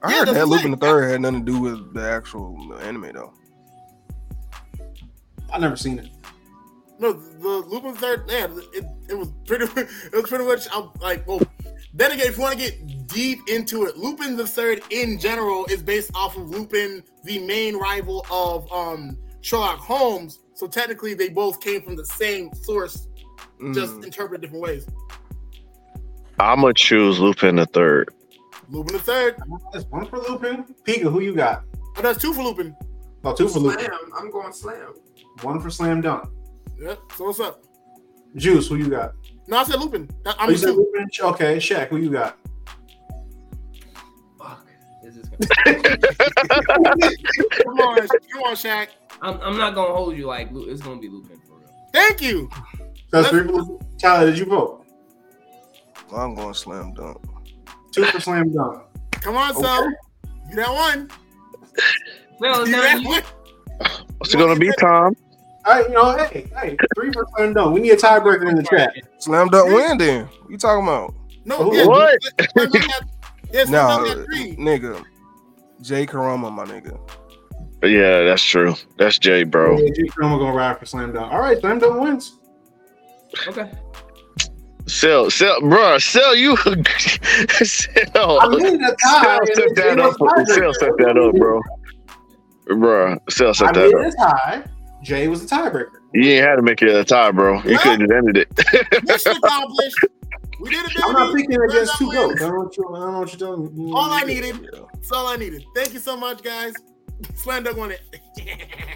Speaker 5: I
Speaker 6: Yeah,
Speaker 5: heard
Speaker 6: that's
Speaker 5: that
Speaker 6: what
Speaker 5: Lupin the
Speaker 6: I'm
Speaker 5: Third had nothing to do with the actual anime though.
Speaker 4: I never seen it.
Speaker 6: No, the Lupin the Third. Yeah, it, it was pretty. It was pretty much. I'm like, well, then again, if you want to get deep into it, Lupin the Third in general is based off of Lupin, the main rival of um Sherlock Holmes. So technically, they both came from the same source, just
Speaker 5: Mm.
Speaker 6: interpreted different ways.
Speaker 9: I'm gonna choose Lupin the Third.
Speaker 6: Lupin the Third.
Speaker 4: That's one for Lupin. Pika, who you got?
Speaker 6: Oh, that's two for Lupin.
Speaker 4: Oh, two for Lupin.
Speaker 2: Slam. I'm going slam.
Speaker 4: One for Slam Dunk.
Speaker 6: Yep. So what's up?
Speaker 4: Juice, who you got?
Speaker 6: No, I said Lupin. That-
Speaker 4: Oh,
Speaker 6: I'm
Speaker 4: you
Speaker 6: just
Speaker 4: said Lupin? Okay, Shaq, who you got?
Speaker 8: Fuck. This is
Speaker 6: Come on, come on, Shaq.
Speaker 8: I'm, I'm not gonna hold you like Lu- it's gonna be Lupin for real.
Speaker 6: Thank you.
Speaker 4: That's three for Lupin. Tyler, did you vote?
Speaker 5: I'm going slam dunk.
Speaker 4: Two for Slam Dunk.
Speaker 6: Come on, Sal. You that one.
Speaker 8: Well,
Speaker 6: You
Speaker 8: now
Speaker 6: that
Speaker 8: Oh, you-
Speaker 6: one.
Speaker 9: What's it gonna be, Tom?
Speaker 4: All right, you know, hey, hey, three for Slam Dunk. We need a tiebreaker in the chat.
Speaker 5: Slam dunk win then. What you talking about?
Speaker 6: No,
Speaker 9: What?
Speaker 6: Yes,
Speaker 5: Now,
Speaker 6: no, three.
Speaker 5: nigga, Jay Karama, my nigga.
Speaker 9: Yeah, that's true. That's Jay, bro.
Speaker 4: Yeah, G. Chroma gonna ride for Slam Dunk. All right, Slam Dunk wins.
Speaker 8: Okay.
Speaker 9: Sell, sell, bro, sell you. sell.
Speaker 4: I mean, the
Speaker 9: Sell
Speaker 4: time it
Speaker 9: set
Speaker 4: was-
Speaker 9: that
Speaker 4: it
Speaker 9: up.
Speaker 4: was tiebreaker.
Speaker 9: Sell set that up, bro. Bro, sell
Speaker 4: I
Speaker 9: set that
Speaker 4: made
Speaker 9: up.
Speaker 4: it high. Jay was the tiebreaker.
Speaker 9: You ain't had to make it a tie, bro. You
Speaker 6: What?
Speaker 9: could have just ended it.
Speaker 6: Mission accomplished. We did it, baby.
Speaker 4: I'm not picking
Speaker 6: Red
Speaker 4: against
Speaker 6: Sox
Speaker 4: two
Speaker 6: wins.
Speaker 4: goats. I don't know what you- I don't know what you're telling me.
Speaker 6: All I needed. That's all I needed. Thank you so much, guys. Slam dunk on it.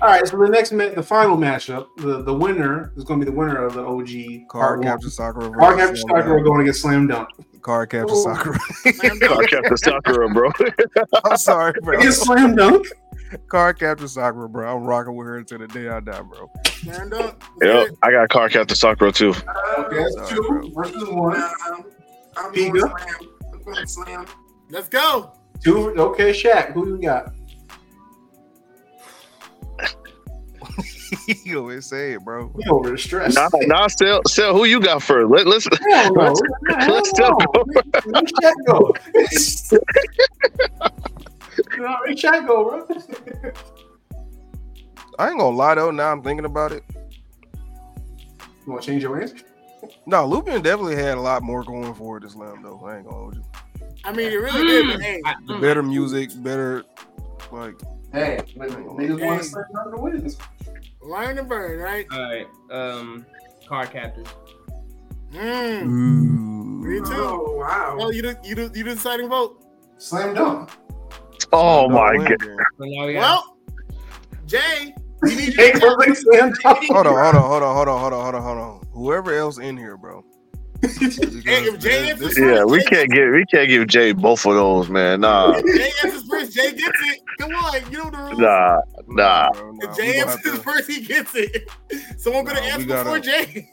Speaker 4: All right, so the next, ma- the final matchup, the, the winner is going to be the winner of the OG Card
Speaker 5: Card capture Sakura. versus
Speaker 4: Card Capture
Speaker 5: Slam
Speaker 4: Sakura
Speaker 5: Dunk.
Speaker 4: going against Slam Dunk.
Speaker 5: Card capture
Speaker 4: Oh.
Speaker 5: Sakura.
Speaker 6: Slam
Speaker 9: I
Speaker 6: dunk.
Speaker 9: kept the Sakura, bro.
Speaker 5: I'm sorry, bro.
Speaker 4: Against Slam Dunk?
Speaker 5: Card capture Sakura, bro. I'm rocking with her until the day I die, bro.
Speaker 6: Slam dunk.
Speaker 9: yep, I got car captain Sakura too.
Speaker 4: Okay, that's
Speaker 5: Sorry,
Speaker 4: two versus one.
Speaker 2: Um, I'm
Speaker 4: Here you
Speaker 2: going
Speaker 4: go.
Speaker 2: slam. I'm going slam.
Speaker 6: Let's go.
Speaker 4: Two, okay, Shaq, who you got?
Speaker 5: you always say it, bro.
Speaker 4: We over the stress.
Speaker 9: Nah, nah, sell, sell. Who you got first? Let, let's.
Speaker 4: Hell no.
Speaker 9: Let's-
Speaker 4: Hell
Speaker 9: let's
Speaker 4: no.
Speaker 9: still go.
Speaker 4: Let Shaq go. No, Let Shaq go, bro.
Speaker 5: I ain't gonna lie though. Now I'm thinking about it.
Speaker 4: You want to change your answer?
Speaker 5: No, Lupin definitely had a lot more going for it. Islam though. I ain't gonna hold you.
Speaker 6: I mean, it really did. But, hey,
Speaker 8: I- mm.
Speaker 5: Better music, better like
Speaker 4: Hey, niggas want to slam dunk to win.
Speaker 6: learn and burn, right?
Speaker 8: All right. Um, car captain.
Speaker 6: Mm. Me
Speaker 5: ooh.
Speaker 6: too.
Speaker 2: Oh wow.
Speaker 6: Oh, you do, you do, you do deciding vote.
Speaker 4: Slam Dunk.
Speaker 9: Oh
Speaker 5: Don't
Speaker 9: my
Speaker 5: win,
Speaker 9: god.
Speaker 5: then.
Speaker 8: So now we got
Speaker 6: Well, Jay, we need
Speaker 4: Jay goes like Slam Dunk.
Speaker 5: Hold on, hold on, hold on, hold on, hold on, hold on, hold on. Whoever else in here, bro.
Speaker 6: Hey, if Jay
Speaker 5: Because
Speaker 6: answers
Speaker 5: this-
Speaker 9: Yeah, we can't get we can't give Jay both of those, man. Nah,
Speaker 6: Jay answers first, Jay gets it. Come on, you know the rules.
Speaker 9: nah, nah.
Speaker 5: bro, nah, we
Speaker 6: If
Speaker 5: gonna
Speaker 6: Jay
Speaker 5: have
Speaker 6: answers
Speaker 5: to-
Speaker 6: first, he gets it. Someone better
Speaker 5: Nah, we
Speaker 6: answer
Speaker 5: gotta-
Speaker 6: before Jay.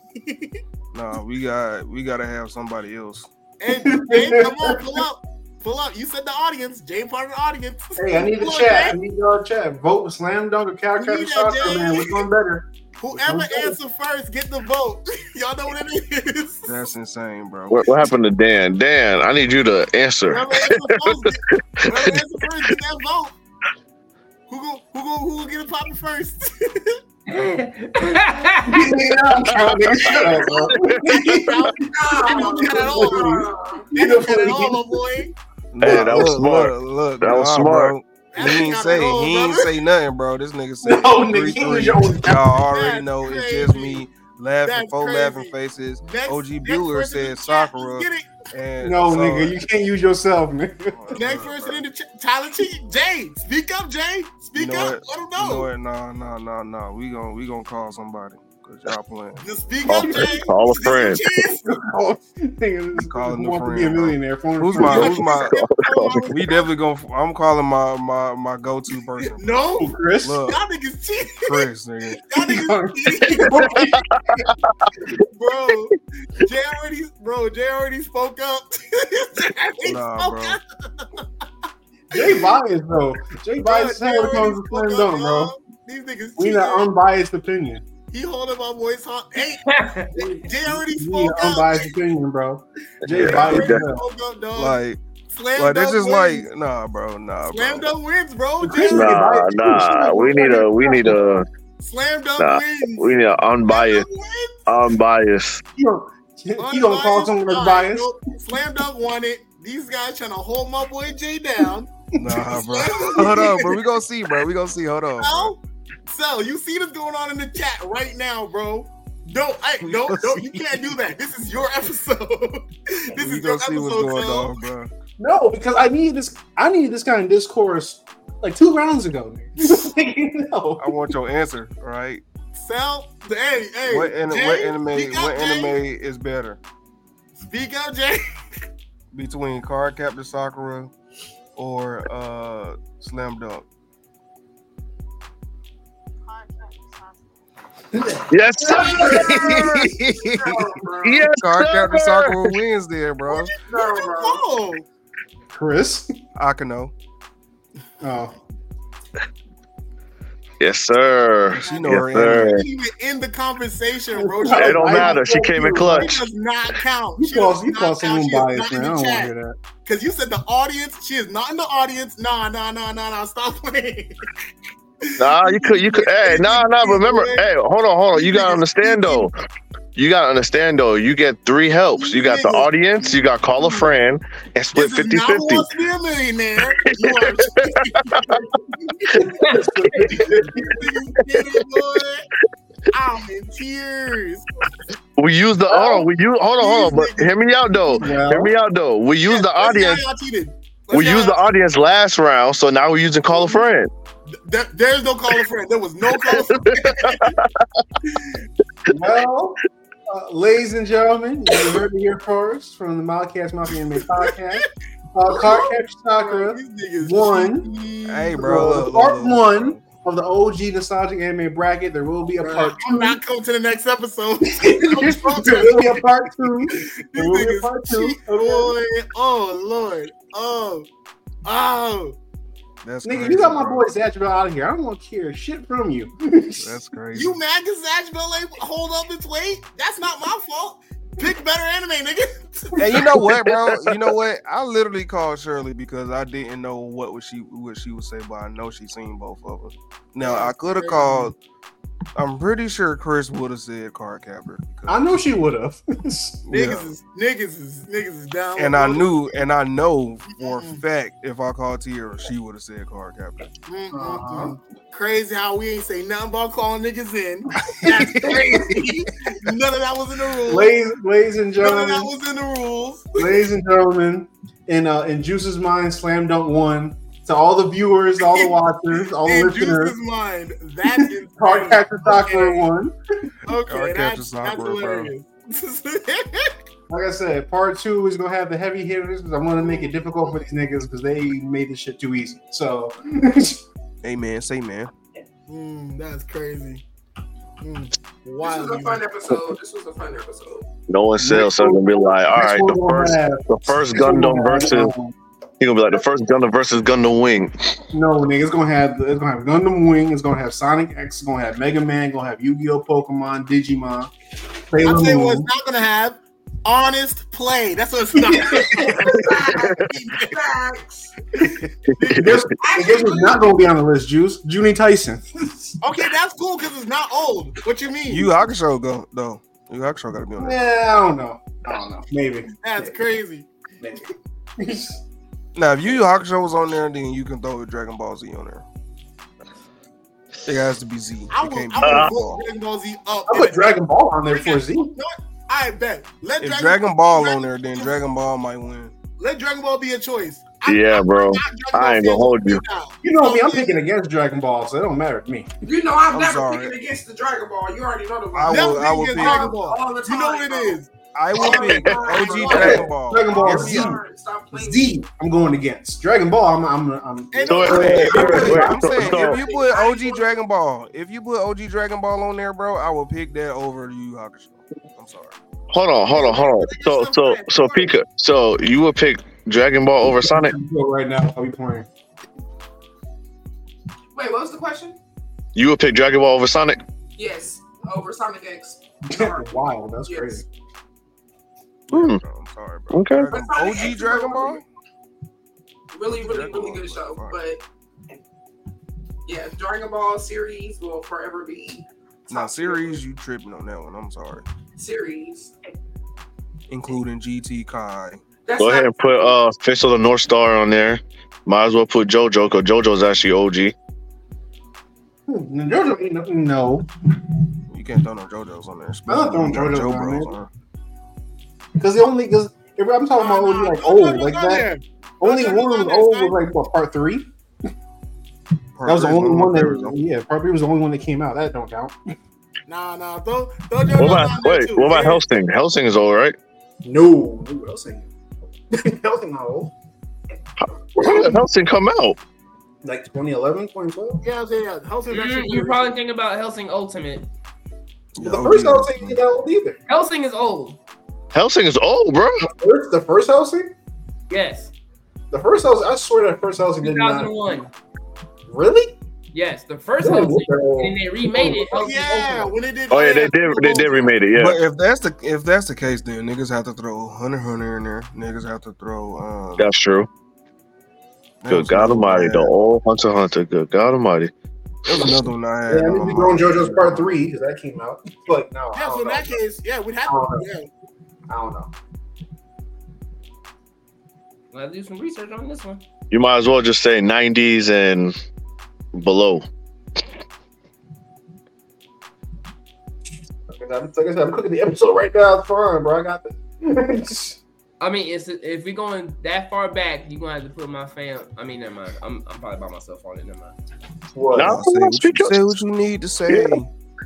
Speaker 5: Nah, we got we gotta have somebody else.
Speaker 6: Hey, Jay, come on, pull up. Pull up. You said the audience. Jay part of the audience.
Speaker 4: Hey, I need the
Speaker 6: Pull up,
Speaker 4: chat. I
Speaker 6: Jay.
Speaker 4: need y'all chat. Vote with Slam Dunk or Cal
Speaker 6: We
Speaker 4: Captain
Speaker 6: need that,
Speaker 4: Soccer,
Speaker 6: Jay.
Speaker 4: man. Which one better?
Speaker 6: Whoever answers first, get the vote. Y'all know what it is.
Speaker 5: That's insane, bro.
Speaker 9: What, what happened to Dan? Dan, I need you to answer.
Speaker 6: Whoever answers first, get- whoever answers first, get that vote. Who go, who go, who will get it popping first?
Speaker 8: it.
Speaker 4: I'm counting. Shut up, bro.
Speaker 6: Don't count it all.
Speaker 4: You
Speaker 6: Don't
Speaker 4: know,
Speaker 6: count it all, my boy.
Speaker 9: Hey, that was smart.
Speaker 5: Look, look,
Speaker 9: That was
Speaker 5: nah,
Speaker 9: smart.
Speaker 5: bro.
Speaker 6: That
Speaker 5: He ain't
Speaker 6: count
Speaker 5: say
Speaker 6: at all,
Speaker 5: he ain't
Speaker 6: brother.
Speaker 5: say nothing, bro. This nigga said
Speaker 4: No, nigga,
Speaker 5: three,
Speaker 4: he was
Speaker 5: three.
Speaker 4: your
Speaker 5: Y'all
Speaker 4: own-
Speaker 5: already
Speaker 6: That's
Speaker 5: know it's
Speaker 6: crazy.
Speaker 5: just me laughing,
Speaker 6: That's
Speaker 5: four
Speaker 6: crazy.
Speaker 5: laughing faces,
Speaker 6: Next-
Speaker 5: OG
Speaker 6: next
Speaker 5: Bueller
Speaker 6: person
Speaker 5: said
Speaker 6: in the chat,
Speaker 5: Sakura.
Speaker 6: let's Get
Speaker 5: and
Speaker 4: No,
Speaker 5: so-
Speaker 4: nigga, you can't use yourself, nigga.
Speaker 5: Oh,
Speaker 6: it. Next
Speaker 5: bro,
Speaker 6: person
Speaker 5: bro.
Speaker 6: in the chat. Tyler T. Jay, speak up, Jay. Speak
Speaker 5: You know
Speaker 6: up. Let him know.
Speaker 5: You know what? Nah, nah, nah, nah. We gon' we gonna call somebody because y'all playing.
Speaker 6: Just speak
Speaker 9: Call
Speaker 6: up, Jay.
Speaker 9: a friend. Call a
Speaker 6: Give some
Speaker 9: friend.
Speaker 6: cheese.
Speaker 4: Nigga, this
Speaker 5: Calling
Speaker 4: who
Speaker 5: the
Speaker 4: wants to be a
Speaker 5: friend, bro.
Speaker 4: millionaire? Phone
Speaker 5: Who's
Speaker 4: a friend.
Speaker 5: my who's my?
Speaker 6: Oh, I was-
Speaker 5: We definitely gonna. I'm calling my my my go to person.
Speaker 6: No,
Speaker 4: Oh, Chris?
Speaker 5: Look,
Speaker 6: y'all niggas cheating.
Speaker 5: Chris, nigga.
Speaker 6: Y'all niggas cheating. bro, Jay already, bro, Jay already spoke up. Jay already
Speaker 5: Nah,
Speaker 6: spoke
Speaker 5: bro.
Speaker 6: up.
Speaker 4: Jay biased, though. Jay biased
Speaker 6: Jay
Speaker 4: when it
Speaker 6: already
Speaker 4: comes to
Speaker 6: spoke
Speaker 4: Slam
Speaker 6: up,
Speaker 4: Dunk, bro.
Speaker 6: y'all. These niggas
Speaker 4: We um, need
Speaker 6: cheating.
Speaker 4: an unbiased opinion.
Speaker 6: he holding my voice hot. Hey, Jay already
Speaker 4: We need an
Speaker 6: spoke up.
Speaker 4: unbiased opinion, bro. Jay
Speaker 9: Yeah,
Speaker 4: biased,
Speaker 9: yeah.
Speaker 4: bro.
Speaker 6: Spoke up, dog.
Speaker 5: Like,
Speaker 6: Slam
Speaker 5: like that's
Speaker 6: dunk
Speaker 5: just
Speaker 6: wins.
Speaker 5: like nah, bro, nah,
Speaker 6: Slam
Speaker 5: bro.
Speaker 6: dunk wins, bro.
Speaker 4: The Christmas-
Speaker 6: Jay-
Speaker 9: Nah, nah. We need a we need a
Speaker 6: Slam dunk
Speaker 9: Nah,
Speaker 6: wins.
Speaker 9: we need an unbiased
Speaker 6: Slam dunk wins.
Speaker 9: unbiased.
Speaker 4: He gonna- He he gonna call
Speaker 6: Unbiased.
Speaker 4: someone that's
Speaker 6: Nah,
Speaker 4: biased.
Speaker 6: nope. Slam dunk won it. These guys trying to hold my boy Jay down.
Speaker 5: Nah, bro. Hold on, bro. We gonna see, bro. We gonna see. Hold on. bro.
Speaker 6: So, so you see this going on in the chat right now, bro. Don't, I, don't, don't. You can't do that. This is your episode. this
Speaker 5: We
Speaker 6: is your
Speaker 5: gonna
Speaker 6: episode.
Speaker 5: see what's going
Speaker 6: Kel.
Speaker 5: on, bro.
Speaker 4: No, because I need this. I needed this kind of discourse like two rounds ago. nigga. no.
Speaker 5: I want your answer, all right?
Speaker 6: Sal, hey, hey.
Speaker 5: What, an-
Speaker 6: Jay,
Speaker 5: what anime?
Speaker 6: speak
Speaker 5: What
Speaker 6: up, Jay.
Speaker 5: anime is better
Speaker 6: Speak up, Jay.
Speaker 5: between Card Captor Sakura or uh, Slam Dunk?
Speaker 9: Yes, sir.
Speaker 2: No, bro.
Speaker 9: yes,
Speaker 5: Card Captor
Speaker 9: sir.
Speaker 5: Sakura wins there, bro.
Speaker 2: No, bro.
Speaker 6: Oh,
Speaker 4: Chris.
Speaker 5: Akano.
Speaker 4: Oh.
Speaker 9: Yes, sir.
Speaker 5: She know
Speaker 9: Yes,
Speaker 5: her
Speaker 9: sir.
Speaker 6: she even in the conversation, bro. She,
Speaker 9: It don't matter. She came in clutch.
Speaker 6: she does not count.
Speaker 4: You
Speaker 6: She
Speaker 4: call,
Speaker 6: does
Speaker 4: you
Speaker 6: not
Speaker 4: call
Speaker 6: count.
Speaker 4: someone
Speaker 6: She is
Speaker 4: biased,
Speaker 6: not in
Speaker 4: man. I don't
Speaker 6: the
Speaker 4: want to
Speaker 6: chat.
Speaker 4: hear
Speaker 6: Because you said the audience. She is not in the audience. Nah, nah, nah, nah, nah. Stop playing.
Speaker 9: Nah, you could, you could. Hey, nah, nah. Remember, hey, hold on, hold on. You gotta understand though. you gotta understand though, you get three helps. You got the audience, you got call a friend, and split
Speaker 6: This is
Speaker 9: 50
Speaker 6: not Who
Speaker 9: 50.
Speaker 6: Wants to be a millionaire. You are kidding, boy. I'm in tears.
Speaker 9: We use the oh, we use hold on, hold on, but hear me out though. Hear me out though. We use the
Speaker 6: Let's see how
Speaker 9: audience.
Speaker 6: y'all cheated. Let's
Speaker 9: We
Speaker 6: see how
Speaker 9: used the
Speaker 6: y'all-
Speaker 9: audience last round, so now we're using call a friend.
Speaker 6: There, there's no call a friend. There was no call. a friend.
Speaker 4: Well, uh, ladies and gentlemen, you heard it here first from the Mildcast Mafia Anime Podcast. Uh, Card Capture Sakura,
Speaker 6: These niggas
Speaker 4: One.
Speaker 6: cheating.
Speaker 5: Hey, bro. look, look,
Speaker 4: part
Speaker 5: look.
Speaker 4: one of the OG nostalgic anime bracket. There will be a part
Speaker 6: I'm
Speaker 4: two.
Speaker 6: not coming to the next episode.
Speaker 4: there will be a part two.
Speaker 6: This
Speaker 4: There will be a
Speaker 6: nigga's
Speaker 4: part two.
Speaker 6: cheating, boy. Oh Lord. Oh. Oh.
Speaker 5: That's
Speaker 4: Nigga,
Speaker 5: crazy,
Speaker 4: you got my
Speaker 5: bro.
Speaker 4: boy Zatchbell out of here. I don't want to hear shit from you.
Speaker 5: That's crazy.
Speaker 6: You mad because Asheville ain't hold up its weight? That's not my fault. Pick better anime, nigga.
Speaker 5: Hey, you know what, bro? You know what? I literally called Shirley because I didn't know what was she what she would say, but I know she seen both of us. Now I could have called. I'm pretty sure Chris would have said card capper. because-
Speaker 4: I know she would have.
Speaker 6: Niggas is niggas is niggas is down. Mm,
Speaker 5: And I knew, and I know for a
Speaker 6: Mm-mm.
Speaker 5: fact if I called Tierra, she would have said card capper.
Speaker 6: Mm-mm-mm. mm, Crazy how we ain't say nothing about calling niggas in. That's crazy. None of that was in the rules.
Speaker 4: ladies, ladies and
Speaker 6: None of that
Speaker 4: gentlemen,
Speaker 6: was in the rules.
Speaker 4: ladies and gentlemen, in uh, in Juice's mind, Slam Dunk one to all the viewers, all the watchers, all the
Speaker 6: In Juice's
Speaker 4: listeners.
Speaker 6: mind, that's insane.
Speaker 4: Card Capture Sakura
Speaker 6: Okay.
Speaker 4: one.
Speaker 6: Okay,
Speaker 5: Card
Speaker 6: that's,
Speaker 5: captures
Speaker 6: that's
Speaker 5: awkward, bro.
Speaker 6: hilarious.
Speaker 4: Like I said, part two is gonna have the heavy hitters because I want to make it difficult for these niggas because they made this shit too easy. So
Speaker 5: Amen. Say man.
Speaker 6: Mm, that's crazy. Mm,
Speaker 2: This
Speaker 6: wild
Speaker 2: was a
Speaker 6: music.
Speaker 2: fun episode. This was a fun episode.
Speaker 9: No one sells, so it's gonna be like, all right, the first, the first Gundam versus he gonna be like the first Gundam versus Gundam Wing.
Speaker 4: No, nigga, it's gonna have it's gonna have Gundam Wing, it's gonna have Sonic X, it's gonna have Mega Man, gonna have Yu-Gi-Oh, Pokemon, Digimon, Sailor
Speaker 6: I'll tell you what
Speaker 4: Moon.
Speaker 6: it's not gonna have. Honest play. That's what it's not.
Speaker 2: Facts.
Speaker 4: Guess- I guess it's not gonna be on the list, Juice. Junie Tyson.
Speaker 6: okay, that's cool because it's not old. What you mean?
Speaker 5: You Hakusho go though. You Hakusho got to be on that.
Speaker 4: Yeah, I don't know. I don't know. Maybe.
Speaker 6: that's crazy.
Speaker 4: Maybe.
Speaker 5: Now, if Yu Yu Hakusho was on there, then you can throw Dragon Ball Z on there. It has to be Z.
Speaker 6: I
Speaker 5: It
Speaker 6: will.
Speaker 5: can't be Dragon Ball.
Speaker 6: I will vote Dragon Ball Z up.
Speaker 4: I put Dragon Ball on there for Z.
Speaker 6: I bet. Let
Speaker 5: If
Speaker 6: Dragon,
Speaker 5: Dragon Ball on there, then Dragon Ball might win.
Speaker 6: let Dragon Ball be a choice.
Speaker 9: Yeah, bro.
Speaker 6: I'm Dragon
Speaker 9: I
Speaker 6: Ball
Speaker 9: ain't gonna
Speaker 6: fan.
Speaker 9: hold you.
Speaker 4: You know me, I'm picking against Dragon Ball, so it don't matter to me.
Speaker 2: You know I'm,
Speaker 5: I'm
Speaker 2: never
Speaker 5: sorry.
Speaker 2: picking against the Dragon Ball. You already know the
Speaker 5: I
Speaker 6: Never
Speaker 5: will. I
Speaker 6: pick
Speaker 5: will
Speaker 6: against
Speaker 5: pick.
Speaker 6: Dragon Ball.
Speaker 2: All the time,
Speaker 6: You know what it
Speaker 2: bro.
Speaker 6: is.
Speaker 5: I will pick OG Dragon Ball.
Speaker 4: Dragon Ball
Speaker 5: Every
Speaker 4: Z.
Speaker 5: year.
Speaker 2: Stop playing.
Speaker 4: Z, I'm going against Dragon Ball. I'm, I'm, I'm.
Speaker 6: Ain't
Speaker 9: So,
Speaker 6: no-
Speaker 9: wait, wait, wait, wait, wait.
Speaker 5: I'm saying
Speaker 9: So-
Speaker 5: if you put OG Dragon Ball, if you put OG Dragon Ball on there, bro, I will pick that over Yu Yu Hakusho. I'm sorry.
Speaker 9: Hold on, hold on, hold on. So, so, so, Pika, so you would pick Dragon Ball over Sonic?
Speaker 4: right now. I'll be playing.
Speaker 2: Wait, what was the question?
Speaker 9: You would pick Dragon Ball over Sonic?
Speaker 2: Yes, over Sonic X.
Speaker 4: wow, that's
Speaker 2: Yes.
Speaker 4: crazy.
Speaker 9: Hmm.
Speaker 5: Yeah, bro, I'm sorry, bro.
Speaker 9: Okay.
Speaker 5: Dragon- OG Dragon Ball.
Speaker 2: Really, really,
Speaker 5: Dragon
Speaker 2: really
Speaker 5: Ball
Speaker 2: good
Speaker 5: is
Speaker 2: show.
Speaker 5: fire.
Speaker 2: But yeah, Dragon Ball series will forever be
Speaker 5: Now series, you tripping on that one. I'm sorry.
Speaker 2: series.
Speaker 5: Including GT Kai.
Speaker 2: That's
Speaker 9: Go
Speaker 2: not-
Speaker 9: ahead and put uh Fist of the North Star on there. Might as well put JoJo because JoJo's actually OG.
Speaker 4: Hmm, JoJo, no,
Speaker 5: You can't throw no JoJo's on there.
Speaker 4: I'm not throwing
Speaker 5: You got
Speaker 4: JoJo's
Speaker 5: Joe
Speaker 4: on
Speaker 5: Bros
Speaker 4: there.
Speaker 5: on
Speaker 4: because the only because I'm talking about
Speaker 6: Nah,
Speaker 4: OG
Speaker 6: nah,
Speaker 4: like
Speaker 6: no
Speaker 4: old
Speaker 6: Dragon
Speaker 4: like
Speaker 6: Ball
Speaker 4: that.
Speaker 6: there.
Speaker 4: Only
Speaker 6: Dragon
Speaker 4: one was
Speaker 6: Ball there,
Speaker 4: old
Speaker 6: son.
Speaker 4: was like what part three?
Speaker 5: there.
Speaker 4: That was the
Speaker 5: Parker's
Speaker 4: only
Speaker 5: one of my
Speaker 4: one
Speaker 5: favorites,
Speaker 4: that
Speaker 5: though.
Speaker 4: yeah, part three was the only one that came out. That don't count.
Speaker 6: Nah, nah. Throw, throw Dragon
Speaker 9: What
Speaker 6: Ball
Speaker 9: about
Speaker 6: on there
Speaker 9: wait?
Speaker 6: too.
Speaker 9: What about
Speaker 6: Yeah.
Speaker 9: Helsing? Helsing is old, right?
Speaker 4: No, Ooh, that was saying that was not old.
Speaker 9: When did Helsing come out?
Speaker 4: Like 2011, 2012.
Speaker 6: Yeah, I'm saying yeah. Helsing's
Speaker 8: Mm,
Speaker 6: actually
Speaker 8: you're
Speaker 6: good.
Speaker 8: probably thinking about Helsing Ultimate.
Speaker 5: Yeah,
Speaker 4: the
Speaker 5: OG
Speaker 4: first
Speaker 5: is-
Speaker 4: Hellsing ain't that old either.
Speaker 8: Helsing is old.
Speaker 9: Helsing is old, bro.
Speaker 4: First, the first Hellsing,
Speaker 8: Yes.
Speaker 4: the first Hellsing, I swear that first Hellsing did not
Speaker 8: 2001.
Speaker 4: really.
Speaker 8: Yes, the first
Speaker 4: Really?
Speaker 8: Helsing.
Speaker 4: They're old.
Speaker 8: And they remade it. Helsing
Speaker 6: Oh, Yeah,
Speaker 8: Ultimate.
Speaker 6: when they did.
Speaker 9: Oh yeah, they did. They did remade it.
Speaker 5: But
Speaker 9: Yeah,
Speaker 5: if that's the if that's the case, then niggas have to throw Hunter x Hunter in there. Niggas have to throw. Um,
Speaker 9: that's true.
Speaker 5: that
Speaker 9: Good
Speaker 5: was
Speaker 9: God
Speaker 5: another
Speaker 9: Almighty,
Speaker 5: bad-
Speaker 9: the old Hunter x Hunter. Good God Almighty.
Speaker 5: There was another one I had.
Speaker 4: Yeah, I need
Speaker 5: on
Speaker 4: to
Speaker 5: my
Speaker 4: go on
Speaker 5: mind.
Speaker 4: JoJo's Part Three because that came out. It's Like no, I
Speaker 6: Yeah,
Speaker 4: don't
Speaker 6: so in
Speaker 4: know.
Speaker 6: that case, yeah, we'd have
Speaker 4: Oh,
Speaker 6: to. Yeah.
Speaker 4: I don't know.
Speaker 8: We'll have to do some research on this one.
Speaker 9: You might as well just say 90s and below.
Speaker 4: Like I said, I'm- like I said, I'm cooking the episode right now. It's fine, bro. I got this.
Speaker 8: I mean, it's, if we're going that far back, you're gonna have to put my fam. I mean, never mind. I'm, I'm probably by myself on it. Never mind.
Speaker 4: what?
Speaker 9: No.
Speaker 5: Say what, you, say what you need to say.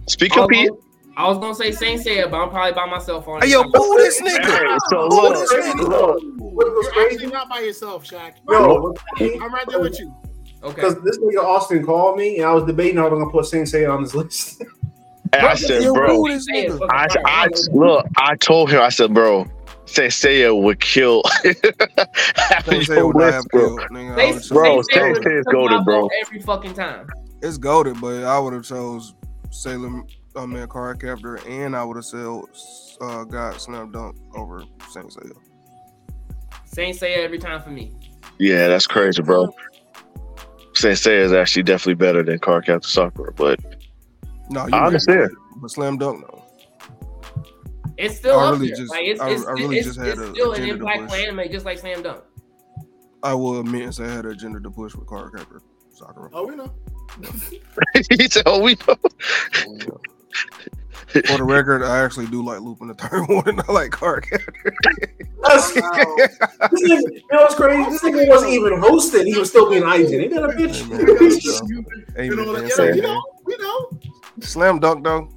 Speaker 9: Speak
Speaker 8: I
Speaker 9: up,
Speaker 5: Uh-huh.
Speaker 8: was,
Speaker 9: Pete.
Speaker 8: gonna, I was gonna say Saint Seiya, but I'm probably by myself on it.
Speaker 5: Hey, yo, boo this nigga.
Speaker 9: Hey, so
Speaker 5: Boo
Speaker 9: look,
Speaker 5: this nigga.
Speaker 4: Look, what was
Speaker 6: You're actually
Speaker 4: crazy?
Speaker 6: not by yourself, Shaq.
Speaker 4: Yo,
Speaker 6: I'm right there with you.
Speaker 8: Okay.
Speaker 4: because this nigga Austin called me and I was debating how I'm gonna put Sensei on this list.
Speaker 9: Hey, I said,
Speaker 5: Yo,
Speaker 9: bro.
Speaker 5: boo this
Speaker 8: Seiya is
Speaker 5: nigga.
Speaker 8: fucking
Speaker 9: I,
Speaker 8: fire.
Speaker 9: I look. I told him. I said, bro, Senseiya would kill. half
Speaker 5: Don't
Speaker 9: of
Speaker 5: say
Speaker 9: your
Speaker 5: what I have
Speaker 9: list, bro.
Speaker 5: killed, nigga. I would've
Speaker 8: Saint- Saint
Speaker 5: chose-
Speaker 9: Bro,
Speaker 8: Seiya
Speaker 9: Saint
Speaker 8: would
Speaker 9: Seiya's
Speaker 8: took
Speaker 9: golden,
Speaker 8: my
Speaker 9: bro.
Speaker 8: vote Every fucking time.
Speaker 5: It's goaded, but I would have chose Salem. I mean, Car Captor, and I would have sold uh, God Snap Dunk over Saint Seiya.
Speaker 8: Saint Seiya every time for me.
Speaker 9: Yeah, that's crazy, bro. Senseiya is actually definitely better than Car Captain Sakura, but
Speaker 5: No, you
Speaker 9: I
Speaker 5: right.
Speaker 9: understand.
Speaker 5: but Slam Dunk though.
Speaker 8: It's still
Speaker 5: I
Speaker 8: up
Speaker 5: really
Speaker 8: there.
Speaker 5: just-
Speaker 8: like it's,
Speaker 5: I-
Speaker 8: it's,
Speaker 5: I really
Speaker 8: it's,
Speaker 5: just had
Speaker 8: it's
Speaker 5: a
Speaker 8: still an
Speaker 5: agenda to
Speaker 8: impactful
Speaker 5: push.
Speaker 8: anime, just like Slam Dunk.
Speaker 5: I will admit and say I had an agenda to push with Car Captor Sakura.
Speaker 6: Oh, we know.
Speaker 9: he said, "Oh, we know."
Speaker 5: For the record, I actually do like looping the third one, and I like Car Captor.
Speaker 4: That's, this nigga, you know what's crazy? This nigga wasn't even hosting. He was still being IGN. Ain't that a
Speaker 5: Hey, man, that's
Speaker 4: bitch?
Speaker 5: dumb. Hey,
Speaker 6: You know,
Speaker 5: man,
Speaker 6: like,
Speaker 5: that's
Speaker 6: yeah,
Speaker 5: it,
Speaker 6: you
Speaker 5: man.
Speaker 6: know, we know.
Speaker 5: Slam Dunk though.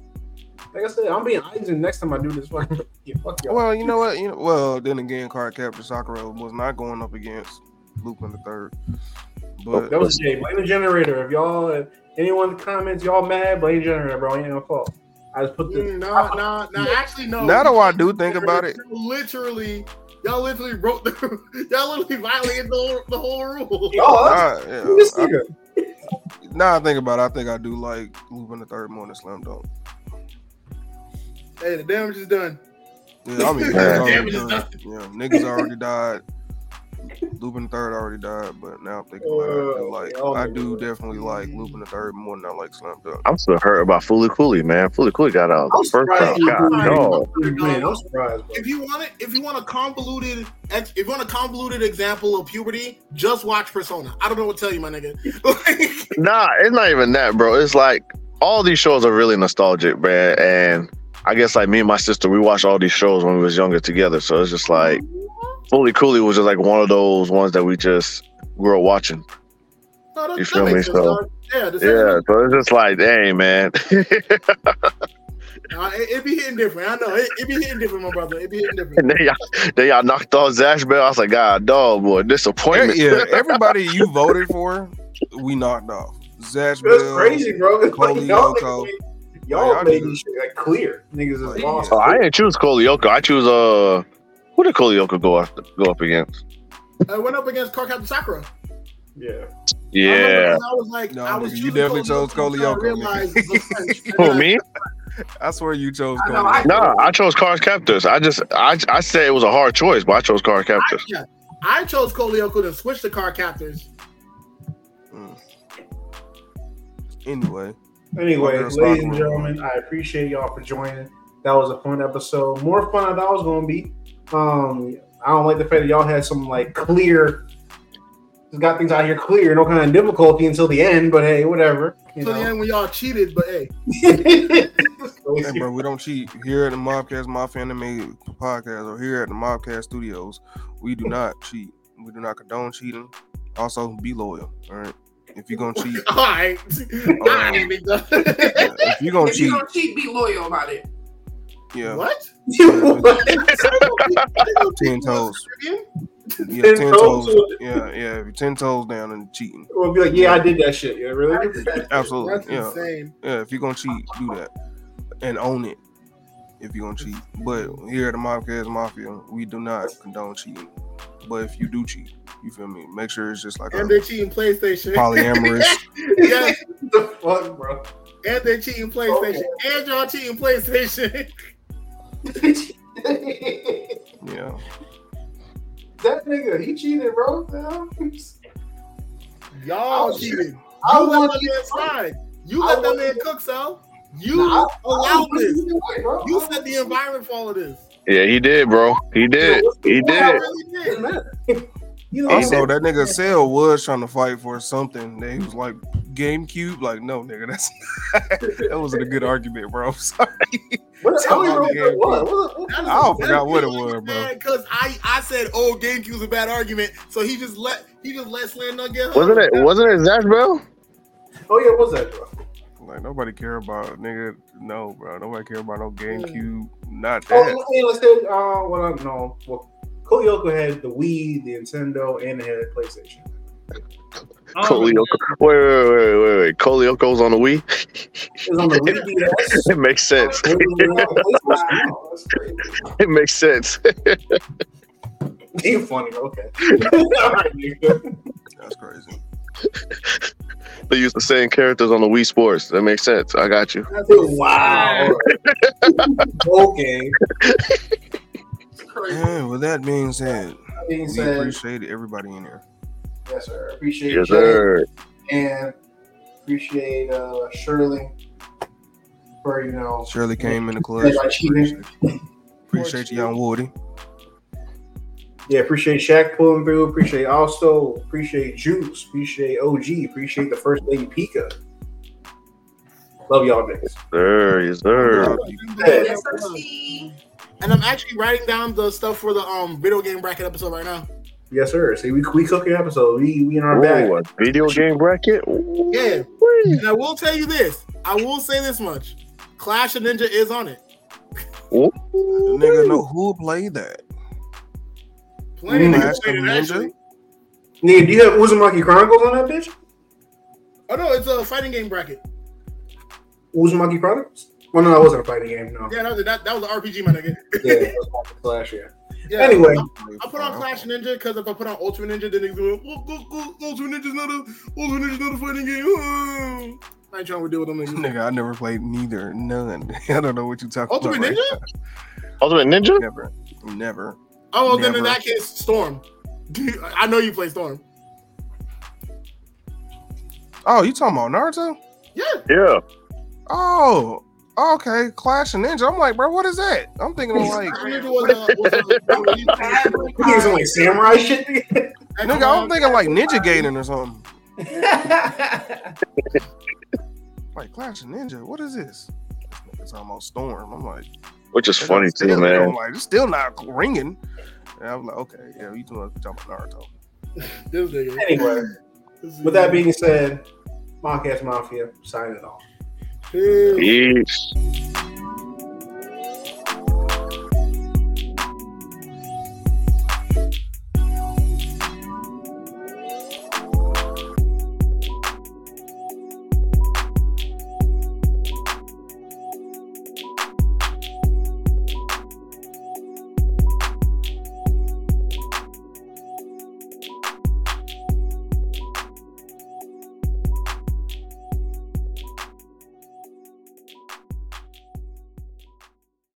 Speaker 4: Like I said, I'm being IGN next time I do this. Fucking, yeah, fuck y'all.
Speaker 5: Well, you know what? You know, well, then again, Card Captor Sakura was not going up against Lupin the Third, but
Speaker 4: That was Jay. Blame the generator. If y'all, if anyone comments, y'all mad, blame the generator, bro. Ain't no fault. I just put the.
Speaker 6: Mm, No, no, no. Actually, no.
Speaker 5: now that I do think about it,
Speaker 6: Literally, y'all literally broke the. Y'all literally violated the whole, the whole rule.
Speaker 4: Oh, that's-
Speaker 5: I,
Speaker 4: who this
Speaker 5: yeah, I,
Speaker 4: nigga.
Speaker 5: now I think about it, I think I do like Lupin the Third more than Slam Dunk.
Speaker 6: Hey, the damage is done.
Speaker 5: Yeah, I mean,
Speaker 9: Yeah.
Speaker 5: niggas already
Speaker 6: Damn,
Speaker 5: done. Yeah, niggas already died. Lupin the Third already died, but now I'm thinking about it, I do
Speaker 4: Uh,
Speaker 5: like
Speaker 4: y'all
Speaker 5: I
Speaker 4: niggas.
Speaker 5: do definitely like Lupin the Third more than I like Slam Dunk.
Speaker 9: I'm still hurt about Foolie Cooley, man. Foolie Cooley got out
Speaker 4: I'm
Speaker 9: the first
Speaker 4: surprised.
Speaker 9: time.
Speaker 4: you
Speaker 9: God,
Speaker 4: didn't
Speaker 9: no.
Speaker 4: win. Man, I'm surprised, bro.
Speaker 6: If you want it, if you want a convoluted, ex- if you want a convoluted example of puberty, just watch Persona. I don't know what to tell you, my nigga. Like,
Speaker 9: Nah, it's not even that, bro. It's like all these shows are really nostalgic, man. And I guess like me and my sister, we watched all these shows when we was younger together. So it's just like Fully Cooley was just like one of those ones that we just grew up watching.
Speaker 6: no, that-
Speaker 9: You
Speaker 6: that
Speaker 9: feel me?
Speaker 6: makes sense,
Speaker 9: So-
Speaker 6: dog. yeah, the same-
Speaker 9: Yeah. So it's just like, dang, man. and
Speaker 6: Nah, it, it be hitting different. I know it, it be hitting different, my brother. It be hitting different.
Speaker 9: then y'all, then y'all knocked off Zash Bell. I was like, God, dog, boy,
Speaker 5: Yeah,
Speaker 9: disappointment.
Speaker 5: yeah, everybody you voted for, we knocked off.
Speaker 4: That's
Speaker 5: Zash Bell,
Speaker 4: crazy, bro. It's like,
Speaker 5: Coley
Speaker 4: y'all,
Speaker 5: Yoko.
Speaker 4: niggas made- y'all
Speaker 5: Y'all
Speaker 4: made
Speaker 5: niggas-
Speaker 4: these shit like clear. Niggas is
Speaker 5: Like,
Speaker 4: lost.
Speaker 9: Oh, I didn't choose Kolioka. I choose uh, who did Kolioka go up go up against?
Speaker 6: I Uh, went up against Car Captain Sakura.
Speaker 4: Yeah.
Speaker 6: I remember
Speaker 9: Yeah.
Speaker 6: when I was like,
Speaker 5: No,
Speaker 6: I was
Speaker 5: nigga, you
Speaker 6: choosing
Speaker 5: definitely chose
Speaker 6: until I
Speaker 5: Kolioko, nigga.
Speaker 6: realized it was French. And
Speaker 9: Who
Speaker 6: I-
Speaker 9: me?
Speaker 5: I swear you chose.
Speaker 4: I know,
Speaker 5: Cody.
Speaker 4: I-
Speaker 9: No, I chose Cars Captors. I just I I said it was a hard choice, but I chose Cars
Speaker 6: I,
Speaker 9: Captors.
Speaker 6: yeah, I chose Kolioku to switch to Car Captors.
Speaker 5: Anyway,
Speaker 4: Anyway,
Speaker 5: Fucking
Speaker 4: ladies
Speaker 5: stock
Speaker 4: and gentlemen, I appreciate y'all for joining. That was a fun episode. More fun than I thought it was gonna be. Um, I don't like the fact that y'all had some like clear just got things out here clear, no kind of difficulty until the end, but hey, whatever. You
Speaker 6: Till the
Speaker 4: know.
Speaker 6: end when y'all cheated, but hey,
Speaker 5: hey, bro, we don't cheat here at the Mobcast Mafia Anime Podcast or here at the Mobcast Studios. We do not cheat. We do not condone cheating. Also, be loyal. All right. If you're gonna cheat, um,
Speaker 6: all right, all
Speaker 5: Oh.
Speaker 6: right, big dog.
Speaker 5: yeah, if you're gonna
Speaker 2: If you
Speaker 5: cheat,
Speaker 2: don't cheat, be loyal about it.
Speaker 5: yeah,
Speaker 6: What?
Speaker 5: ten toes. Yeah,
Speaker 4: Ten
Speaker 5: ten,
Speaker 4: toes?
Speaker 5: toes. Yeah, yeah. If you're ten toes down and cheating,
Speaker 4: we'll be like, yeah, I did that shit. Yeah, really?
Speaker 5: absolutely.
Speaker 6: That's
Speaker 5: yeah,
Speaker 6: insane.
Speaker 5: Yeah, if you're gonna cheat, do that and own it. If you're gonna cheat, but here at the Mobcast Mafia, we do not condone cheating. But if you do cheat, you feel me? Make sure it's just like a
Speaker 6: And they're cheating PlayStation.
Speaker 5: polyamorous.
Speaker 6: yes,
Speaker 4: the fuck, bro?
Speaker 6: and they're cheating PlayStation. And y'all cheating PlayStation.
Speaker 4: that
Speaker 5: yeah,
Speaker 4: nigga, he cheated, bro.
Speaker 6: Y'all
Speaker 4: I-
Speaker 6: cheated.
Speaker 4: I
Speaker 5: Oh,
Speaker 6: You went
Speaker 4: want
Speaker 6: on the other side. You let
Speaker 2: I
Speaker 6: that
Speaker 2: want-
Speaker 6: man cook, Sal. You
Speaker 2: Nah,
Speaker 6: allowed this.
Speaker 2: bro.
Speaker 6: You set the environment for all of this.
Speaker 9: Yeah, he did, bro. He did. He
Speaker 6: I
Speaker 9: did.
Speaker 6: really
Speaker 2: It
Speaker 6: did.
Speaker 2: matter. You know,
Speaker 5: Also, that nigga Cell was trying to fight for something. That he was like GameCube. Like, no, nigga, that's that wasn't a good argument, bro. I'm sorry.
Speaker 2: what, tell me
Speaker 5: about
Speaker 2: real
Speaker 5: the
Speaker 2: quick,
Speaker 5: game.
Speaker 2: what, what, what,
Speaker 6: That is-
Speaker 5: I
Speaker 6: that
Speaker 5: forgot what it
Speaker 6: is
Speaker 5: was,
Speaker 6: bad
Speaker 5: bro.
Speaker 6: Because I, I said, oh, GameCube's a bad argument, so he just let he just let Slam Dunk get.
Speaker 9: Wasn't it? Wasn't it Zach Bell?
Speaker 2: oh yeah, what's that, bro?
Speaker 5: Like, nobody care about nigga. No, bro. Nobody care about no GameCube. Not
Speaker 4: Oh,
Speaker 5: that.
Speaker 4: and let's say, uh, well, I know. Well, Koyoko had the Wii, the Nintendo, and they had the PlayStation.
Speaker 6: Oh,
Speaker 8: I don't
Speaker 9: Coleoco.
Speaker 8: know.
Speaker 9: Wait, wait, wait, wait, wait. Coleoco's on the Wii.
Speaker 4: It was on the Wii DS.
Speaker 9: It makes sense.
Speaker 6: Oh,
Speaker 4: It was on the
Speaker 2: Wow, that's crazy.
Speaker 9: It makes sense.
Speaker 4: PlayStation. You're funny, okay. All right, nigga.
Speaker 5: That's crazy.
Speaker 9: They use the same characters on the Wii Sports. That makes sense. I got you.
Speaker 4: wow. okay.
Speaker 2: It's crazy.
Speaker 5: Yeah, well, that being said,
Speaker 4: That being
Speaker 5: we
Speaker 4: said,
Speaker 5: appreciate everybody in here.
Speaker 4: yes, sir. Appreciate
Speaker 9: Yes,
Speaker 4: you.
Speaker 9: sir.
Speaker 4: and appreciate uh, Shirley for you know
Speaker 5: Shirley came in the clutch.
Speaker 4: Yeah, like she did.
Speaker 5: Appreciate you. Appreciate you, young Woody.
Speaker 4: yeah appreciate Shaq pulling through appreciate also appreciate Juice appreciate OG appreciate the first lady Pika love y'all niggas
Speaker 9: Sir, yes, sir.
Speaker 4: Yeah.
Speaker 6: And I'm actually writing down the stuff for the um video game bracket episode right now.
Speaker 4: yes sir see we we cooking episode we we in our bag
Speaker 9: Ooh, a video game bracket. Ooh.
Speaker 6: Yeah. And I will tell you this. I will say this much. Clash of Ninja is on it.
Speaker 9: Ooh.
Speaker 5: Nigga, no, who played that?
Speaker 6: Plenty of
Speaker 4: Mm.
Speaker 6: niggas
Speaker 5: Clash
Speaker 6: played
Speaker 5: of
Speaker 6: it
Speaker 5: Ninja?
Speaker 6: actually.
Speaker 4: nigga do you have Uzumaki Chronicles on that bitch
Speaker 6: Oh no, it's a fighting game bracket.
Speaker 4: Uzumaki Chronicles well no that wasn't a fighting game no
Speaker 6: Yeah, that was that, that was an RPG, my nigga.
Speaker 4: yeah that was Clash yeah
Speaker 6: Yeah.
Speaker 4: anyway
Speaker 6: I put on Clash Ninja because if I put on Ultra Ninja, then niggas will go, oh, go, go, Ultra Ninja's not a Ultra Ninja's not a fighting game. Oh. I ain't trying to deal with them niggas.
Speaker 5: Nigga, I never played neither. None. I don't know what you talking
Speaker 6: Ultimate
Speaker 5: about.
Speaker 6: Ninja?
Speaker 9: Ultimate Ninja?
Speaker 5: Never. Never.
Speaker 6: Oh, then in
Speaker 5: Never.
Speaker 6: that case, Storm. I know you play Storm.
Speaker 5: Oh, you talking about Naruto?
Speaker 6: Yeah,
Speaker 9: Yeah.
Speaker 5: Oh, okay. Clash and Ninja. I'm like, bro, what is that? I'm thinking of like,
Speaker 6: Ultra Ninja was a. Was uh, a
Speaker 2: Bad
Speaker 4: you think some like samurai shit
Speaker 5: nigga, I'm thinking like Ninja Gaiden or something. Like Clash and Ninja. What is this? It's almost Storm. I'm like,
Speaker 9: Which is
Speaker 5: that's
Speaker 9: funny too,
Speaker 5: still- I'm
Speaker 9: man.
Speaker 5: like, it's still not ringing. And I'm like, okay, yeah, you doing you talking about Naruto?
Speaker 6: This nigga.
Speaker 4: anyway
Speaker 6: This
Speaker 4: with that being said Moncast Mafia signing off
Speaker 6: nigga.
Speaker 9: Yeesh.